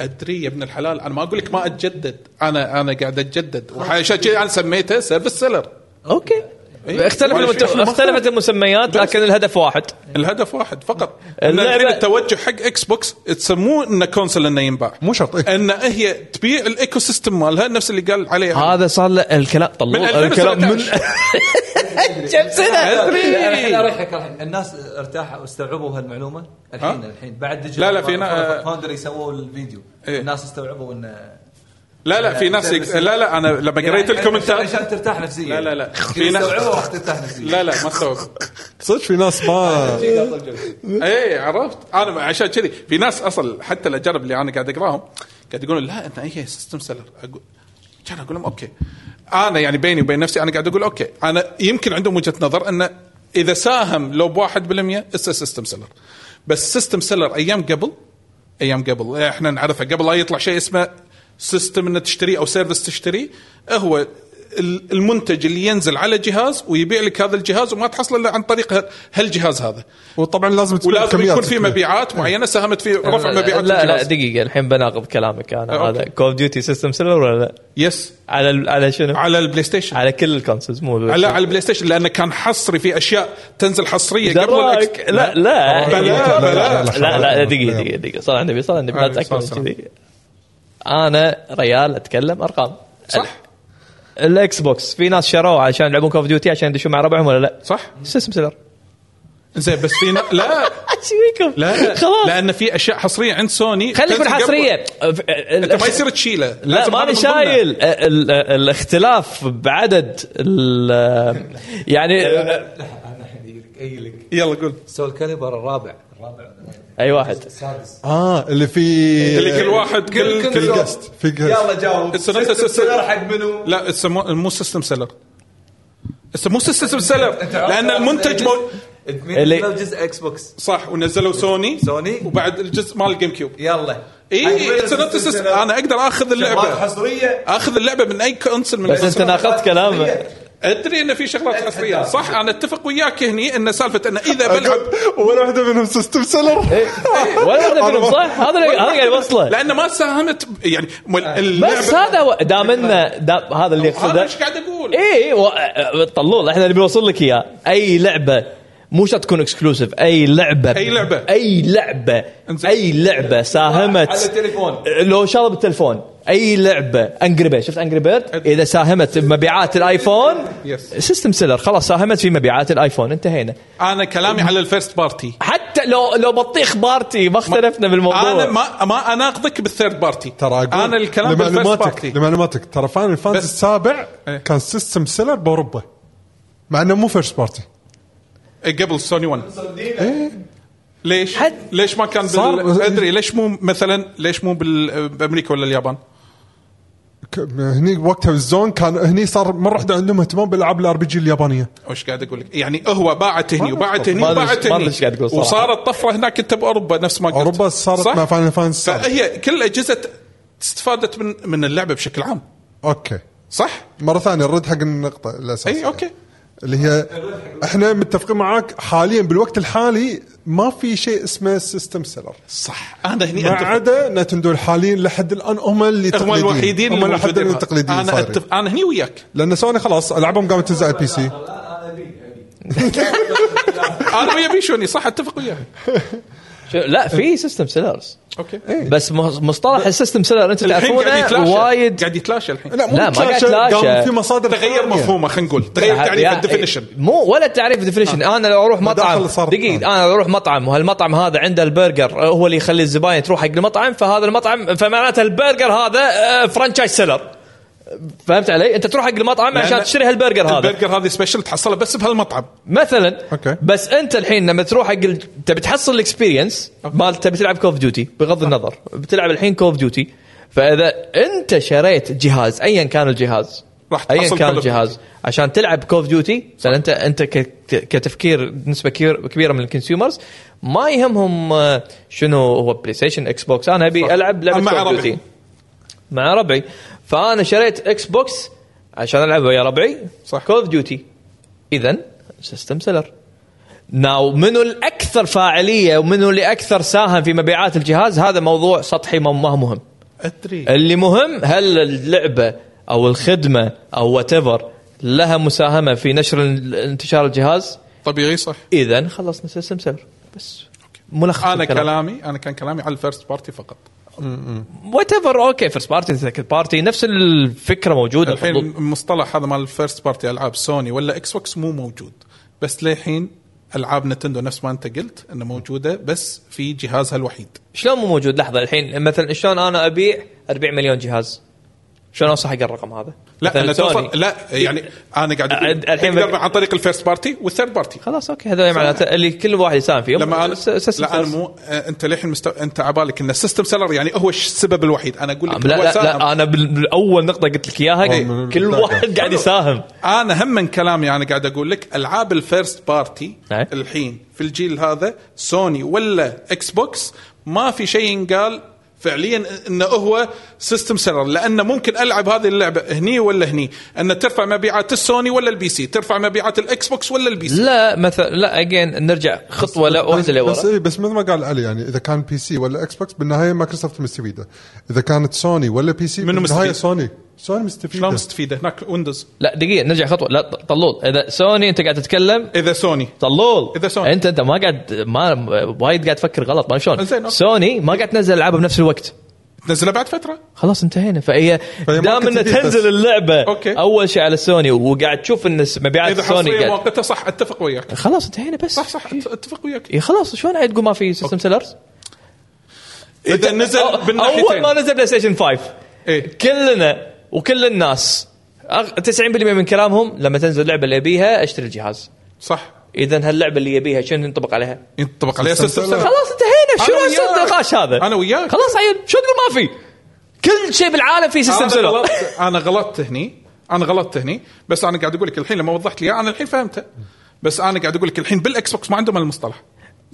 A: ادري يا ابن الحلال انا ما اقول لك ما اتجدد انا انا قاعد اتجدد وعشان كذا انا يعني سميته سيرفس سيلر
B: اوكي
A: إيه.
B: اختلف
A: ولا
B: المت-
A: شيء. ما
B: اختلفت المسميات لكن الهدف واحد
A: الهدف واحد فقط ان
B: اللعبة-
A: الحين التوجه حق اكس بوكس تسموه انه كونسل انه ينباع
C: مو شرط، إيه.
A: ان هي تبيع الايكو سيستم مالها نفس اللي قال عليه
B: هذا صار له الكلام طلول
A: من
B: الكلام من
A: 2017
B: كم سنه
D: الحين اريحك الحين الناس ارتاحوا واستوعبوا هالمعلومه الحين
A: ها؟
D: الحين بعد ديجيتال
A: لا، لا، في نا-
D: فاوندري سووا الفيديو
A: إيه.
D: الناس استوعبوا انه
A: لا لا في ناس يق- لا لا انا لما قريت
D: يعني
A: الكومنتات
D: عشان ترتاح نفسيا
A: لا، لا، لا. في
D: في
A: ناس-
D: ناس استوعبوا راح ترتاح نفسيا
A: لا لا ما استوعب
C: صدق في ناس ما
A: اي إيه، عرفت انا عشان كذي في ناس اصلا حتى الاجانب اللي انا قاعد اقراهم قاعد يقولون لا انت هي سيستم سيلر اقول كان اقول لهم اوكي انا يعني بيني وبين نفسي انا قاعد اقول اوكي انا يمكن عندهم وجهه نظر انه اذا ساهم لو ب 1% اسا سيستم سيلر بس سيستم سيلر ايام قبل ايام قبل احنا نعرفها قبل لا يطلع شيء اسمه سيستم انه تشتريه او سيرفس تشتريه هو ال- المنتج اللي ينزل على جهاز ويبيع لك هذا الجهاز وما تحصله الا عن طريق ه- هالجهاز هذا
C: وطبعا لازم تكون
A: ولازم
C: كميات
A: يكون في
C: كبيرة.
A: مبيعات معينه ساهمت في رفع مبيعات
B: لا لا
A: الجهاز.
B: دقيقه الحين بناقض كلامك انا
A: أوكي.
B: هذا كول اوف ديوتي سيستم سيلر ولا لا؟
A: يس
B: على ال- على شنو؟
A: على البلاي ستيشن
B: على كل الكونسولز مو
A: على على البلاي ستيشن لانه كان حصري في اشياء تنزل حصريه قبل
B: دراك
A: الإكس-
B: لا لا
A: بلا،
B: لا
A: بلا.
B: لا لا دقيقه دقيقه دقيقه صلى على النبي صلى على النبي لا
A: عليه
B: تاكل
A: الصلاة
B: من كذي انا ريال اتكلم ارقام
A: صح
B: ال- الاكس بوكس في ناس شروه عشان يلعبون كوف ديوتي عشان يدشون مع ربعهم ولا لا؟
A: صح
B: سيستم سيلر
A: زين بس في ن- لا
B: ايش فيكم؟
A: لا
B: [laughs] خلاص أه،
A: لان في اشياء حصريه عند سوني
B: خلينا نكون
A: تنزل قبل-
B: حصريه
A: انت ما يصير تشيله
B: لا
A: لازم هذا
B: ماني
A: من ضمنه.
B: شايل أه، ال- ال- الاختلاف بعدد ال- يعني
D: لك اي لك
A: يلا قول
D: سول كاليبر الرابع الرابع
B: اي
A: [laughs]
B: واحد
D: السادس
C: اه اللي في
A: اللي
C: إيه،
A: كل واحد كل
C: في
A: كل
C: الجست في الجست
D: يلا جاوب
A: السنة-
D: سيستم
A: السنة-
D: سيلر حق منو؟
A: لا يسموه مو سيستم سيلر مو سيستم سيلر
D: أنت عارف إيه؟
A: لان
D: أصلاً
A: المنتج
D: الجزء-
A: مو
D: انت مين
B: اللي-
D: نزل جزء اكس بوكس
A: صح ونزلوا سوني
D: سوني؟
A: وبعد الجزء مال الجيم كيوب
D: يلا
A: اي
D: حق
A: اتس
D: منو
A: نوت
D: سيستم سيلر؟
A: انا اقدر اخذ
D: uh, شغلات
A: اللعبه
D: حصريه
A: اخذ اللعبه من اي كونسل من
B: بس
A: أي
B: انت
A: كونسل.
B: ناخذت كلامه
A: ادري ان في شغلات حصريه صح انا اتفق وياك هني ان سالفه ان اذا بلعب
C: ولا واحده منهم سيستم
A: إيه.
C: سيلر
B: ولا واحدة منهم صح؟ هذا اللي- هذا قاعد يوصله
A: لان ما ساهمت ب- يعني م-
D: آه.
A: اللعبه
B: بس هذا هو- دام انه دام- هذا اللي
A: هذا
B: يقصده
A: ايش قاعد اقول
B: اي و... أه، طلول احنا اللي بنوصل لك اياه اي لعبه مو شرط تكون اكسكلوسيف اي لعبه
A: أي لعبة.
B: اي لعبه
A: انزين.
B: اي لعبه
D: على
B: ساهمت
D: التليفون
B: لو شغله بالتلفون اي لعبه انجري بيرد شفت انجري بيرد اذا ساهمت بمبيعات الايفون
A: Yes.
B: سيستم سيلر خلاص ساهمت في مبيعات الايفون انتهينا
A: انا كلامي على الفيرست بارتي
B: حتى لو لو بطيخ بارتي ما اختلفنا بالموضوع
A: انا ما ما اناقضك بالثيرد بارتي
C: ترى أقول
A: انا الكلام بالفيرست
C: لمعلوماتك
A: بارتي
C: لمعلوماتك ترى فاينل فانتسي
A: بس-
C: السابع
A: إيه.
C: كان سيستم سيلر باوروبا مع انه مو فيرست بارتي
A: إيه، قبل سوني 1 ليش؟
B: إيه. حد-
A: ليش ما كان بال...
C: صار-
A: ادري ليش مو مثلا ليش مو بال... بامريكا ولا اليابان؟
C: ك- هني وقتها الزون كان هني صار مره واحده عندهم اهتمام بالالعاب الار بي جي اليابانيه
A: وش قاعد اقول لك؟ يعني هو باعت هني
C: ما
A: وباعت
C: أدري-
A: هني
B: ما أدري-
A: وباعت
B: ما أدري
A: هني
B: إيش قاعد تقول صراحة.
A: وصارت طفره هناك انت باوروبا نفس ما قلت
C: اوروبا صارت
A: صح؟
C: مع فاينل فانتسي السابع.
A: فهي كل اجهزه استفادت من من اللعبه بشكل عام
C: اوكي
A: صح؟
C: مره ثانيه الرد حق النقطه الاساسيه
A: اي اوكي
C: اللي هي احنا متفقين معاك حاليا بالوقت الحالي ما في شيء اسمه سيستم سيلر
A: صح انا هني
C: ما
A: أتفق.
C: عدا نتندو الحاليين لحد الان هم اللي
A: هم
C: تقليديين.
A: الوحيدين
C: هم
A: اللي
C: لحد
A: موجودين.
C: الان تقليديين
A: انا أتفق. انا هني وياك
C: لان سوني خلاص العابهم قامت تنزل على البي سي
A: انا ويا بيشوني صح اتفق وياك
B: شو- لا في سيستم سيلرز
A: اوكي
B: بس مصطلح السيستم سيلر انت
A: إيه. الحين قاعد
B: تعرفونه
A: يتلاشى
B: وايد
A: قاعد يتلاشى الحين
C: لا مو
B: لا، ما
C: بشاشة،
B: قاعد تلاشى.
C: قام في مصادر
A: تغير
C: ثانية.
A: مهفومه خلينا نقول تغير تعريف
B: يا-
A: الديفينيشن
B: مو ولا تعريف الديفينيشن
A: آه.
B: انا لو اروح مطعم
C: مداخل صار-
B: دقيقه انا لو اروح مطعم وهالمطعم هذا عنده البرجر آه، هو اللي يخلي الزباين تروح حق المطعم فهذا المطعم فمعناته البرجر هذا فرانشايز سيلر فهمت علي؟ انت تروح حق المطعم
A: لأن
B: عشان تشتري هالبرجر هذا
A: البرجر هذه سبيشل تحصله بس بهالمطعم
B: مثلا
C: أوكي.
B: بس انت الحين لما تروح حق ال- تبي تحصل الاكسبيرينس مال تبي تلعب كوف ديوتي
A: أه.
B: بغض النظر بتلعب الحين كوف ديوتي فاذا انت شريت جهاز ايا كان الجهاز
A: راح
B: ايا
A: تحصل
B: كان
A: Call of
B: الجهاز عشان تلعب كوف ديوتي لان انت انت ك- كتفكير نسبه كبير- كبيره من الكونسيومرز ما يهمهم آه، شنو هو بلاي ستيشن اكس بوكس انا ابي العب لعبه
A: مع
B: كوف
A: ربعي.
B: ديوتي مع ربعي فانا شريت اكس بوكس عشان العب ويا ربعي
A: صح.
B: كول اوف ديوتي اذا سيستم سيلر ناو منو الاكثر فاعليه ومنو اللي اكثر ساهم في مبيعات الجهاز هذا موضوع سطحي ما ما هو مهم
A: ادري
B: اللي مهم هل اللعبه او الخدمه او وات لها مساهمه في نشر ال- انتشار الجهاز
A: طبيعي صح
B: اذا خلصنا سيستم سيلر بس ملخص
A: انا
B: الكلام.
A: كلامي انا كان كلامي على الفيرست بارتي فقط
B: وات ايفر اوكي فيرست بارتي سكند بارتي نفس الفكره موجوده
A: الحين
B: الحين
A: المصطلح هذا مال الفيرست بارتي العاب سوني ولا اكس بوكس مو موجود بس للحين العاب نتندو نفس ما انت قلت انه موجوده بس في جهازها الوحيد
B: شلون مو موجود لحظه الحين مثلا شلون انا ابيع 40 مليون جهاز شلون اوصل حق الرقم هذا
A: لا
B: مثلاً
A: انا
B: سوني.
A: توصل لا يعني انا قاعد أقول
B: أد- الحين
A: تقدر
B: بك-
A: عن طريق الفيرست بارتي والثيرد بارتي
B: خلاص اوكي هذول معناته اللي كل واحد يساهم فيهم
A: لما انا
B: س- س-
A: لا انا
B: س-
A: مو آه، انت للحين مستو... انت عبالك ان السيستم سيلر يعني هو السبب الوحيد انا اقول
B: آه،
A: لك
B: لا
A: هو
B: لا,
A: ساهم.
B: لا انا بال- بالاول نقطه قلت لك اياها
C: أوه،
B: كل
C: بالذات.
B: واحد قاعد يساهم
A: انا هم من كلامي انا قاعد اقول لك العاب الفيرست بارتي
B: أي.
A: الحين في الجيل هذا سوني ولا اكس بوكس ما في شيء ينقال فعليا انه هو سيستم سيلر لانه ممكن العب هذه اللعبه هني ولا هني ان ترفع مبيعات السوني ولا البي سي ترفع مبيعات الاكس بوكس ولا البي سي
B: لا مثلا لا اجين نرجع خطوه لا واحده
C: بس
B: لورا
C: إيه، بس مثل ما قال علي يعني اذا كان بي سي ولا اكس بوكس بالنهايه مايكروسوفت مستفيده اذا كانت سوني ولا بي سي
A: منو
C: بالنهايه
A: مستفيد؟
C: سوني سوني
A: شلون
C: مستفيده
A: مستفيده هناك ويندوز
B: لا دقيقه نرجع خطوه لا ط- طلول اذا سوني انت قاعد تتكلم
A: اذا سوني
B: طلول
A: إذا سوني.
B: انت انت ما قاعد ما وايد قاعد تفكر غلط ما شلون
A: زين، أوكي.
B: سوني ما قاعد تنزل العابها بنفس الوقت
A: تنزله بعد فتره
B: خلاص انتهينا فهي
C: فهي
B: دام
C: ماركت
B: انها
C: جديد بس.
B: تنزل اللعبه
A: أوكي.
B: اول شيء على سوني وقاعد تشوف ان س- مبيعات
A: اذا
B: سوني
A: حصريه
B: قاعد
A: مؤقته صح اتفق وياك
B: خلاص انتهينا بس
A: صح صح أت- اتفق وياك
B: إيه خلاص شلون عاد تقول ما في سيستم سيلرز؟
A: اذا نزل بالناحيتين
B: اول ما نزل بلاي ستيشن 5
A: إيه.
B: كلنا وكل الناس أغ- 90% من كلامهم لما تنزل لعبه اللي ابيها اشتري الجهاز
A: صح
B: اذا هاللعبه اللي يبيها شنو ينطبق عليها؟
A: ينطبق عليها
C: سلسلة.
A: سلسله
B: خلاص انتهينا شنو
A: طيب. أنا
B: هالسوء
A: وياك.
B: النقاش هذا؟
A: أنا وياك.
B: خلاص عيل شو تقول ما في؟ كل شيء بالعالم فيه سيستم
A: انا [laughs]
B: سيلر
A: غلطت انا غلطت هني انا غلطت هني بس انا قاعد اقول لك الحين لما وضحت لي إياه، انا الحين فهمته بس انا قاعد اقول لك الحين بالاكس بوكس ما عندهم المصطلح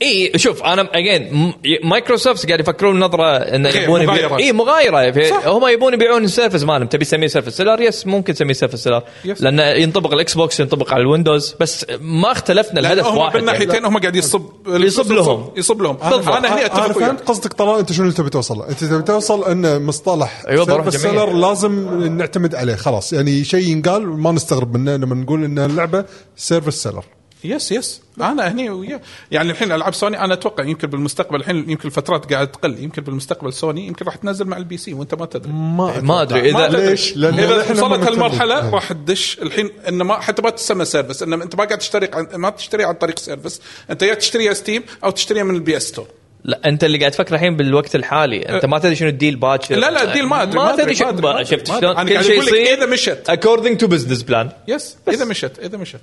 B: اي شوف انا اجين مايكروسوفت قاعد يفكرون نظره انه
A: غير،
B: يبون
A: مغايرة.
B: اي مغايره في-
A: صح.
B: هم يبون يبيعون السيرفس مالهم تبي تسميه سيرفس سيلر يس ممكن تسميه سيرفس سيلر
A: يس.
B: لانه ينطبق الاكس بوكس ينطبق على الويندوز بس ما اختلفنا
A: لان
B: الهدف
A: هم
B: واحد يعني.
A: بالناحيتين هم قاعد يصب
B: يصب لهم.
A: يصب لهم
B: بالضبط.
A: انا هني
C: انا
A: اتفق
C: فهمت
A: وياك
C: قصدك طلال انت شنو اللي تبي توصل له؟ انت تبي توصل ان مصطلح
B: أيوة، بروح
C: سيرفس
B: جمعية.
C: سيلر لازم نعتمد عليه خلاص يعني شيء ينقال ما نستغرب منه لما نقول ان اللعبه سيرفس سيلر
A: يس يس انا هني وياه يعني الحين العاب سوني انا اتوقع يمكن بالمستقبل الحين يمكن الفترات قاعد تقل يمكن بالمستقبل سوني يمكن راح تنزل مع البي سي وانت ما تدري
B: ما ادري
A: ما
B: اذا
A: تدري.
C: ليش؟ لأن
A: اذا
C: إحنا
A: وصلت
C: ما
A: هالمرحله
C: مهتمين. إيه.
A: راح تدش الحين انه ما حتى ما تسمى سيرفس انه انت ما قاعد تشتري عن- ما تشتري عن طريق سيرفس انت يا تشتريها ستيم او تشتريها من البي اس ستور
B: لا انت اللي قاعد تفكر الحين بالوقت الحالي انت ما تدري شنو الديل باكر
A: أه. لا، لا، الديل ما أدري، ما
B: ما
A: أدري،
B: تدري
A: ما
B: شنو
A: أدري، ما
B: بقى.
A: أدري.
B: شفت
A: ما أدري.
B: شلون
A: أنا
B: كل
A: قاعد
B: شيء
A: أقول لك
B: يصير
A: إذا مشت.
B: اكوردنج تو بزنس بلان
A: يس اذا مشت اذا مشت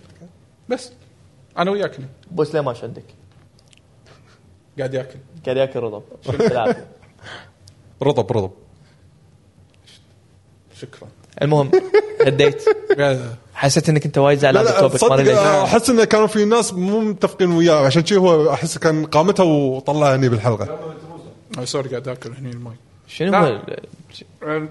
A: بس انا وياك هنا.
B: بس ليه ما عندك
A: قاعد
C: [laughs]
A: ياكل
B: قاعد ياكل رطب شوف بالعافية.
C: رطب رطب
A: شكرا
B: المهم هديت
A: قاعد-
B: حسيت انك انت وايد
C: لا
B: زعلان
C: لا آه.
B: بالتوبك ما أدري
C: تصدق
B: ليش.
C: احس انه كانوا في ناس مو متفقين وياه عشان شي هو احس كان قامته وطلعها هني بالحلقه
A: أنا سوري Oh, قاعد اكل هني الماي
B: شنو
A: لا.
B: هو
C: نعم.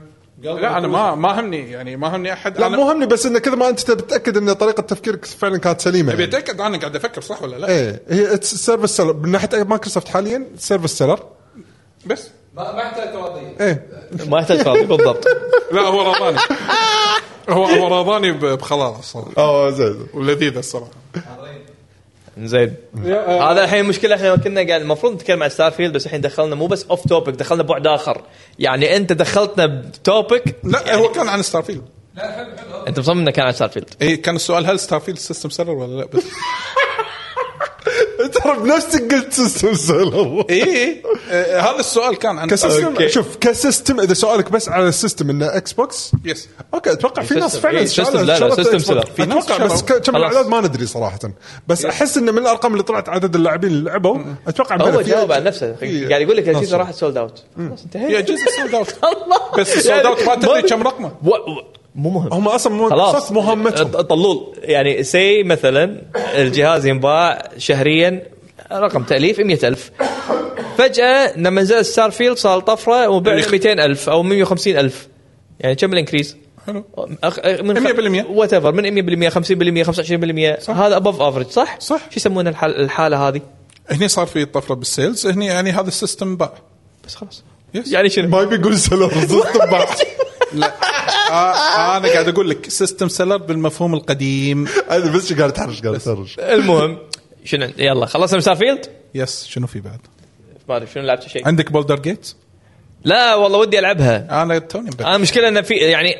A: لا انا ما ما همني يعني ما همني احد
C: لا
A: أنا-
C: مو همني بس انه كذا ما انت تتاكد ان طريقه تفكيرك فعلا كانت سليمه
A: ابي
C: يعني.
A: اتاكد انا قاعد افكر صح ولا لا
C: ايه هي سيرفس سيلر من ناحيه مايكروسوفت حاليا سيرفس سيلر
A: بس
D: ما ما يحتاج تواضيع
C: ايه
B: ما يحتاج فاضي بالضبط
A: لا هو
C: [laughs]
A: راضاني هو هو راضاني ب- بخلاص الصراحه
C: اه زين
A: ولذيذ الصراحه
B: زين هذا الحين مشكله احنا كنا قاعد المفروض نتكلم عن ستار فيلد بس الحين دخلنا مو بس اوف توبك دخلنا بعد اخر يعني انت دخلتنا بتوبك
A: لا هو كان عن ستارفيلد
B: انت مصمم انه كان عن ستار فيلد
A: اي كان السؤال هل ستارفيلد سيستم سيلر ولا لا بس
C: ترى بنفسك قلت سيستم سيلر
A: اي آه، هذا السؤال كان عن
C: إيه،
A: آه،
C: كسيستم شوف كسيستم اذا سؤالك بس على السيستم انه اكس بوكس
A: يس
C: اوكي اتوقع في ناس
B: System.
C: فعلا
B: إيه، System. لا، لا،
C: شالت
B: System
C: Xbox.
B: سيلر. في
A: ناس
C: اتوقع بس
A: شالوا.
C: كم
B: خلاص.
C: الاعداد ما ندري صراحه بس احس انه من الارقام اللي طلعت عدد اللاعبين اللي لعبوا اتوقع
B: هو
C: بلا في-
B: جاوب عن نفسه
C: إيه.
B: قاعد يقول لك
C: ناس
B: الجيزه راحت سولد اوت خلاص
A: هي
B: انتهينا
A: جزء سولد اوت
B: [laughs] الله يعني
A: بس السولد اوت ما تدري كم رقمه
B: و... و... مو مهم
C: هم اصلا مو
B: خلاص
C: خلاص
B: [laughs]
C: مهمتهم
B: ط- طلول يعني سي مثلا الجهاز ينباع شهريا رقم تاليف 100000 فجاه لما نزل ستار فيلد صار طفره وباع
A: يخ-
B: 200000 او 150000 يعني كم الانكريز؟
A: حلو
B: أخ... من
A: 100%.
B: وات ايفر من 100% 50% 25% هذا ابف افرج صح؟
A: صح.
B: شو يسمون الحال... الحاله هذه؟
A: هني صار في طفره بالسيلز هني يعني هذا السيستم باع
B: بس خلاص
A: يس.
B: يعني شنو؟
C: ما يبي يقول سيلر [laughs] سيستم بعد
A: لا آه، انا قاعد اقول لك سيستم سيلر بالمفهوم القديم
C: انا بس قاعد اتحرش قاعد اتحرش
B: المهم شنو يلا خلصنا من ستار فيلد؟
A: يس شنو في بعد
B: ما ادري شنو لعبت شيء
A: عندك بولدر جيتس
B: لا والله ودي العبها
A: انا توني مبكر.
B: انا المشكله انه آه، في يعني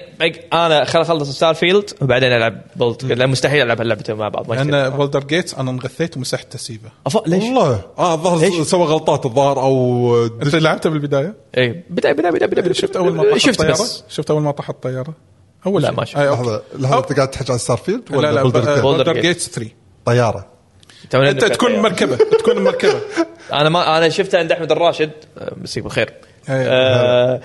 B: انا خل اخلص ستار فيلد وبعدين العب بولت لان مستحيل العب هاللعبتين مع بعض ما يصير.
A: لان بولدر جيتس انا انغثيت ومسحت تسيبه
B: أف- ليش؟
C: والله اه الظاهر
B: ليش؟
C: سوى غلطات الظاهر او
A: انت لعبته بالبدايه
B: اي بدا بدا بدا بدا
A: شفت اول
B: [laughs]
A: ما طاح
B: شفت
A: الطياره
B: بس
A: شفت اول ما طاح الطياره اول
B: لا،
A: شيء.
B: ما شفت.
A: آه، أوكي.
C: لحظه لحظه انت قاعد تحكي عن ستار فيلد
A: لا
C: ولا
A: لا آه،
C: بولدر كيت؟
B: Boulder
A: بولدر
B: Gate.
A: جيتس 3
C: طياره
B: تونا
A: انت
B: نبدأ
A: تكون
B: الطيارة.
A: مركبه تكون
B: [laughs]
A: مركبه
B: انا ما انا شفتها عند احمد الراشد آه، مسيك بالخير
A: إيه.
B: آه،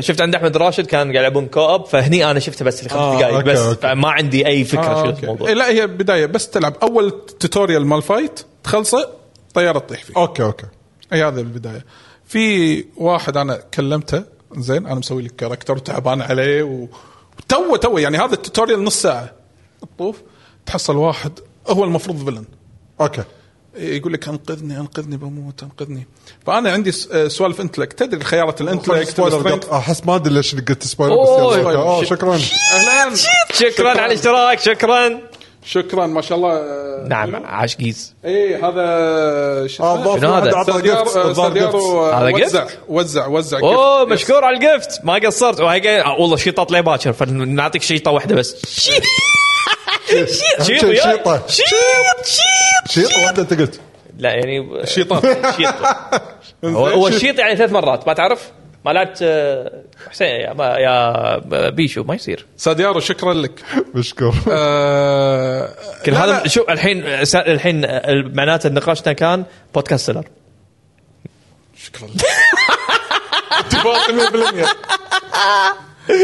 B: شفت عند احمد الراشد كان قاعد يلعبون كوب فهني انا شفت بس
C: آه،
B: الخمس دقائق
C: أوكي،
B: بس
C: أوكي.
B: فما عندي اي فكره
A: آه،
B: شو
A: أوكي.
B: الموضوع
A: إيه، لا هي بدايه بس تلعب اول توتوريال مال فايت تخلصه طياره تطيح فيك
C: اوكي اوكي
A: اي هذا البدايه في واحد انا كلمته زين انا مسوي لك كاركتر وتعبان عليه و- وتو تو يعني هذا التوتوريال نص ساعه تطوف تحصل واحد هو المفروض فيلن
C: اوكي
A: يقول لك انقذني انقذني بموت انقذني فانا عندي س- آه، سوالف انتلك تدري خيارات الانتلك
C: سبويلر قط. احس آه، ما ادري ليش قلت سبويلر بس
B: أوه،
C: يلا، أوكي. آه، اوه
A: شيت.
C: شكرا
A: اهلا
B: شكرا على الاشتراك شكرا
A: شكرا ما شاء الله آه،
B: نعم
A: منو؟
B: عاشقيز
A: اي هذا شو اسمه؟
C: آه، الظاهر
B: شنو
C: واحد
B: هذا؟
C: عطى
A: استاذ
C: gift،
A: يارو-
C: الظاهر
A: استاذ يارو،
C: gift.
A: آه،
B: هذا gift؟
A: وزع وزع وزع
B: اوه
A: gift. Yes.
B: مشكور على الجفت ما قصرت وهي قاعد- والله شيطه طلع باكر فنعطيك شيطه واحده بس شيط شيط
C: شيطة.
B: وياي.
C: شيطة.
B: شيط شيط
C: شيط واحده انت قلت
B: لا يعني
A: شيطان [laughs]
B: شيط هو هو الشيط يعني ثلاث مرات ما تعرف؟ ما لعبت آه، حسين يا ما- يا بيشو ما يصير
A: ساديارو شكرا
B: [laughs]
A: لك
C: مشكور [laughs]
A: آه،
B: كل
A: لا،
B: هذا
A: لا.
B: شوف الحين سا- الحين آه، معناته نقاشنا كان بودكاست سيلر
A: شكرا لك اتفاق 100%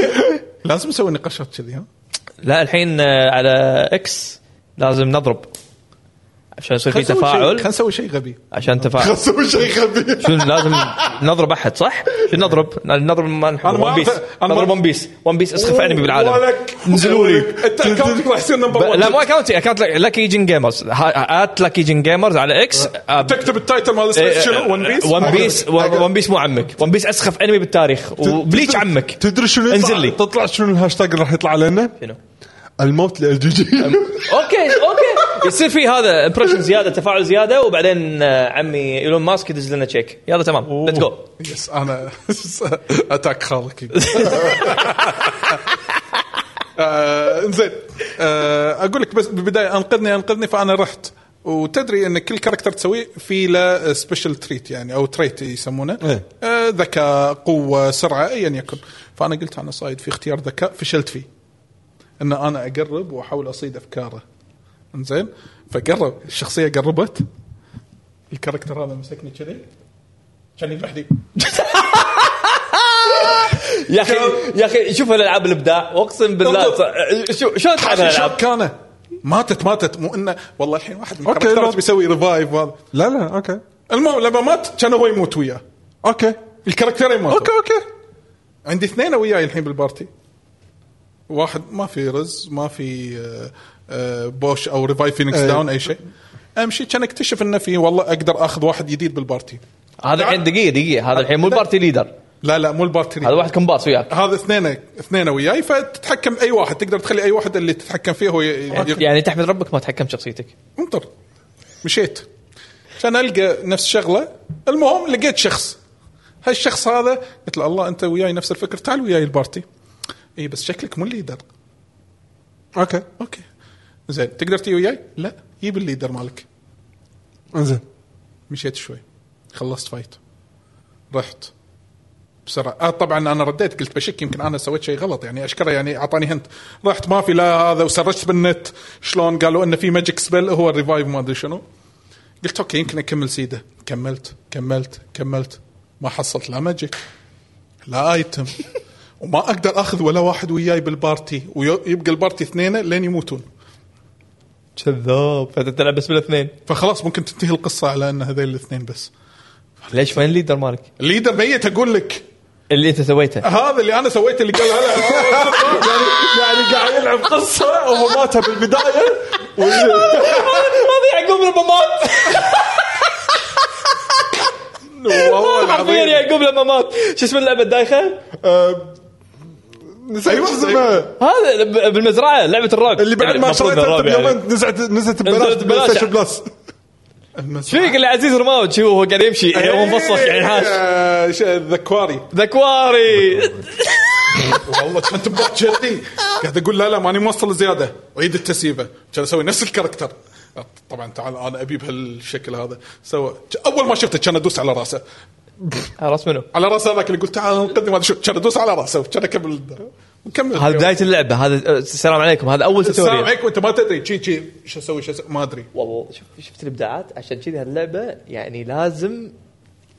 A: لازم نسوي نقاشات كذي ها
B: لا الحين آه، على اكس لازم نضرب عشان يصير في
A: خلنا نسوي شيء-
B: تفاعل
A: خلنا نسوي شيء غبي
B: عشان تفاعل
C: اسوي شيء غبي
B: شو لازم نضرب احد صح؟ شو نضرب؟ نضرب ما
C: أنا
B: نحب
C: ما
B: ون بيس
C: أعرف- أنا ما
B: نضرب
C: أعرف.
B: ون بيس ون بيس اسخف انمي بالعالم
C: انزلوا لي
A: انت اكونتك راح يصير نمبر
B: ب-
A: 1
B: لا مو اكونتي اكونت لاكي جن جيمرز ات لاكي جن جيمرز على أه، اكس
C: أه.
A: تكتب التايتل مال
B: Eh,
A: السبيس شنو ون بيس
B: ون بيس ون بيس مو عمك ون بيس اسخف انمي بالتاريخ وبليتش عمك
C: تدري شنو يطلع؟
B: انزل لي
C: تطلع شنو الهاشتاج اللي راح يطلع لنا؟
B: شنو؟
C: الموت لال جي جي
B: اوكي اوكي يصير في هذا امبرشن زياده تفاعل زياده وبعدين آه، عمي ايلون ماسك يدز لنا تشيك يلا تمام ليتس جو
A: يس [laughs] انا اتاك خالك آه، انزين آه، اقول لك بس بالبدايه انقذني انقذني فانا رحت وتدري ان كل كاركتر تسويه في له سبيشل تريت يعني او تريت يسمونه
C: إيه.
A: آه، ذكاء قوه سرعه ايا يكن فانا قلت انا صايد في اختيار ذكاء فشلت فيه ان انا اقرب واحاول اصيد افكاره انزين فقرب الشخصيه قربت الكاركتر هذا مسكني كذي كان يبحدي
B: يا اخي يا اخي شوف الالعاب الابداع واقسم بالله
A: انظر.
B: ص- شو شلون تلعب
A: شاب
B: الالعاب؟
A: كان ماتت ماتت مو انه والله الحين واحد من
C: أوكي،
A: الكاركترات
C: لا.
A: بيسوي ريفايف وهذا
C: [laughs] لا لا اوكي
A: المهم لما مات كان هو يموت وياه
C: اوكي
A: الكاركترين ماتوا
C: اوكي اوكي
A: عندي اثنين وياي الحين بالبارتي واحد ما في رز ما في آه، آه، بوش او ريفايف فينيكس
C: أي.
A: داون اي شيء امشي كان اكتشف انه في والله اقدر اخذ واحد جديد بالبارتي
B: هذا الحين دقيقه دقيقه هذا الحين مو البارتي ليدر
A: لا لا مو البارتي
B: هذا واحد كومبارس وياك
A: هذا اثنين اثنين وياي فتتحكم اي واحد تقدر تخلي اي واحد اللي تتحكم فيه هو ي- ي-
B: [laughs] يعني تحمد ربك ما تحكم شخصيتك
A: انطر مشيت عشان القى نفس الشغله المهم لقيت شخص هالشخص هذا قلت له الله انت وياي نفس الفكر تعال وياي البارتي اي بس شكلك مو الليدر
C: اوكي
A: اوكي زين تقدر تجي وياي؟ لا جيب الليدر مالك
C: انزين
A: مشيت شوي خلصت فايت رحت بسرعه آه طبعا انا رديت قلت بشك يمكن انا سويت شيء غلط يعني اشكره يعني اعطاني هنت رحت ما في لا هذا وسرجت بالنت شلون قالوا انه في ماجيك سبيل هو الريفايف ما ادري شنو قلت اوكي يمكن اكمل سيده كملت كملت كملت ما حصلت لا ماجيك لا ايتم [laughs] وما اقدر اخذ ولا واحد وياي بالبارتي ويبقى البارتي اثنين لين يموتون
B: كذاب فانت تلعب بس بالاثنين
A: فخلاص ممكن تنتهي القصه على ان هذيل الاثنين بس
B: ليش وين الليدر مالك؟
A: الليدر ميت اقول لك
B: اللي انت [laughs] سويته
A: هذا اللي انا سويته اللي قال هلا
C: يعني قاعد يلعب قصه وهو ماتها بالبدايه
B: هذا يعقوب لما مات [laughs]
A: والله
B: حرفيا
A: العظيم
B: يعقوب لما مات شو اسم اللعبه الدايخه؟
C: آه، نسيت شو اسمها
B: هذا ب- بالمزرعه لعبه الرعب
C: اللي بعد
B: أيوة، يعني
C: ما
B: المفروض
C: شريتها
B: الرعب يعني.
C: بيومين نزعت نزلت ببلاش
B: نزلت
C: بلاي
B: ببلاش. يعني.
C: ستيشن بلس
B: شو يقول اللي عزيز رماوج شو هو قاعد يمشي هو مفصل يعني حاش
A: آه، ش- الذكواري
B: ذكواري
A: والله كنت مبكرني قاعد اقول لا لا ماني موصل زياده وعيد التسييفه كان اسوي نفس الكاركتر طبعا تعال انا ابي بهالشكل هذا سوى اول ما شفته كان ادوس على راسه
B: راس منو؟
A: على راس هذاك اللي قلت تعال انقذني ما ادري شو كان ادوس على راسه كان اكمل وكمل
B: هذا بدايه اللعبه هذا السلام عليكم هذا اول
A: السلام
B: توتوريال
A: عليكم انت ما تدري شي شي شو اسوي شو اسوي ما ادري
B: والله شوف شفت الابداعات عشان كذي هاللعبه يعني لازم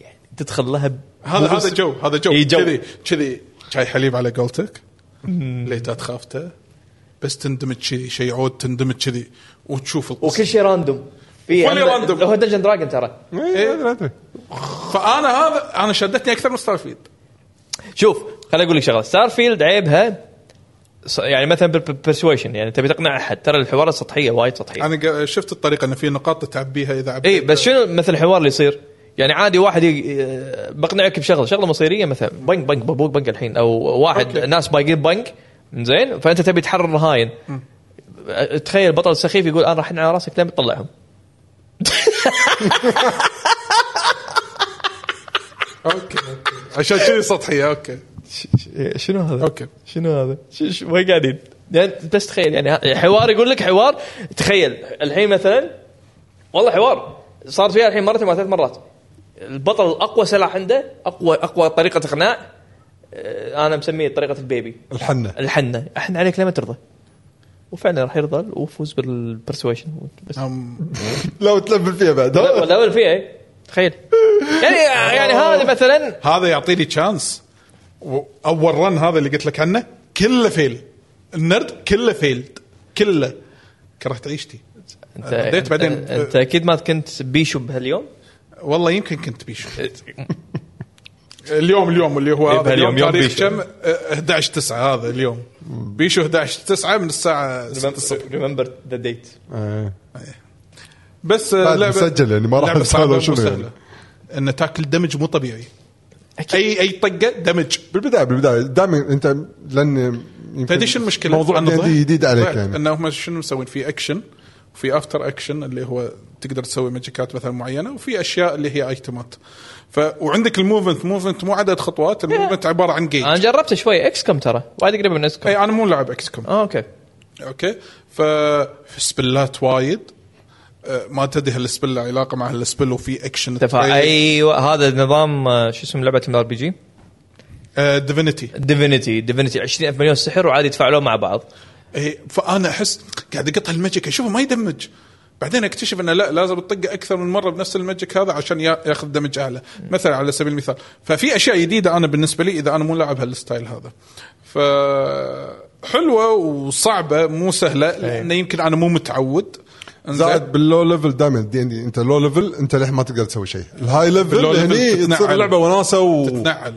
B: يعني تدخل لها ب-
A: هذا هذا جو هذا جو
B: إي جو.
A: كذي كذي شاي حليب على قولتك ليتات خافته بس تندمج كذي شيء عود تندمج كذي وتشوف القصه
B: وكل شيء راندوم في
A: كل شيء راندوم.
B: هو دنجن دراجون ترى
C: إيه، ادري ادري
A: فانا هذا انا شدتني اكثر من ستارفيلد
B: شوف خليني اقول لك شغله ستار فيلد عيبها ص- يعني مثلا بالبرسويشن يعني تبي تقنع احد ترى الحوارات سطحيه وايد سطحيه
A: انا قا- شفت الطريقه ان في نقاط تعبيها اذا عبيت
B: اي إيه، بس شنو مثل الحوار اللي يصير؟ يعني عادي واحد ي- بقنعك بشغله شغله مصيريه مثلا بنك بنك بابوك بنك الحين او واحد
A: أوكي.
B: ناس بايقين بنك زين فانت تبي تحرر الرهاين تخيل بطل سخيف يقول انا راح أحن على راسك لين بتطلعهم
A: اوكي أوكي. عشان كذي سطحيه اوكي
B: إيه، شنو هذا؟
A: أوكي.
B: شنو هذا؟ وين قاعدين؟ يعني بس تخيل يعني حوار يقول لك حوار تخيل الحين مثلا والله حوار صار فيها الحين مرتين ولا ثلاث مرات البطل اقوى سلاح عنده اقوى اقوى طريقه اقناع آه، انا مسميه طريقه البيبي
C: الحنه
B: الحنه احن عليك لما ترضى وفعلا راح يرضى وفوز بالبرسويشن
C: [laughs]
B: بس
A: أم-
C: لو تلبل فيها بعد
B: لا ولا ولا فيها إيه. تخيل يعني يعني هذا مثلا
A: هذا يعطيني تشانس اول رن هذا اللي قلت لك عنه كله فيل النرد كله فيل كله كرهت عيشتي
B: انت
A: رديت آه، بعدين.
B: أنت- انت اكيد ما كنت بيشو بهاليوم
A: والله يمكن كنت بيشو اليوم اليوم اللي هو
B: إيه،
A: هذا اليوم
B: اليوم يوم
A: تاريخ
B: بيشو.
A: كم أه، 11 9 هذا اليوم بيشو 11 9 من الساعه 6 الصبح
B: ريمبر ذا ديت
C: إيه.
A: بس
C: بعد مسجل يعني ما راح
A: لعبة
C: أنساها
A: صعبة
C: لو شنو
A: وسهلة.
C: يعني.
A: ان تاكل دمج مو طبيعي اي اي طقه دمج
C: بالبدايه بالبدايه دائما انت لان يمكن
A: تدري شو المشكله؟
C: موضوع
A: أنا ضحك.
C: جديد جديد عليك
A: بعد
C: يعني
A: انه هم شنو مسوين؟ في اكشن وفي افتر اكشن اللي هو تقدر تسوي ماجيكات مثلا معينه وفي اشياء اللي هي ايتمات ف وعندك الموفمنت موفمنت مو عدد خطوات الموفمنت عباره عن جيج
B: انا جربته شوي اكس كم ترى وايد قريب من اكس كم
A: اي انا مو لاعب اكس كوم
B: اه اوكي
A: اوكي فسبلات وايد آه، ما تدري هالسبل له علاقه مع هالسبل وفي اكشن
B: تفا ايوه هذا النظام آه، شو اسم لعبه الار بي جي
A: ديفينيتي
B: ديفينيتي ديفينيتي 20000 مليون سحر وعادي يتفاعلون مع بعض
A: إيه فانا احس قاعد اقط هالماجيك اشوفه ما يدمج بعدين اكتشف انه لا لازم تطقه اكثر من مره بنفس الماجيك هذا عشان يا- ياخذ دمج اعلى مثلا على سبيل المثال ففي اشياء جديده انا بالنسبه لي اذا انا مو لاعب هالستايل هذا ف حلوه وصعبه مو سهله لانه يمكن انا مو متعود إنزين.
C: إيه. زائد باللو ليفل دائما دي ان دي انت لو ليفل انت للحين ما تقدر تسوي شيء الهاي ليفل
A: باللو ليفل
C: هني
A: تتنعل.
C: تصير لعبه وناسه و...
A: تتنعل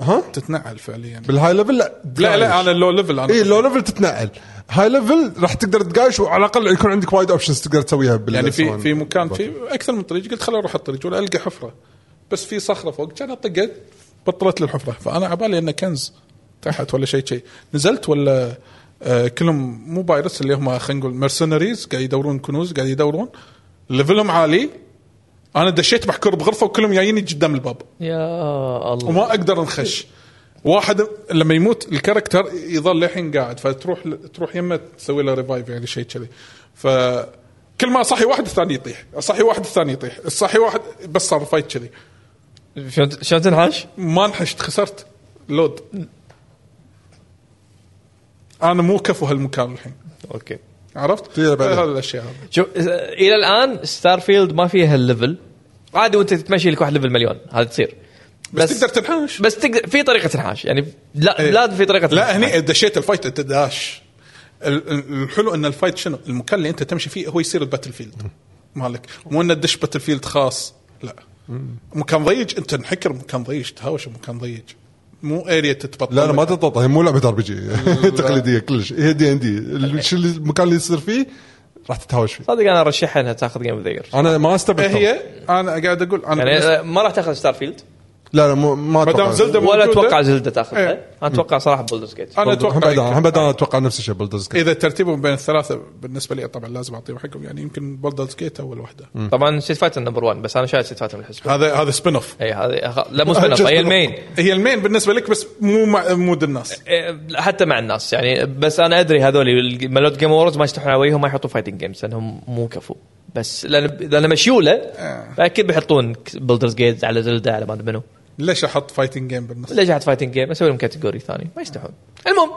C: ها
A: تتنعل فعليا
C: بالهاي ليفل لا
A: لا
C: تتنعل.
A: لا انا اللو ليفل انا
C: اي لو ليفل تتنقل هاي ليفل راح تقدر تقايش وعلى الاقل يكون عندك وايد اوبشنز تقدر تسويها بال
A: يعني في في مكان في اكثر من طريق قلت خليني اروح الطريق ولا القى حفره بس في صخره فوق كان طقت بطلت لي الحفره فانا عبالي انه كنز تحت ولا شيء شيء نزلت ولا آه كلهم مو بايرتس اللي هم خلينا نقول مرسنريز قاعد يدورون كنوز قاعد يدورون ليفلهم عالي انا دشيت محكور بغرفه وكلهم جاييني قدام الباب
B: يا الله
A: وما اقدر انخش واحد لما يموت الكاركتر يظل للحين قاعد فتروح تروح يمه تسوي له ريفايف يعني شيء كذي ف كل ما اصحي واحد الثاني يطيح اصحي واحد الثاني يطيح اصحي واحد بس صار فايت كذي
B: شلون شلون تنحاش؟
A: ما انحشت خسرت لود انا مو كفو هالمكان الحين
B: اوكي
A: عرفت؟
C: تيجي بعدين.
A: هذه الاشياء هذه
B: شوف آه، الى الان ستار فيلد ما فيها الليفل عادي وانت تتمشي لك واحد ليفل مليون هذا تصير
A: بس, تقدر تنحاش
B: بس تقدر في طريقه تنحاش يعني لا
A: إيه.
B: لا في طريقه
A: لا
B: تنحاش.
A: هني دشيت الفايت انت داش ال- ال- الحلو ان الفايت شنو؟ المكان اللي انت تمشي فيه هو يصير الباتل فيلد مالك مو انه تدش باتل فيلد خاص لا مكان ضيج انت انحكر مكان ضيج تهاوش مكان ضيج مو اريا تتبطل
C: لا لا ما
A: لك.
C: تضبط هي مو لعبه ار [laughs] بي جي تقليديه كلش هي دي ان دي المكان اللي يصير فيه راح تتهاوش فيه
B: صدق انا ارشحها انها تاخذ جيم اوف ذا
C: انا ما استبعد
A: إيه هي انا قاعد اقول انا
B: يعني
A: بالنسبة-
B: آه، ما راح تاخذ ستار فيلد
C: لا لا مو ما
A: ما دام
C: اتوقع
A: زلدة
B: ولا
A: موجودة،
B: اتوقع زلدة تاخذها
A: إيه.
B: انا اتوقع صراحه بولدرز جيت
A: انا
C: هم بعد
A: اتوقع
C: هم بعد انا اتوقع نفس الشيء بلدرز
A: اذا ترتيبهم بين الثلاثه بالنسبه لي طبعا لازم اعطيهم حقهم يعني يمكن بولدرز جيت اول واحده
B: طبعا ستيت فايتر نمبر 1 بس انا شايف ستيت فايتر من الحسبه
A: هذا هذا سبين اوف
B: اي هذه أخ- لا مو سبين
A: [laughs]
B: أوف، هي المين
A: هي المين بالنسبه لك بس مو مع مود الناس
B: إيه، حتى مع الناس يعني بس انا ادري هذول الج- مالوت جيم اورز ما يشطحون على وجههم ما يحطون فايتنج جيمز لانهم مو كفو بس لان لان مشيوله
A: إيه.
B: فاكيد بيحطون بولدرز جيت على زلدة على ما ادري منو
A: ليش احط فايتنج جيم بالنص؟
B: ليش احط فايتنج جيم اسوي لهم كاتيجوري ثاني ما يستحون المهم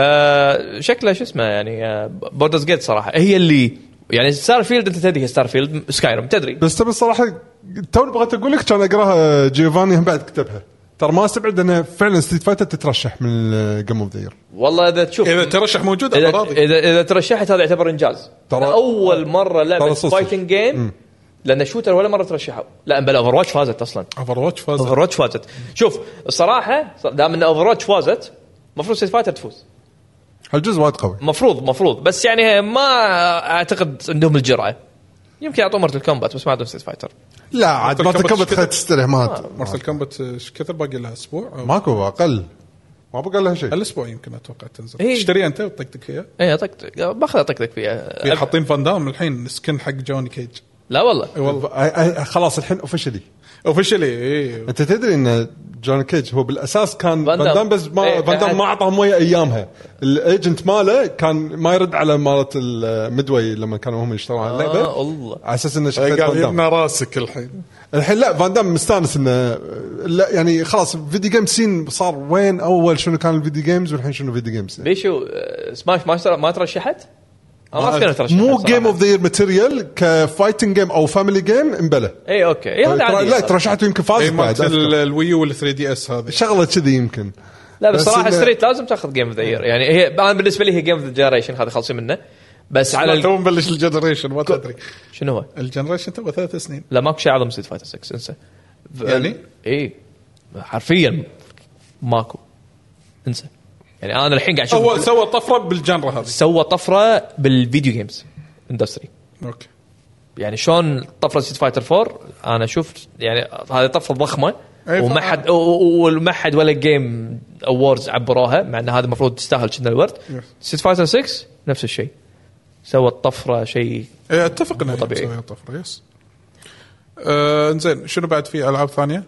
B: فشكله شو اسمه يعني بوردرز جيت صراحه هي اللي يعني ستار فيلد انت تدري ستار فيلد سكايروم تدري
C: بس تبي الصراحه توني بغيت اقول لك كان اقراها جيوفاني هم بعد كتبها ترى ما استبعد انه فعلا ستيت فايتر تترشح من آه، الجيم اوف ذا
B: والله اذا تشوف
A: اذا ترشح موجود
B: اذا
A: انا راضي
B: اذا, إذا ترشحت هذا يعتبر انجاز
C: ترى-
B: ترى اول مره لعبه
C: ترى صدق.
B: فايتنج جيم لان شوتر ولا مره ترشحوا لا بل اوفر واتش فازت اصلا
A: اوفر واتش فاز
B: اوفر واتش فازت شوف الصراحه دام ان اوفر واتش فازت المفروض ستيت فايتر تفوز
C: هالجزء وايد قوي
B: مفروض مفروض بس يعني ما اعتقد عندهم الجرعه يمكن يعطون مرت الكومبات بس ما عندهم ستيت فايتر
C: لا عاد ما آه،
A: مرتل كومبات
C: تكبت خلت تستريح ما عاد.
A: مارسل كومبات ايش كثر باقي لها اسبوع أو
C: ماكو اقل ما بقى لها شيء
A: الاسبوع يمكن اتوقع تنزل
B: إيه.
A: اشتريها انت وطقطق يعني فيها
B: اي طقطق باخذ طقطق فيها
A: في حاطين فان دام الحين سكن حق جوني كيج
B: لا والله
A: اي والله
C: أي- أي- خلاص الحين اوفشلي
A: اوفشلي إيه.
C: انت تدري ان جون كيج هو بالاساس كان
B: فان
C: فان
B: دام.
C: دام بس
B: إيه،
C: ما فان
B: قاعد-
C: دام ما اعطاه مويه ايامها الايجنت ماله كان ما يرد على مالت الميدوي لما كانوا هم يشتغلون على اللعبه
B: آه، الله.
C: على اساس انه شخصيه
A: إيه، قاعد
C: فان دام
A: يبنى راسك الحين
C: الحين لا فان دام مستانس انه لا يعني خلاص فيديو جيم سين صار وين اول شنو كان الفيديو جيمز والحين شنو فيديو جيمز
B: بيشو آه، سماش ما تر- ما ترشحت؟ أنا ما اذكر ترشحت
C: مو
B: صراحة.
C: جيم اوف ذا يير ماتيريال كفايتنج جيم او فاميلي جيم امبلى
B: اي اوكي اي هذا إيه، عادي
C: لا ترشحت يمكن فاز
A: [laughs] اي
C: بعد
A: إيه، مالت ال-
C: أذكر.
A: الوي وال 3 دي اس هذه
C: شغله كذي يمكن
B: لا بس صراحه
C: إنه-
B: ستريت لازم تاخذ جيم اوف ذا يير يعني هي انا بالنسبه لي هي جيم اوف ذا جنريشن هذا خالصين منه بس على
A: على
B: ال...
A: تو مبلش الجنريشن ما تدري
B: شنو هو؟
A: الجنريشن تو ثلاث سنين
B: لا ماكو شيء اعظم من ستريت فايتر 6 انسى ف-
A: يعني؟
B: اي حرفيا ماكو انسى يعني انا الحين قاعد
A: هو
B: اشوف
A: سوى طفره بالجنرا هذه
B: سوى طفره بالفيديو جيمز اندستري
A: اوكي
B: يعني شلون طفره ستريت فايتر 4 انا اشوف يعني هذه طفره ضخمه
A: أي
B: وما
A: طبعاً.
B: حد و- و- وما حد ولا جيم اووردز عبروها مع ان هذا المفروض تستاهل كنا الورد ستريت فايتر 6 نفس الشيء سوى الطفره شيء
A: إيه، اتفق انه
B: طبيعي.
A: طبيعي طفره يس آه، زين شنو بعد في العاب ثانيه؟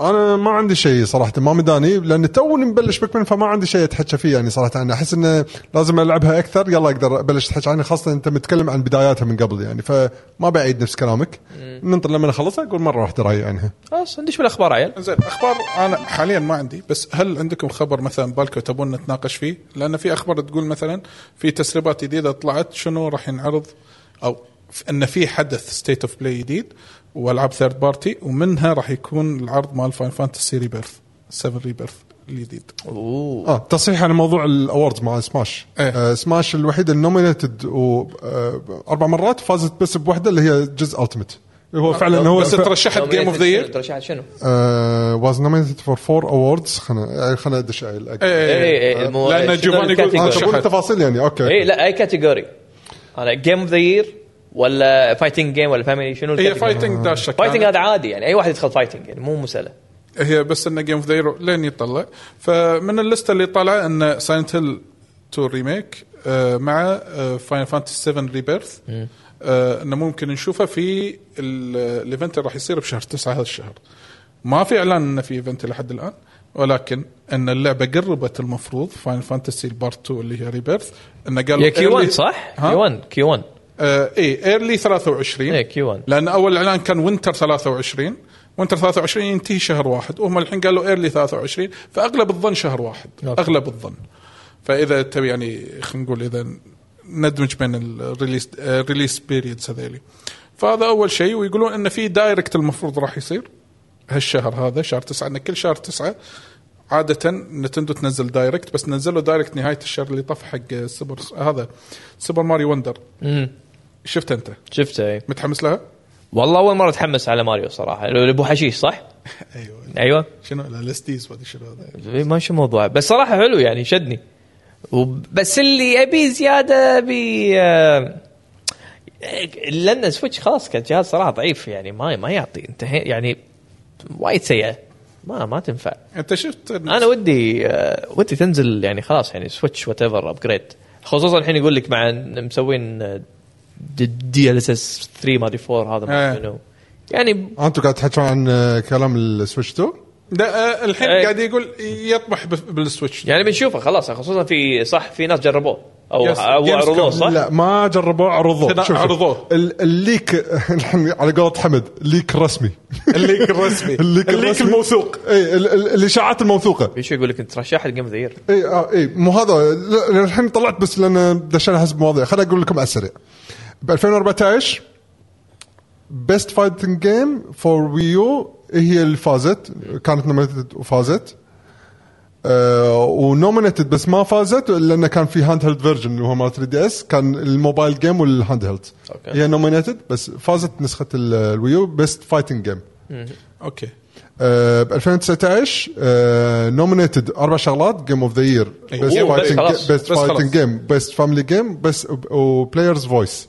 C: انا ما عندي شيء صراحه ما مداني لان تو مبلش بيكمن فما عندي شيء اتحكى فيه يعني صراحه عنه احس انه لازم العبها اكثر يلا اقدر ابلش اتحكى عنها خاصه انت متكلم عن بداياتها من قبل يعني فما بعيد نفس كلامك ننطر لما اخلصها اقول مره واحده راي عنها
B: خلاص ندش بالاخبار عيل
A: زين اخبار انا حاليا ما عندي بس هل عندكم خبر مثلا بالكو تبون نتناقش فيه؟ لان في اخبار تقول مثلا في تسريبات جديده طلعت شنو راح ينعرض او ف- ان في حدث ستيت اوف بلاي جديد والعاب ثيرد بارتي ومنها راح يكون العرض مال فاين فانتسي ريبيرث 7 ريبيرث الجديد
B: اوه
C: اه تصحيح عن موضوع الاوردز مع سماش
A: إيه.
C: آه سماش الوحيده النومينيتد و آه اربع مرات فازت بس بواحده اللي هي جزء التمت
A: آه،
C: هو فعلا هو آه،
A: بس
C: ف-
A: ترشحت جيم اوف ذا يير
B: ترشحت شنو؟
A: آه،
C: واز نومينيتد فور فور اووردز خلنا آه، خلنا ادش
B: إيه، إيه، مو- شنو
A: لان جوفاني يقول آه،
C: تبون
B: الكاتيجوري؟
A: ترشحت.
C: التفاصيل يعني اوكي
B: اي إيه، لا اي كاتيجوري انا جيم اوف ذا يير ولا فايتنج جيم ولا فاميلي شنو
A: هي
B: الكاتيجوري؟
A: فايتنج داشة
B: فايتنج هذا عادي يعني اي واحد يدخل فايتنج يعني مو مساله
A: هي بس انه جيم اوف ذا يير لين يطلع فمن اللسته اللي طالعه ان ساينت هيل 2 ريميك آه، مع فاينل فانتسي 7 ريبيرث انه آه، ممكن نشوفه في ال- الايفنت اللي راح يصير بشهر 9 هذا الشهر ما في اعلان انه في ايفنت لحد الان ولكن ان اللعبه قربت المفروض فاينل فانتسي البارت 2 اللي هي ريبيرث انه قالوا
B: يا كي 1
A: early-
B: صح؟
A: ها؟
B: كي 1 كي 1
A: آه اي ايرلي 23
B: إيه، Q1.
A: لان اول اعلان كان وينتر 23 وينتر 23 ينتهي شهر واحد وهم الحين قالوا ايرلي 23 فاغلب الظن شهر واحد
B: أوكي.
A: اغلب الظن فاذا تبي يعني خلينا نقول اذا ندمج بين الريليس آه، الريليس بيريدز هذيلي فهذا اول شيء ويقولون ان في دايركت المفروض راح يصير هالشهر هذا شهر تسعة ان كل شهر تسعة عادة نتندو تنزل دايركت بس نزلوا دايركت نهاية الشهر اللي طاف حق سوبر هذا سوبر ماريو وندر شفت انت
B: شفته اي
A: متحمس لها؟
B: والله اول مره اتحمس على ماريو صراحه اللي ابو حشيش صح؟
C: أيوة.
A: ايوه
B: ايوه
A: شنو الاستيز ما ادري شنو هذا
B: إيه، ماشي الموضوع بس صراحه حلو يعني شدني وب- بس اللي ابي زياده ابي آه، لان سويتش خلاص كان جهاز صراحه ضعيف يعني ما ما يعطي انت هي- يعني وايد سيئه ما ما تنفع
A: انت شفت إن-
B: انا ودي آه، ودي تنزل يعني خلاص يعني سويتش وات ايفر ابجريد خصوصا الحين يقول لك مع إن مسوين آه، د- دي ال اس اس 3 ما ادري 4 هذا ما
A: آه.
B: أدري شنو. يعني
C: آه، انتم قاعد تحكون عن آه، كلام السويتش 2
A: لا آه، الحين
B: إيه.
A: قاعد يقول يطمح بف- بالسويتش
B: يعني بنشوفه خلاص خصوصا في صح في ناس جربوه او
A: يس،
B: او
A: Gamescom.
B: عرضوه صح؟
C: لا ما جربوه عرضوه
A: كنا
C: شوف- شوف.
A: عرضوه.
C: ال- الليك [laughs] الحين على قولة حمد ليك رسمي
A: الليك الرسمي
C: [laughs] الليك,
A: الليك
C: الرسمي.
A: الموثوق
C: اي ال- ال- الاشاعات الموثوقه
B: بيشو يقول لك انت رشحت جيم ذا يير
C: اي آه، اي مو هذا لا، الحين طلعت بس لان دشينا حسب مواضيع خليني اقول لكم على السريع ب 2014 بيست فايتنج جيم فور ويو إيه هي اللي فازت كانت نومينيتد وفازت آه ونومينيتد بس ما فازت لانه كان في هاند هيلد فيرجن اللي هو مال 3 دي اس كان الموبايل جيم والهاند هيلد
B: أوكي.
C: هي نومينيتد بس فازت نسخه ال- الويو بيست فايتنج جيم
A: اوكي
C: ب 2019 نومينيتد اربع آه، شغلات جيم اوف ذا يير
A: أي.
C: بيست
A: أوه، بس
C: فايتنج
B: أيوه، خلاص.
C: بيست
A: بس خلاص.
C: فايتنج جيم بيست فاميلي جيم بس وبلايرز فويس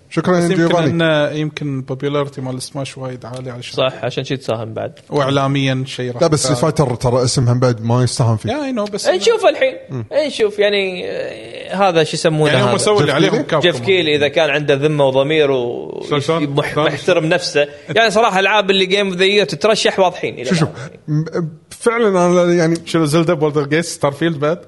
C: شكرا
A: بس يمكن
C: جيوفاني
A: ان يمكن البوبيلاريتي مال سماش وايد عالي على
B: صح عشان شي تساهم بعد
A: واعلاميا شيء راح
C: لا بس فايتر ترى اسمها بعد ما يستهان فيه
A: يا اي نو بس
B: نشوف الحين نشوف يعني آه، هذا شو يسمونه
A: يعني هم
B: هذا.
A: سووا اللي
C: جيف
A: عليهم
C: كيلي؟
A: كابكم.
B: جيف كيلي اذا كان عنده ذمه وضمير
A: شلون- شلون؟ شلون؟
B: ويحترم نفسه يعني صراحه العاب اللي جيم اوف ذا يير تترشح واضحين إلى
C: شوف شوف
B: الآن.
C: م- فعلا انا يعني
A: شنو زلدا بولدر جيت ستار فيلد بعد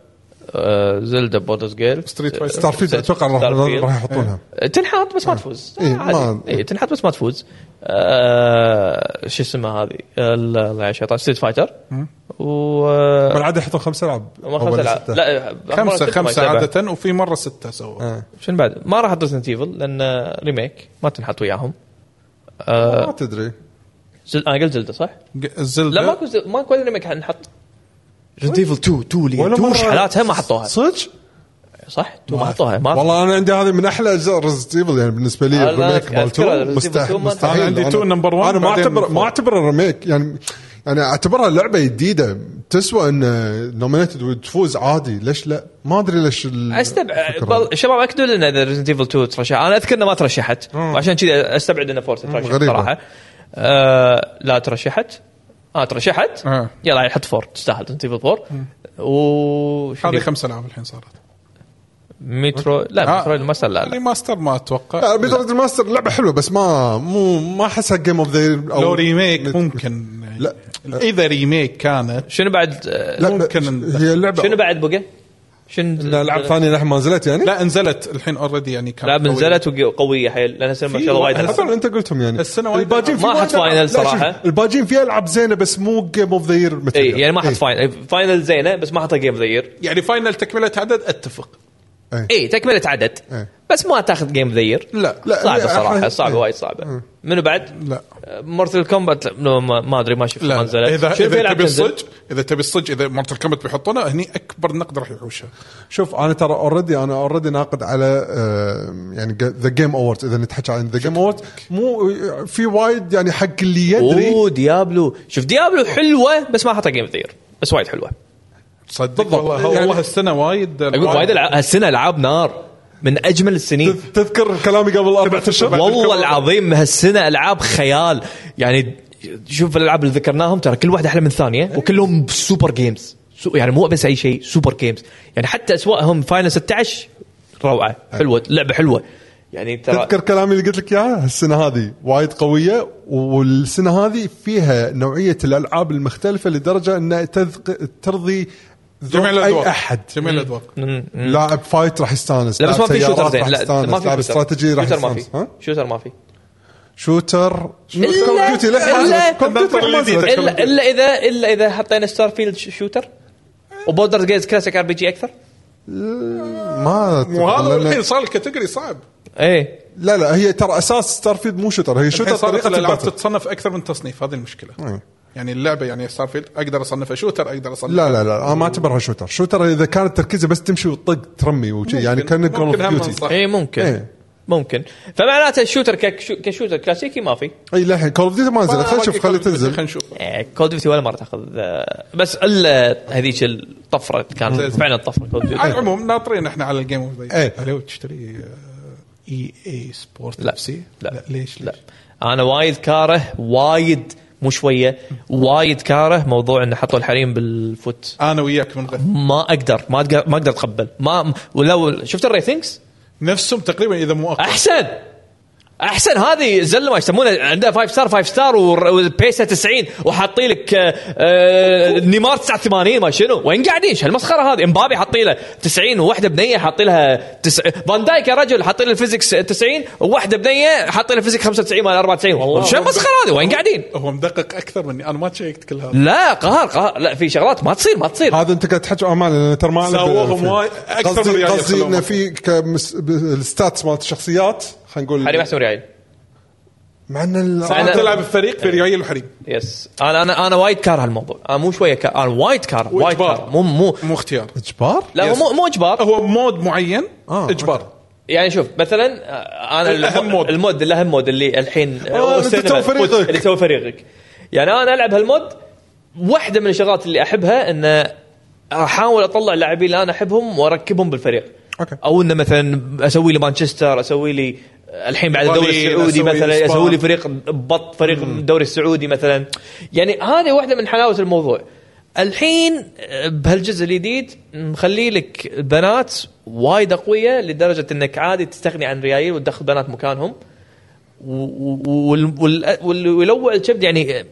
B: آه، زلدا بوردرز جيل
A: ستريت فايتر
C: ستار فيلد اتوقع راح
B: Starfield.
C: راح يحطونها
B: آه، تنحط بس ما تفوز
C: إيه،
B: عادي.
C: ما-
B: إيه، تنحط بس ما تفوز آه، شو اسمها هذه ال- الله يا شيطان ستريت فايتر و آه،
C: بالعاده يحطون خمس العاب
B: ما خمسة
C: أول
B: العاب
C: ستة.
B: لا آه، مرة
A: خمسه
B: ستة ما
A: خمسه
B: يتابع.
A: عاده وفي مره سته سووا
C: آه.
B: شنو بعد ما راح احط ريزنت ايفل لان آه، ريميك ما تنحط وياهم آه،
C: ما تدري
B: زل... انا قلت زلده صح؟
A: ج- زلدا
B: لا ماكو زل... ماكو ولا ريميك حنحط ريزنت ايفل 2 2
C: ولا مرة-
B: حالاتها ما حطوها
C: صدق؟
B: صح؟ 2 ما حطوها ما
C: والله انا عندي هذه من احلى اجزاء ريزنت ايفل يعني بالنسبه لي
B: أنا
C: الريميك
B: أذكر
C: مال 2
B: Resident Evil 2
C: مستحيل
B: ما
C: مستحيل
A: أنا عندي
C: أنا-
A: 2 number one
C: انا ما
A: بعدين
C: اعتبر ما
A: 4.
C: اعتبره ريميك يعني انا اعتبرها لعبه جديده تسوى آه، ان نومينيتد وتفوز عادي ليش لا؟ ما ادري ليش ال-
B: استبعد
C: الفكرة.
B: آه، بل... شباب اكدوا لنا اذا ريزنت ايفل 2 ترشح انا اذكر انها ما ترشحت وعشان كذي استبعد ان فورس ترشحت
C: غريبة.
B: صراحه آه لا ترشحت اه ترشحت
A: آه.
B: يلا يحط فور تستاهل ريزنت ايفل 4 و
A: هذه خمسة العاب الحين صارت
B: مترو لا
A: آه.
B: مترو ما صار لا لا
A: ريماستر ما اتوقع
C: لا ميترويد الماستر لعبه حلوه بس ما مو ما احسها جيم اوف ذا
A: لو ريميك ممكن
C: لا.
A: اذا ريميك كانت
B: شنو بعد آه،
C: لا
A: ممكن.
C: ب- هي لعبه
B: شنو بعد بقى؟ شنو
C: الالعاب ثانيه لحم ما نزلت يعني؟
A: لا نزلت الحين اوريدي يعني كانت
B: العاب
A: قوية.
B: نزلت وقويه حيل لانها سينما ما شاء الله وايد
A: واحد-
B: حلوة.
C: حسب انت قلتهم يعني
A: السنة وايد
C: الباجين
A: ما
C: في وايد
B: حط
C: ألعاب.
B: فاينل
C: لا، شوف،
B: صراحة.
C: الباجين فيها العاب زينه بس مو جيم اوف ذا يير
B: اي يعني ما حط فاينل فاينل زينه بس ما حط جيم ذا يير
A: يعني فاينل تكمله عدد اتفق
B: اي تكمله عدد
C: إيه.
B: بس ما تاخذ جيم ذا يير
A: لا
C: لا.
B: صعبه صراحه
C: أحد-
B: صعبه
C: إيه.
B: وايد صعبه منو بعد؟
A: لا.
B: مورتل كومبات ما ما ادري ما شفت
A: لا,
B: ما
A: لا.
B: نزلت
A: اذا
B: شنو في
A: اذا
B: ألعاب
A: تبي
B: تنزل؟
A: الصج اذا تبي الصج اذا مورتل كومبات بيحطونه هني اكبر نقد راح يحوشه
C: شوف انا ترى اوريدي انا اوريدي ناقد على آه، يعني ذا جيم اووردز اذا نتحكى عن ذا جيم اووردز مو في وايد يعني حق اللي يدري
B: اوه ديابلو شوف ديابلو حلوه بس ما حطها جيم ذا يير بس وايد حلوه
A: صدق والله هو
C: يعني-
A: يعني هالسنه وايد
B: اقول أيوة، وايد ألعاب- هالسنه العاب نار من اجمل السنين
C: تذكر كلامي قبل اربع اشهر
B: والله العظيم هالسنه العاب خيال يعني شوف الالعاب اللي ذكرناهم ترى كل واحده احلى من الثانيه
C: إيه.
B: وكلهم سوبر جيمز سو يعني مو بس اي شيء سوبر جيمز يعني حتى اسواقهم فاينل 16 روعه حلوه لعبه حلوه يعني ترى
C: إيه. تذكر كلامي اللي قلت لك اياه السنه هذه وايد قويه والسنه هذه فيها نوعيه الالعاب المختلفه لدرجه انها تذق... ترضي ذوق
A: جميع الادوار
C: اي احد
A: جميع الادوار
C: لاعب فايت راح يستانس
B: لا بس ما
C: لاعب
B: في
C: سيارات
B: شوتر زين
C: راح
B: لا
C: يستانس
B: ما في
C: لاعب استراتيجي راح
B: شوتر ما
C: يستانس
B: في
C: ها؟
B: شوتر ما في
C: شوتر
B: إلا-
C: كول اوف ديوتي للحين ما
B: إلا-
C: نزلت. كول أوف ديوتي للحين ما نزلت.
B: الا الا اذا الا اذا حطينا ستار فيلد شوتر وبولدرز جيز كلاسيك ار بي جي اكثر
C: ما
A: وهذا
C: لأن-
A: الحين صار الكاتيجوري صعب
B: ايه
C: لا لا هي ترى اساس ستارفيد مو شوتر هي
A: الحين
C: شوتر
A: صار
C: طريقه
A: الالعاب
C: الباتل.
A: تتصنف اكثر من تصنيف هذه المشكله
C: مم.
A: يعني اللعبه يعني ستار فيلد اقدر اصنفها شوتر اقدر اصنفها
C: لا لا لا انا ما اعتبرها شوتر شوتر اذا كانت تركيزه بس تمشي وتطق ترمي وشي يعني كان كول اوف
A: ممكن هم
C: ديوتي
A: صح.
B: اي ممكن
C: إيه.
B: ممكن فمعناته الشوتر كشو- كشوتر كلاسيكي ما في إيه،
C: اي للحين كول اوف ديوتي ما نزلت خلينا نشوف خلي
A: خلينا
C: تنزل
A: نشوف
B: كول ديوتي ولا مره تاخذ آه، بس الا هذيك الطفره كانت
A: زين.
B: فعلا طفره كول
A: على
B: ديوتي
A: العموم ناطرين احنا على الجيم اوف ذا
C: إيه.
A: لو تشتري آه، اي اي سبورت
B: لا.
A: بسي
B: لا.
A: ليش
B: لا
A: ليش
B: انا وايد كاره وايد مو شويه وايد كاره موضوع انه حطوا الحريم بالفوت
A: انا وياك من غير
B: ما اقدر ما أقدر- ما اقدر اتقبل ما ولو شفت الريتنجز
A: نفسهم تقريبا اذا مو اقل
B: احسن احسن هذه زله ما يسمونها عندها 5 ستار 5 ستار وبيسها 90 وحاطين لك آه، آه، نيمار 89 ما شنو وين قاعدين ايش هالمسخره هذه امبابي حاطين له 90 وواحده بنيه حاطين لها تس... فان دايك يا رجل حاطين له الفيزكس 90 وواحده بنيه حاطين له الفيزكس 95 مال 94 والله شو المسخره هذه وين قاعدين؟
A: هو مدقق اكثر مني انا ما تشيكت كل هذا
B: لا قهر قهر لا في شغلات ما تصير ما تصير
C: هذا انت قاعد تحكي امان لان ترى ما
A: سووهم وايد- أكثر من
C: قصدي
A: ريال
C: قصدي
A: يخلوهم.
C: انه في كمس- ب- الستاتس مالت الشخصيات خلينا نقول
B: حريم احسن ريال
C: مع ان ال-
B: صح.
A: انا
B: أنا- إيه.
A: تلعب الفريق في ريال الحريم
B: يس انا انا انا وايد كاره الموضوع انا مو شويه كاره. انا وايد كاره وايد
A: وإجبار.
B: كاره مو مو
A: مو اختيار
C: اجبار؟
B: لا هو
A: يس.
B: مو مو اجبار
A: هو مود معين
C: آه،
A: اجبار
B: يعني شوف مثلا آه، انا
A: الأهم
B: الأهم
A: مود.
B: مود المود الاهم مود اللي الحين
C: آه،
B: آه،
C: اللي
B: والسينما
C: تسوي فريقك.
B: فوت- اللي تسوي فريقك يعني انا العب هالمود واحده من الشغلات اللي احبها ان احاول اطلع اللاعبين اللي انا احبهم واركبهم بالفريق
C: أوكي.
B: او انه مثلا اسوي لي مانشستر اسوي لي الحين بعد الدوري
A: قليل
B: السعودي
A: أسوي
B: مثلا
A: إسبان.
B: اسوي لي فريق بط فريق الدوري السعودي مثلا يعني هذه واحده من حلاوه الموضوع الحين آه، بهالجزء الجديد مخلي لك بنات وايد اقوياء لدرجه انك عادي تستغني عن ريايل وتدخل بنات مكانهم ويلوع الكبد يعني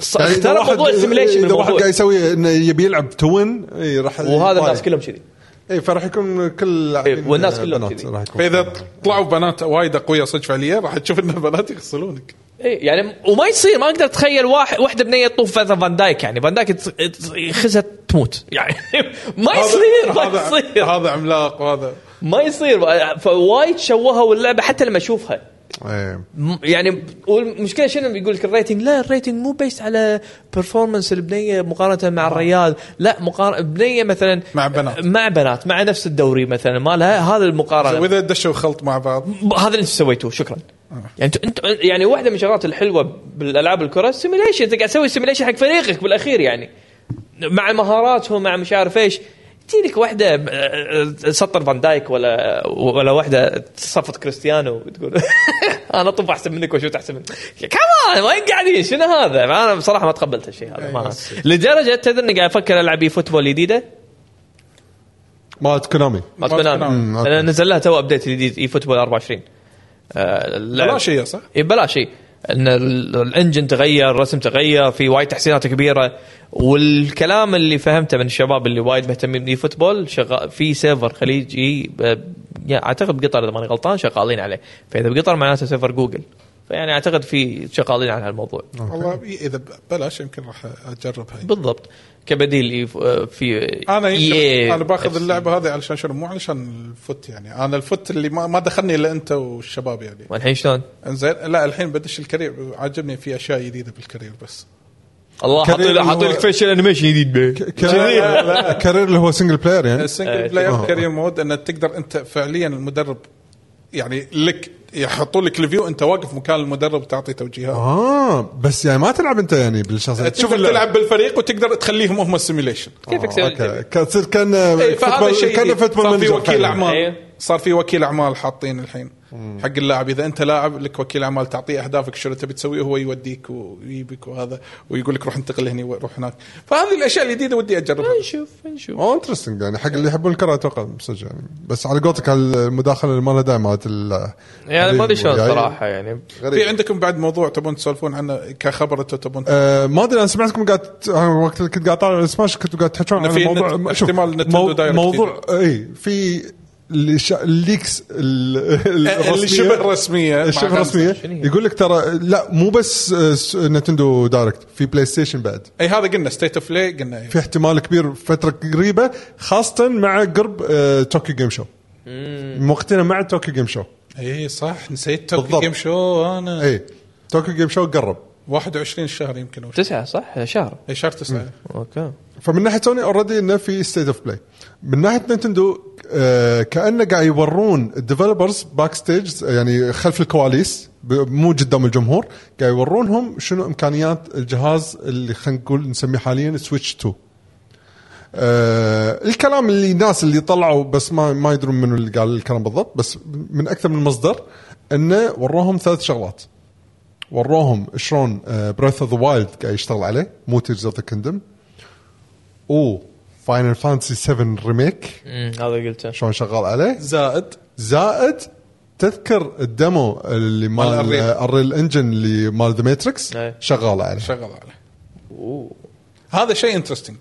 B: ص-
C: يعني إذا
B: اختاروا
C: واحد-
B: موضوع السيميليشن
C: اذا واحد
B: بالموضوع
C: قاعد يسوي انه يبي يلعب توين إي، راح
B: وهذا الناس كلهم كذي
C: اي فراح يكون كل اللاعبين
B: والناس كلهم
C: بنات
B: كذي.
C: راح يكون.
A: فاذا طلعوا بنات وايد اقوياء صدق فعليا راح تشوف ان البنات يغسلونك
B: ايه يعني وما يصير ما اقدر اتخيل واحد واحده بنيه تطوف مثلا فان دايك يعني فان دايك ت- ت- يخزها تموت يعني [laughs] ما
A: هذا-
B: يصير ما
A: هذا-
B: يصير
A: هذا عملاق وهذا
B: ما يصير فوايد شوهوا اللعبه حتى لما اشوفها
C: إي.
B: م- يعني والمشكله شنو بيقول لك الريتنج لا الريتنج مو بيست على برفورمانس البنيه مقارنه مع الريال لا مقارنه بنيه مثلا
A: آه. مع بنات.
B: مع بنات مع نفس الدوري مثلا مالها هذا المقارنه
A: واذا دشوا خلط مع بعض
B: ب- هذا اللي انتم سويتوه شكرا يعني انت انت يعني واحده من الشغلات الحلوه بالالعاب الكره السيميليشن انت قاعد تسوي سيميليشن حق فريقك بالاخير يعني مع مهاراتهم مع مش عارف ايش تجي لك واحده آه، آه، سطر فان دايك ولا ولا واحده صفت كريستيانو وتقول [laughs] انا طب احسن منك واشوت احسن منك كمان وين قاعدين شنو هذا؟ انا بصراحه ما تقبلت الشيء هذا ما لدرجه تدري اني قاعد افكر العب اي فوتبول جديده
C: مالت كونامي
B: مالت
A: مالت
B: بنان.
A: بنان.
C: أوكي.
B: انا نزل لها تو ابديت جديد اي فوتبول 24 آه، اللعب-
A: لا شيء صح؟
B: اي بلا شيء ان ال- الانجن تغير الرسم تغير في وايد تحسينات كبيره والكلام اللي فهمته من الشباب اللي وايد مهتمين بالفوتبول شغال في سيرفر خليجي ب- يعني اعتقد بقطر اذا ماني غلطان شغالين عليه فاذا بقطر معناته سيرفر جوجل فيعني اعتقد في شغالين على هالموضوع
A: والله اذا بلاش يمكن راح اجربها
B: بالضبط كبديل إي- آه، في
A: انا يمكن
B: EA.
A: انا باخذ اللعبه هذه علشان شنو مو علشان الفوت يعني انا الفوت اللي ما, ما دخلني الا انت والشباب يعني
B: والحين شلون؟
A: انزين لا الحين بدش الكارير عاجبني في اشياء جديده بالكارير بس
B: الله
C: كريم
B: حاطين
C: هو-
B: حاطين لك فيشل انيميشن جديد
C: ك- لا، كارير اللي هو سنجل بلاير يعني
B: آه،
A: السنجل بلاير
C: آه.
A: كارير مود ان تقدر انت فعليا المدرب يعني لك يحطوا لك الفيو انت واقف مكان المدرب تعطي توجيهات
C: اه بس يعني ما تلعب انت يعني بالشخصيه
A: تشوف تلعب بالفريق وتقدر تخليهم هم السيميليشن
B: كيفك
C: آه،
B: سويت؟
C: اوكي كان تصير كان
A: إيه، فهذا
C: فوتبول-
A: الشيء
C: كان
A: جديد.
C: فوتبول
A: صار في
C: مانجر
A: وكيل
C: فعلاً.
A: اعمال
B: أيوه.
A: صار في وكيل اعمال حاطين الحين حق اللاعب اذا انت لاعب لك وكيل اعمال تعطيه اهدافك شنو تبي تسويه هو يوديك ويجيبك وهذا ويقول لك روح انتقل هني روح هناك فهذه الاشياء الجديده ودي اجربها
B: نشوف نشوف
C: اوه انترستنج يعني حق اللي يحبون الكره اتوقع مسج يعني بس على قولتك المداخله اللي مالها داعي مالت ال-
B: يعني ما ادري شلون
C: يعني-
B: صراحه يعني
A: في
C: غريب
A: عندكم بعد موضوع تبون تسولفون عنه كخبر انتم تبون
C: آه ما ادري انا سمعتكم قاعد ت- أنا وقت اللي كنت قاعد طالع السماش كنت قاعد تحكون
A: إنه
C: عن
A: في
C: موضوع
A: نت-
C: ما- شوف،
A: احتمال نتندو
C: مو-
A: دايركت
C: موضوع اي في الش- الليكس ال- الرسمية-
A: اللي شبه رسميه
C: الشبه
A: مع-
C: رسميه
B: شنو هي؟
C: يقول لك ترى لا مو بس آه، س- نتندو دايركت في بلاي ستيشن بعد
A: اي هذا قلنا ستيت اوف بلاي قلنا إيه.
C: في احتمال كبير فتره قريبه خاصه مع قرب آه، طوكيو جيم شو وقتنا مع طوكيو جيم شو
A: اي إيه، صح نسيت
C: بالضبط.
A: توكي جيم شو انا
C: اي طوكيو جيم شو قرب
A: 21 الشهر يمكن او شيء.
B: تسعة صح شهر
A: اي شهر 9
B: اوكي
C: فمن ناحيه سوني اوريدي انه في ستيت اوف بلاي من ناحيه نينتندو آه كانه قاعد يورون الديفلوبرز باك ستيج يعني خلف الكواليس ب- مو قدام الجمهور قاعد يورونهم شنو امكانيات الجهاز اللي خلينا نقول نسميه حاليا سويتش 2 آه الكلام اللي الناس اللي طلعوا بس ما ما يدرون منو اللي قال الكلام بالضبط بس من اكثر من مصدر انه وروهم ثلاث شغلات وروهم شلون آه، بريث اوف ذا وايلد قاعد يشتغل عليه مو تيرز اوف ذا كندم و فاينل فانتسي 7 ريميك
B: هذا قلته
C: شلون شغال عليه
A: زائد
C: زائد تذكر الدمو اللي مال
A: مال Unreal.
C: الريل انجن اللي مال ذا ماتريكس
B: إيه.
C: شغال عليه
A: شغل عليه هذا شيء انترستنج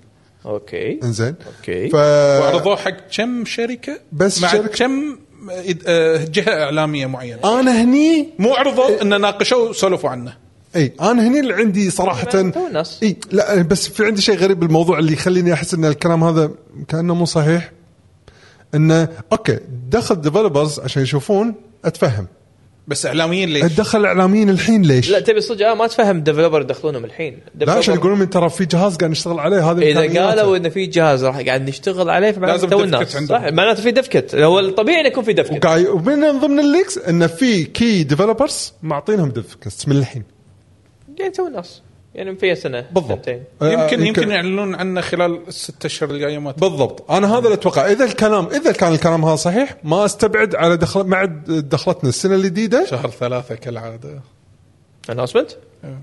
B: اوكي
C: انزين
B: أوكي.
C: ف...
A: وعرضوه حق كم شركه
C: بس
A: مع
C: شركة-
A: كم إد- آه، جهه اعلاميه معينه
C: انا هني
A: مو
C: إيه.
A: عرضوا ان ناقشوا وسولفوا عنه
C: اي انا هني اللي عندي صراحه
B: يعني تو الناس.
C: اي لا بس في عندي شيء غريب بالموضوع اللي يخليني احس ان الكلام هذا كانه مو صحيح انه اوكي دخل ديفلوبرز عشان يشوفون اتفهم
A: بس اعلاميين ليش؟
C: دخل اعلاميين الحين ليش؟
B: لا تبي صدق آه ما تفهم ديفلوبر يدخلونهم الحين
C: لا عشان
B: developer
C: يقولون من ترى في جهاز قاعد نشتغل عليه هذا
B: اذا
C: إمكانياته.
B: قالوا انه في جهاز راح قاعد نشتغل عليه فمعناته
A: لازم
B: تو
A: دفكت
B: الناس صح
A: عندهم.
B: معناته في دفكت هو الطبيعي انه يكون في دفكت
C: وقاعد ومن ضمن الليكس انه في كي ديفلوبرز معطينهم ديفكس من الحين
B: يعني تو الناس يعني فيها سنه
C: بالضبط
B: سنتين.
C: آه،
A: يمكن يمكن يعلنون عنه خلال الست اشهر الجايه ما
C: بالضبط انا هذا اللي اتوقع اذا الكلام اذا كان الكلام هذا صحيح ما استبعد على دخل مع دخلتنا السنه الجديده
A: شهر ثلاثة كالعادة
B: اناونسمنت
C: آه.
A: إيه.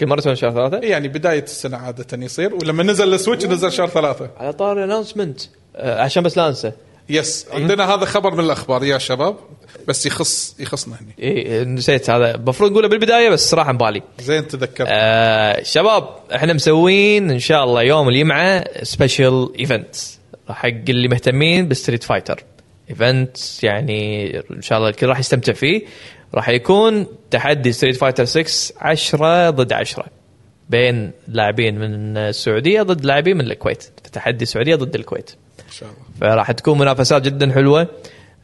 B: كل مره تسوي شهر ثلاثه
A: يعني بداية السنة عادة يصير ولما نزل السويتش نزل شهر ثلاثة
B: على طار اناونسمنت عشان بس لا انسى
A: يس
C: إيه.
A: عندنا هذا خبر من الأخبار يا شباب بس يخص يخصنا هني
B: إيه نسيت هذا المفروض نقوله بالبدايه بس صراحه مبالي
A: زين تذكرت
B: آه شباب احنا مسوين ان شاء الله يوم الجمعه سبيشل ايفنت حق اللي مهتمين بالستريت فايتر ايفنت يعني ان شاء الله الكل راح يستمتع فيه راح يكون تحدي ستريت فايتر 6 10 ضد 10 بين لاعبين من السعوديه ضد لاعبين من الكويت تحدي السعوديه ضد الكويت
A: إن شاء الله
B: فراح تكون منافسات جدا حلوه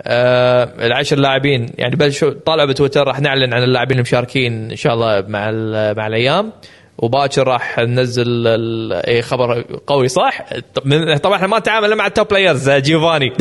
B: آه العشر لاعبين يعني بلشوا طالعوا بتويتر راح نعلن عن اللاعبين المشاركين ان شاء الله مع ال- مع الايام وباكر راح ننزل ال- اي خبر قوي صح؟ من- طبعا احنا ما نتعامل مع التوب بلايرز آه، جيوفاني [laughs]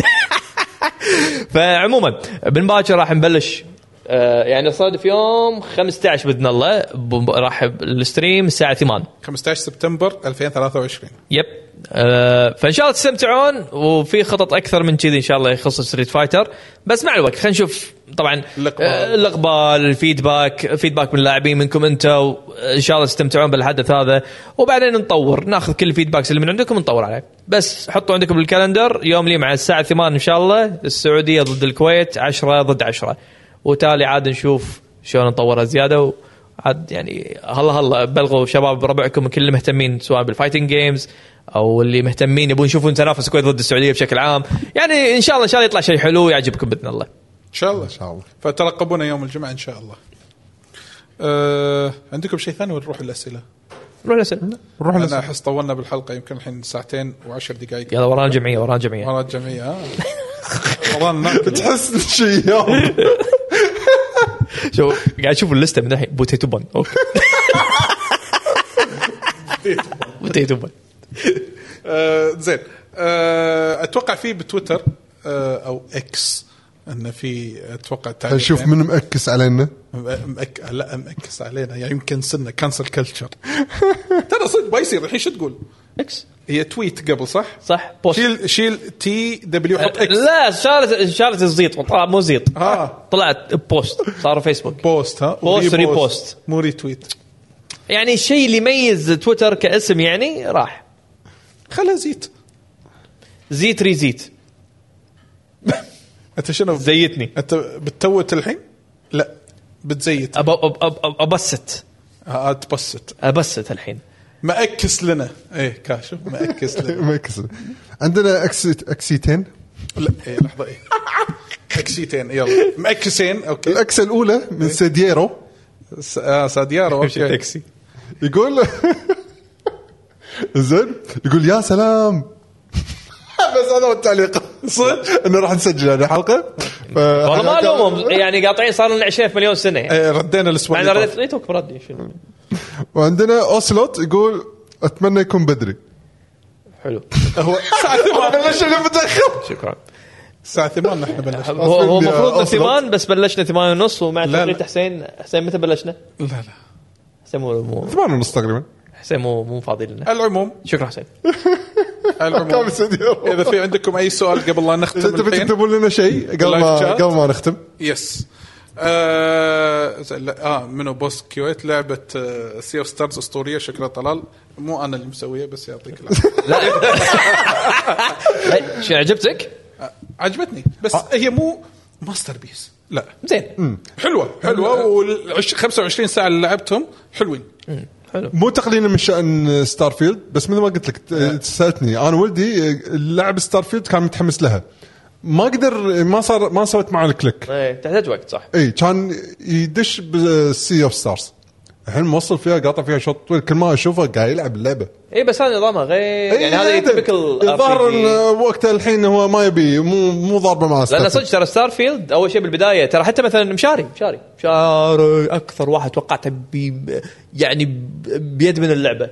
B: فعموما من باكر راح نبلش آه، يعني صادف يوم 15 باذن الله ب- راح الستريم الساعه 8
A: 15 سبتمبر 2023
B: يب آه فان شاء الله تستمتعون وفي خطط اكثر من كذي ان شاء الله يخص ستريت فايتر بس مع الوقت خلينا نشوف طبعا
A: الإقبال.
B: آه، الاقبال الفيدباك فيدباك من اللاعبين منكم انتم ان شاء الله تستمتعون بالحدث هذا وبعدين نطور ناخذ كل الفيدباكس اللي من عندكم ونطور عليه بس حطوا عندكم بالكالندر يوم لي مع الساعه 8 ان شاء الله السعوديه ضد الكويت 10 ضد 10 وتالي عاد نشوف شلون نطورها زياده و... عاد يعني هلا هلا بلغوا شباب ربعكم كل اللي مهتمين سواء بالفايتنج جيمز او اللي مهتمين يبون يشوفون تنافس الكويت ضد السعوديه بشكل عام يعني ان شاء الله ان شاء الله يطلع شيء حلو ويعجبكم باذن الله
A: إن شاء الله
C: ان شاء الله
A: فترقبونا يوم الجمعة إن شاء الله أه عندكم شيء ثاني ولا نروح الأسئلة
B: نروح للاسئله
C: نروح
A: أنا
C: لس-
A: أحس طولنا بالحلقة يمكن الحين ساعتين وعشر دقائق
B: يلا ورانا جمعيه ورانا جمعيه
A: مرات آه. جمعية ها؟ ورانا ناكل.
C: [laughs] تحس شيء يوم.
B: شو قاعد اشوف اللسته من الحين بوتيتو بن اوكي بوتيتو بن
A: آه، زين آه، اتوقع في بتويتر آه، او اكس انه في اتوقع تعليق
C: نشوف
A: يعني
C: طيب، من مأكس علينا
A: م- مأك... لا مأكس علينا يعني يمكن سنه كانسل كلتشر [laughs] ترى صدق ما يصير الحين شو تقول؟
B: اكس
A: هي تويت قبل صح؟
B: صح بوست
A: شيل شيل تي دبليو حط اكس
B: لا شالت شالت الزيط طلع مو زيط
A: ها
B: طلعت بوست صار فيسبوك
A: بوست ها
B: بوست،
A: وريبوست.
B: ريبوست.
A: مو ريتويت
B: يعني الشيء اللي يميز تويتر كاسم يعني راح
A: خلها زيت
B: زيت ريزيت
A: انت شنو
B: زيتني
A: انت بتتوت الحين؟ لا بتزيت
B: أب أب أب أب ابست
A: ها، تبسط
B: ابست الحين
A: مأكس لنا ايه كاشف مأكس لنا
C: [laughs] مأكس عندنا أكس أكسيتين
A: لا إيه لحظه ايه مكسيتين يلا مأكسين اوكي
C: الأكسة الأولى من سديرو
A: س- آه ساديارو
B: [laughs]
A: اوكي
B: تاكسي
C: يقول [laughs] زين يقول يا سلام [laughs] بس هذا هو التعليق صدق انه راح نسجل هذه [laughs] الحلقه آه،
B: والله ما الومهم
C: لهم
B: يعني قاطعين صار لنا 20 مليون سنه يعني
A: إيه، ردينا الاسبوع
B: مع ان
A: اللي
B: رديت
A: طاف.
B: ريتوك بردي شنو
C: وعندنا اوسلوت يقول اتمنى يكون بدري
B: حلو
A: هو
B: [laughs]
A: الساعه 8
C: بلش متاخر
B: شكرا
A: الساعه 8 احنا بلشنا
B: [laughs] هو هو
C: أصلاً
B: المفروض
C: أصلاً.
B: ثمان بس بلشنا ثمان ونص ومع
A: لا.
B: تغريده حسين حسين متى بلشنا؟
A: لا لا
B: حسين مو مو
C: 8 ونص تقريبا
B: حسين مو مو فاضي لنا
A: العموم
B: شكرا حسين
A: العموم
C: [laughs] كان سديرو
A: اذا في عندكم اي سؤال قبل لا نختم
C: انت
A: الحين
C: بتكتبون لنا شيء قبل
A: Live
C: ما
A: chat.
C: قبل ما نختم
A: يس آه, زي- Uh, لا، اه منو بوس آه، كويت لعبه سي اوف ستارز اسطوريه شكلها طلال مو انا اللي مسويها بس يعطيك
C: [laughs]
A: العافيه
B: هاي، شو إيه، عجبتك؟
A: آه، عجبتني بس
C: آه.
A: هي مو ماستر بيس لا
B: زين
A: حلوه حلوه وال 25 ساعه اللي لعبتهم حلوين
C: مو تقليلا من شان ستار فيلد بس مثل ما قلت لك ت- سالتني انا ولدي لاعب ستار فيلد كان متحمس لها ما قدر ما صار ما سوت معه الكليك
B: إيه، تحتاج وقت صح
C: اي كان يدش بالسي اوف ستارز الحين موصل فيها قاطع فيها شوط طويل كل ما اشوفه قاعد يلعب اللعبه
B: اي إيه، بس هذا نظامها
C: إيه،
B: غير يعني هذا تبكل
C: الظاهر إن وقته الحين هو ما يبي مو مو ضاربه مع
B: لا
C: ستار
B: لا صدق
C: فيلد.
B: ترى ستار فيلد اول شيء بالبدايه ترى حتى مثلا مشاري مشاري مشاري اكثر واحد توقعته بي يعني ب- بيد من اللعبه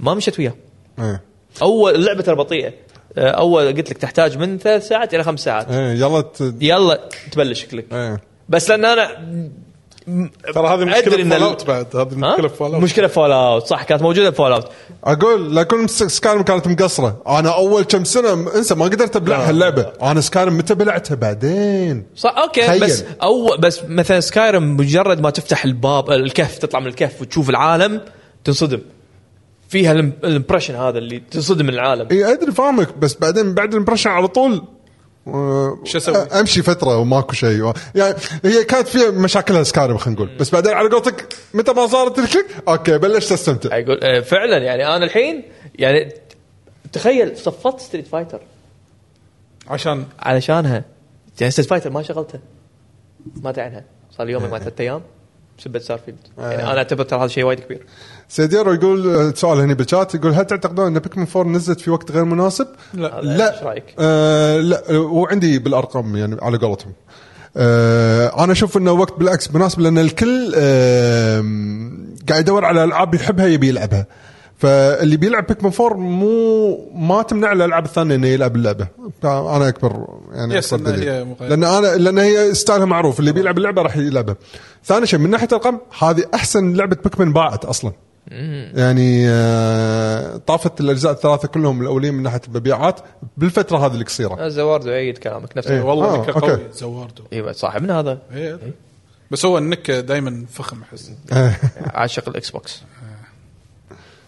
B: ما مشت وياه
C: إيه.
B: اول اللعبه ترى بطيئه آه، اول قلت لك تحتاج من ثلاث ساعات الى خمس ساعات
C: إيه، يلا ت-
B: يلا تبلش كليك
C: إيه.
B: بس لان انا
A: ترى هذه مشكله
B: أدري إن
A: فول
B: ال-
A: اوت بعد هذه
B: ها؟
A: مشكله فول اوت
B: مشكله فول اوت صح كانت موجوده بفول اوت
C: اقول لا كل س- سكارم كانت مقصره انا اول كم سنه م- انسى ما قدرت ابلع هاللعبه انا سكارم متى بلعتها بعدين
B: صح اوكي
C: تخيل.
B: بس او بس مثلا سكايرم مجرد ما تفتح الباب الكهف تطلع من الكهف وتشوف العالم تنصدم فيها الم- الامبرشن هذا اللي تنصدم من العالم
A: إيه.
C: اي ادري فاهمك بس بعدين بعد الامبرشن على طول آه،
A: شو أسوي؟
C: آه، امشي فتره وماكو شيء و- يعني هي كانت فيها مشاكلها سكارم خلينا نقول بس بعدين على قولتك متى ما صارت الكليك اوكي بلشت استمتع
B: يقول آه، فعلا يعني انا الحين يعني تخيل صفت ستريت فايتر
A: عشان
B: علشانها يعني ستريت فايتر ما شغلتها ما أدري عنها صار لي يومين ما ثلاث ايام بسبه سارفيلد يعني انا اعتبر ترى هذا شيء وايد كبير
C: سيديرو يقول آه، سؤال هنا بالشات يقول هل تعتقدون ان بيكمن 4 نزلت في وقت غير مناسب؟
A: لا.
C: لا
B: إيش رأيك؟
C: آه لا آه، وعندي بالارقام يعني على قولتهم آه انا اشوف انه وقت بالعكس مناسب لان الكل آه قاعد يدور على العاب يحبها يبي يلعبها فاللي بيلعب بيكمن 4 مو ما تمنع الالعاب الثانيه انه يلعب اللعبه انا اكبر يعني
A: Yes،
C: أكبر
A: إنها
C: دليل.
A: هي مغايرة.
C: لان انا لان هي ستايلها معروف اللي بيلعب اللعبه راح يلعبها ثاني شيء من ناحيه ارقام هذه احسن لعبه بيكمن باعت اصلا يعني آه، طافت الاجزاء الثلاثه كلهم الاولين من ناحيه المبيعات بالفتره هذه القصيره
B: الزوارد يعيد كلامك نفس
C: إيه.
B: الوضع
A: والله
C: آه،
A: نكه
C: أوكي.
A: قوي زواردو
B: ايوه صاحبنا هذا
A: إيه. بس هو النكه دائما فخم احس
B: أه.
C: آه.
B: [laughs] عاشق الاكس بوكس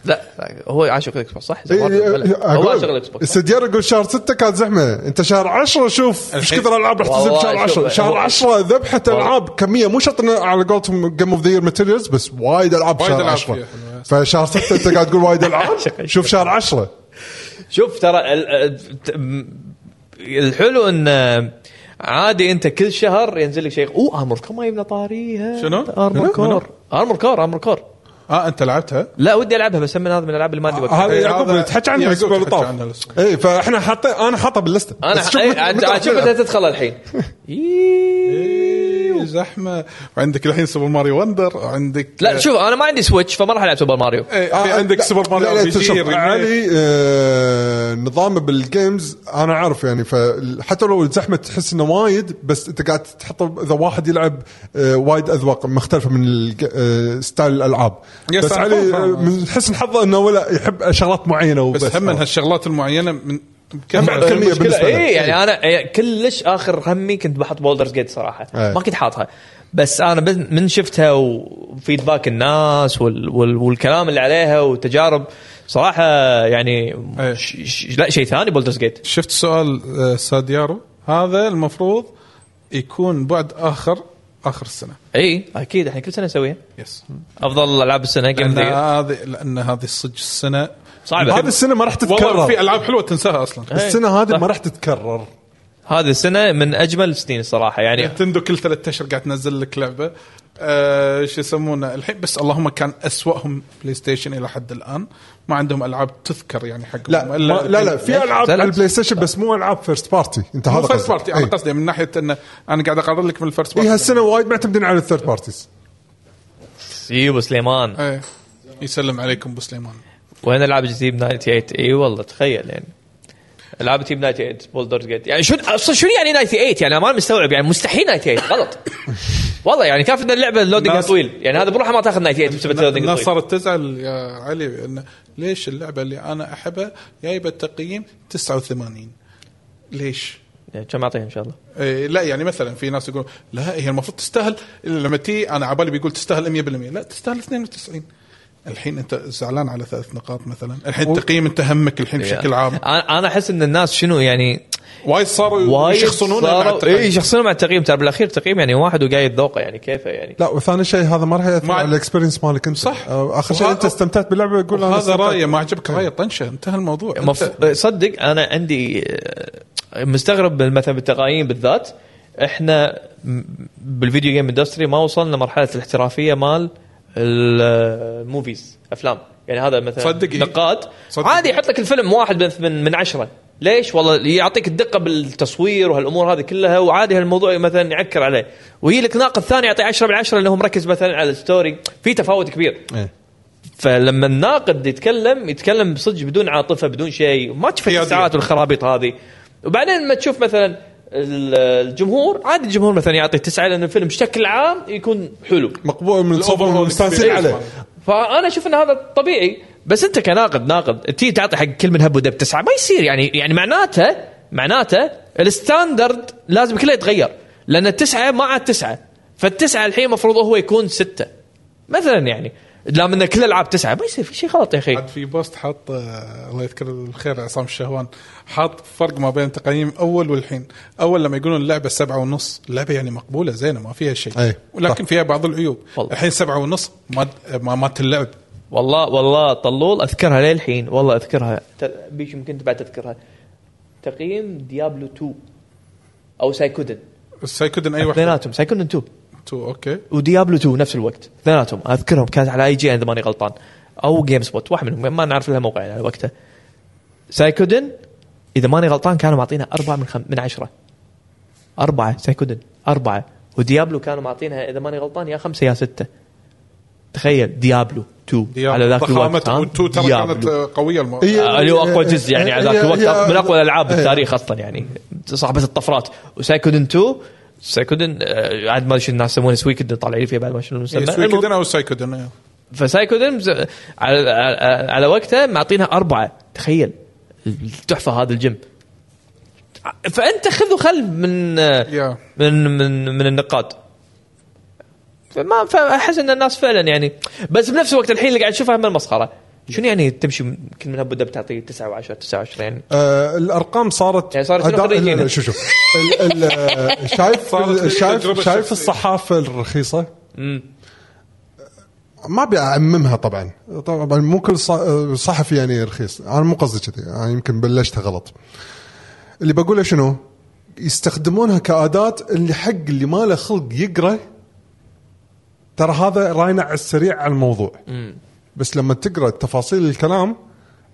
B: لا لا، هو عاشق الاكس بوكس صح؟ زوارد بلى. هو عاشق الاكس
C: اقول
B: بوكس صح؟
C: استديار يقول شهر 6 كانت زحمه انت شهر 10 شوف ايش كثر العاب راح تنزل
B: والله
C: بشهر
B: شوف،
C: 10 شهر
B: هو-
C: 10 ذبحت
B: والله.
C: العاب كميه مو شرط إنه على قولتهم جيم اوف ذا يير ماتيريالز بس وايد العاب
A: وايد
C: شهر
A: ألعاب
C: 10
A: فيها حلوة.
C: فشهر 6 انت قاعد تقول وايد
B: [laughs]
C: العاب شوف شهر 10
B: شوف ترى ال- ال- ت- م- الحلو ان عادي انت كل شهر ينزل لك شيء اوه ارمر كور ما يبنى طاريها
A: شنو؟
B: ارمر
A: منو؟
B: كور ارمر كور ارمر كور
A: اه انت لعبتها؟
B: لا ودي العبها بس هم من هذا من الالعاب اللي ما عندي وقت
C: هذا
A: إيه،
C: يعقوب
A: هذا
C: تحكي عنها
A: يعقوب
C: الاسبوع اللي
A: تحكي عنها
C: طاف
A: الأسبوع.
C: اي فاحنا حاطين انا حاطه باللسته
B: انا
C: بس شوف
B: إيه،
C: متى-
B: عاد
C: متى راح
B: عاد شوف
C: تلعب.
B: متى تدخل الحين
C: إيوه.
A: إيه، زحمه وعندك الحين سوبر ماريو وندر وعندك
B: لا شوف انا ما عندي سويتش فما راح العب سوبر ماريو
A: إيه، في
C: آه،
A: عندك
C: لا،
A: سوبر
C: لا، لا،
A: ماريو
C: شوف،
A: بيجي
C: علي آه، نظامه بالجيمز انا عارف يعني فحتى لو الزحمه تحس انه وايد بس انت قاعد تحط اذا واحد يلعب آه، وايد اذواق مختلفه من الج- آه، ستايل الالعاب
A: يس،
C: بس
A: أنا
C: علي
A: فاهم،
C: آه، من حسن حظه انه ولا يحب شغلات معينه وبس آه.
A: بس هم من هالشغلات المعينه من
C: هم بعد كمية
A: المشكلة-
C: بالنسبة له.
B: اي يعني انا إيه، كلش اخر همي كنت بحط بولدرز جيت صراحه
C: إيه.
B: ما كنت حاطها بس انا بن- من شفتها وفيدباك الناس وال وال والكلام اللي عليها وتجارب صراحه يعني
A: إيه.
B: ش ش لا شيء ثاني بولدرز جيت
A: شفت سؤال آه، ساديارو هذا المفروض يكون بعد اخر اخر السنه
B: اي اكيد احنا كل سنه نسويها
A: يس
B: افضل العاب السنه
A: لان
B: جيم ذا
A: هذه لان هذه صدق السنه
B: صعبه
C: هذه السنه ما راح
A: والله في
C: تتكرر
A: العاب حلوه تنساها اصلا
B: إيه.
C: السنه هذه
B: صح.
C: ما راح تتكرر
B: هذه السنه من اجمل السنين الصراحه يعني
A: نتندو كل ثلاثة اشهر قاعد تنزل لك لعبه آه شو يسمونه الحين بس اللهم كان اسوأهم بلاي ستيشن الى حد الان ما عندهم العاب تذكر يعني حقهم
C: لا ما- لا لا في العاب
B: لا، لا.
C: على البلاي ستيشن بس مو العاب فيرست بارتي انت هذا
A: مو فيرست
C: قصدك.
A: بارتي انا
C: إيه.
A: قصدي من ناحيه انه انا قاعد اقرر لك من الفيرست
C: إيه،
A: بارتي
C: هالسنه وايد معتمدين على الثيرد بارتيز
B: سيبو سليمان
A: إيه. يسلم عليكم ابو سليمان
B: وين العاب تجيب 98 اي والله تخيل يعني العاب تجيب 98 بولدرز جيت يعني شنو اصلا شنو يعني 98 يعني أنا ما مستوعب يعني مستحيل 98
A: [laughs]
B: غلط والله يعني كيف ان اللعبه اللودنج
A: الناس-
B: طويل يعني هذا بروحه ما تاخذ 98 بسبب اللودنج
A: الناس
B: طويل
A: صارت تزعل يا علي انه ليش اللعبه اللي انا احبها جايبه تقييم 89 ليش؟
B: يعني كم اعطيها ان شاء الله
A: إيه، لا يعني مثلا في ناس يقولون لا هي المفروض تستاهل لما تي انا عبالي بيقول تستاهل 100% لا تستاهل 92 الحين انت زعلان على ثلاث نقاط مثلا الحين التقييم انت همك الحين بشكل عام
B: انا أنا احس ان الناس شنو يعني
A: وايد صاروا
B: وايد
A: يشخصونه مع
B: صاروا إيه، اي
A: التقييم
B: يشخصونه مع التقييم ترى بالاخير تقييم يعني واحد وقايد ذوقه يعني كيفه يعني
C: لا وثاني شيء هذا ما راح ياثر
A: مع-
C: على الاكسبيرينس مالك انت
A: صح.
C: آه، اخر شيء
A: وه-
C: انت استمتعت باللعبه يقول انا
A: هذا
C: استمتعت.
A: رايه ما عجبك رايه طنشه انتهى الموضوع أنت-
B: مف... إيه، صدق انا عندي آه، مستغرب بال- مثلا بالتقايم بالذات احنا م- بالفيديو جيم اندستري ما وصلنا مرحله الاحترافيه مال ال- الموفيز افلام يعني هذا مثلا
A: صدق إيه.
B: نقاد
A: صدق.
B: عادي يحط لك الفيلم واحد من- من من عشره ليش؟ والله يعطيك الدقه بالتصوير وهالامور هذه كلها وعادي هالموضوع مثلا يعكر عليه ويجي لك ناقد ثاني يعطيه 10 من 10 لانه هو مركز مثلا على الستوري في تفاوت كبير
C: إيه.
B: فلما الناقد يتكلم يتكلم صدق بدون عاطفه بدون شيء ما تشوف
A: حيادية.
B: الساعات والخرابيط هذه وبعدين لما تشوف مثلا ال- الجمهور عادي الجمهور مثلا يعطي تسعه لان الفيلم بشكل عام يكون حلو
C: مقبول من الصوب مستانسين عليه
B: فانا اشوف ان هذا طبيعي بس انت كناقد ناقد تي تعطي حق كل من هب ودب تسعه ما يصير يعني يعني معناته معناته الستاندرد لازم كله يتغير لان التسعه ما عاد تسعه فالتسعه الحين المفروض هو يكون سته مثلا يعني لا من كل الالعاب تسعه ما يصير في شيء غلط يا
C: إيه.
B: اخي
A: عاد في بوست حط آه، الله يذكره بالخير عصام الشهوان حاط فرق ما بين تقييم اول والحين اول لما يقولون اللعبه سبعة ونص اللعبه يعني مقبوله زينه ما فيها شيء
C: أي.
A: ولكن فيها بعض العيوب
B: والله.
A: الحين سبعة ونص ما ما مات اللعب
B: والله والله طلول اذكرها للحين والله اذكرها ت- بيش يمكن انت بعد تذكرها تقييم ديابلو 2 او سايكودن
A: سايكودن اي واحد
B: اثنيناتهم سايكودن 2
A: تو اوكي
B: وديابلو 2 نفس الوقت اثنيناتهم اذكرهم كانت على اي جي انا اذا ماني غلطان او جيم سبوت واحد منهم ما نعرف لها موقع على وقتها سايكودن اذا ماني غلطان كانوا معطينا أربعة من خم... من عشرة أربعة سايكودن أربعة وديابلو كانوا معطينها إذا ماني غلطان يا خمسة يا ستة تخيل ديابلو 2 على ذاك الوقت ها؟
A: تو ترى
B: ديابلو.
A: كانت آه، قويه الم...
C: إيه.
B: آه، اللي هو اقوى جزء يعني على ذاك الوقت
C: هي-
B: من اقوى الالعاب
C: هي.
B: بالتاريخ اصلا يعني صاحبه الطفرات وسايكودن 2 سايكودن آه، عاد ما ادري شو الناس يسمونه سويكودن طالعين فيها بعد ما شنو
A: إيه،
B: نسمى
A: سويكودن او سايكودن إيه.
B: فسايكودن ز- آه، على, على, على وقته معطينها اربعه تخيل التحفه هذا الجيم فانت خذ وخل من آه،
A: يا.
B: من من من النقاط فما فاحس ان الناس فعلا يعني بس بنفس الوقت الحين اللي قاعد تشوفها هم المسخره شنو يعني تمشي كل من هبه تعطيه 9 و10 9 و20 يعني
C: آه، الارقام صارت
B: يعني صارت شنو
C: أداء-
B: خريجين؟
C: لا، شوف شوف ال-
A: [laughs]
C: ال- شايف
A: صارت لي
C: شايف
A: تجربة
C: شايف
A: شخصية.
C: الصحافه الرخيصه ما ابي اعممها طبعا طبعا مو كل ص- صحفي يعني رخيص انا مو قصدي كذي انا يمكن بلشتها غلط اللي بقوله شنو يستخدمونها كاداه اللي حق اللي ما له خلق يقرا ترى هذا راينا على السريع على الموضوع بس لما تقرا تفاصيل الكلام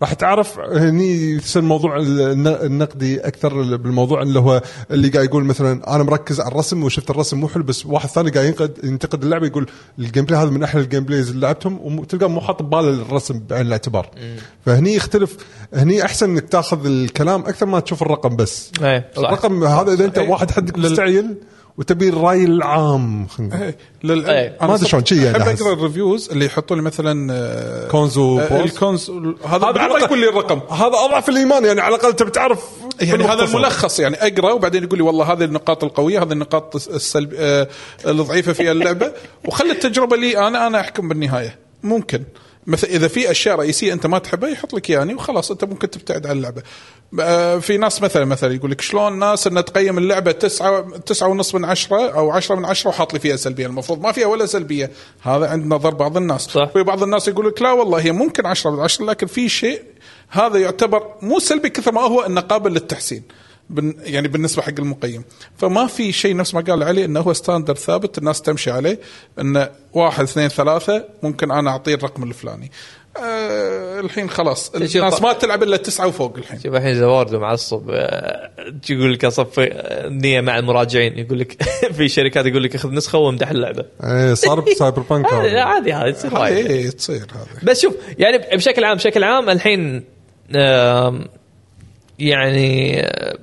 C: راح تعرف هني يصير الموضوع الن- النقدي اكثر بالموضوع اللي هو اللي قاعد يقول مثلا انا مركز على الرسم وشفت الرسم مو حلو بس واحد ثاني قاعد ينقد ينتقد اللعبه يقول الجيم بلاي هذا من احلى الجيم بلايز اللي لعبتهم وتلقى مو حاط بباله الرسم بعين الاعتبار فهني يختلف هني احسن انك تاخذ الكلام اكثر ما تشوف الرقم بس
B: إيه، صح. إيه.
C: الرقم هذا اذا انت واحد حدك مستعجل وتبي الراي العام خلينا نقول.
A: إيه، لل...
B: إيه.
A: أنا
C: ما أدري شلون، شي يعني
A: احب
C: أحس.
A: اقرا الريفيوز اللي يحطوا لي مثلا آه،
C: كونزو
A: آه،
C: بوز.
A: الكونز هذا
C: هذا
A: بعد
C: بالرقم.
A: يقول لي الرقم
C: هذا اضعف الايمان يعني على الاقل تبي تعرف
A: يعني هذا
C: بالمختصر.
A: الملخص يعني اقرا وبعدين يقول لي والله هذه النقاط القويه هذه النقاط السلب آه، الضعيفه في اللعبه وخلي التجربه لي انا انا احكم بالنهايه ممكن مثلا اذا في اشياء رئيسيه انت ما تحبها يحط لك يعني وخلاص انت ممكن تبتعد عن اللعبه آه، في ناس مثلا مثلا يقول لك شلون ناس ان تقيم اللعبه تسعة تسعة ونص من عشرة او عشرة من عشرة وحاط لي فيها سلبيه المفروض ما فيها ولا سلبيه هذا عند نظر بعض الناس
B: صح.
A: في بعض الناس يقول لك لا والله هي ممكن 10 من 10 لكن في شيء هذا يعتبر مو سلبي كثر ما هو انه قابل للتحسين بن يعني بالنسبه حق المقيم فما في شيء نفس ما قال علي انه هو ستاندر ثابت الناس تمشي عليه انه واحد اثنين ثلاثه ممكن انا اعطيه الرقم الفلاني أه الحين خلاص
B: شوف-
A: الناس ما تلعب الا تسعه وفوق الحين
B: شوف الحين زواردو معصب آه، يقول لك اصف نيه مع المراجعين يقول لك [laughs] في شركات يقول لك اخذ نسخه وامدح اللعبه
C: ايه صار
B: [laughs]
C: بسايبر بانك
B: عادي
C: هذا.
B: عادي هذا يصير
A: هاي
B: وايد.
A: إيه، تصير هذا
B: بس شوف يعني بشكل عام بشكل عام الحين آم، يعني آه،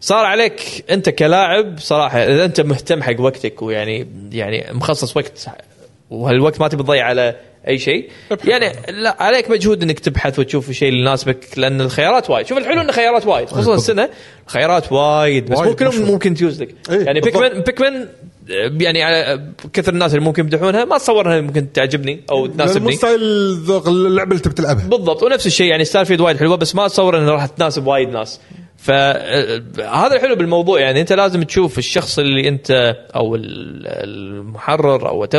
B: صار عليك انت كلاعب صراحه اذا انت مهتم حق وقتك ويعني يعني مخصص وقت وهالوقت ما تبي تضيع على اي شيء
A: ابحث
B: يعني لا عليك مجهود انك تبحث وتشوف الشيء اللي يناسبك لان الخيارات وايد شوف الحلو ان الخيارات وايد خصوصا السنه الخيارات وايد بس
C: وايد
B: مو كلهم
C: مشهور.
B: ممكن تيوز لك
C: إيه،
B: يعني
C: بالضبط.
B: بيكمن بيكمن آه، يعني على كثر الناس اللي ممكن يمدحونها ما اتصور انها ممكن تعجبني او
C: لأن مو
B: تناسبني
C: ستايل ذوق اللعبه اللي تبي تلعبها
B: بالضبط ونفس الشيء يعني ستار فيد وايد حلوه بس ما اتصور انها راح تناسب وايد ناس فهذا الحلو بالموضوع يعني انت لازم تشوف الشخص اللي انت او ال- المحرر او وات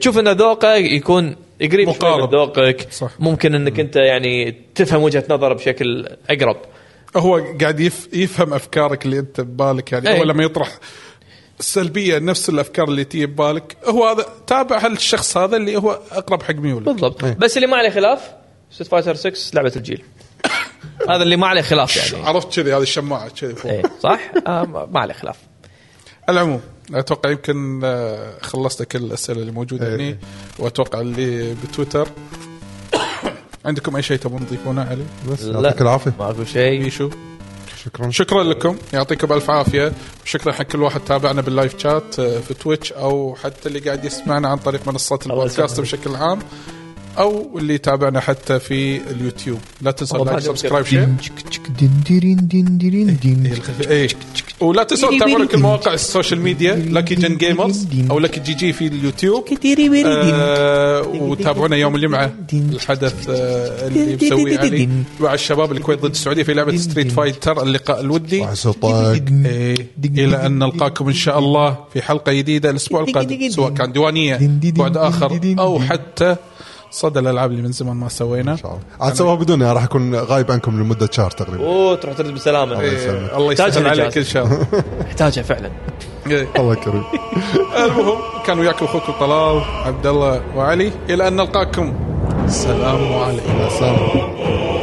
B: تشوف ان ذوقه يكون قريب شوي من
A: مقارب.
B: ذوقك
A: صح.
B: ممكن انك انت يعني تفهم وجهه نظره بشكل اقرب
A: هو قاعد يف يفهم افكارك اللي انت ببالك يعني
B: إيه.
A: هو لما يطرح السلبيه نفس الافكار اللي تجي ببالك هو هذا تابع هالشخص هذا اللي هو اقرب حق ميوله
B: بالضبط
C: إيه.
B: بس اللي ما عليه خلاف ست فايتر 6 لعبه الجيل هذا اللي ما عليه خلاف يعني
A: عرفت كذي هذه الشماعه كذي فوق
B: إيه، صح آه، ما ما عليه خلاف
A: على العموم اتوقع يمكن آه، خلصت كل الاسئله اللي موجوده
C: إيه.
A: هني واتوقع اللي بتويتر [coughs] عندكم اي شيء تبون تضيفونه علي؟
C: بس
B: لا.
C: يعطيك العافيه
B: ماكو شيء
A: بيشو
C: شكرا
A: شكرا لكم يعطيكم الف عافيه وشكرا حق كل واحد تابعنا باللايف شات آه، في تويتش او حتى اللي قاعد يسمعنا عن طريق منصات البودكاست بشكل عام او اللي تابعنا حتى في اليوتيوب لا تنسوا
B: الله
A: لايك
B: يسلمك.
A: سبسكرايب شير إيه. ولا تنسوا تتابعونا كل مواقع السوشيال ميديا لاكي جن جيمرز او لاكي جي جي في اليوتيوب آه، وتابعونا يوم الجمعه الحدث آه، اللي مسويه علي مع الشباب الكويت ضد السعوديه في لعبه ستريت فايتر اللقاء الودي إيه. الى ان نلقاكم ان شاء الله في حلقه جديده الاسبوع القادم سواء كان ديوانيه بعد اخر او حتى صدى الالعاب اللي من زمان ما سوينا
C: عاد سواها بدوني راح اكون غايب عنكم لمده شهر تقريبا
B: اوه تروح ترد بالسلامه
A: إيه، الله
B: تاجر
A: يسهل عليك
B: الجهاز.
A: ان شاء الله
B: احتاجها فعلا
A: إيه.
C: الله كريم
A: المهم كان وياكم اخوكم طلال عبد الله وعلي الى ان نلقاكم السلام عليكم
C: مع السلامه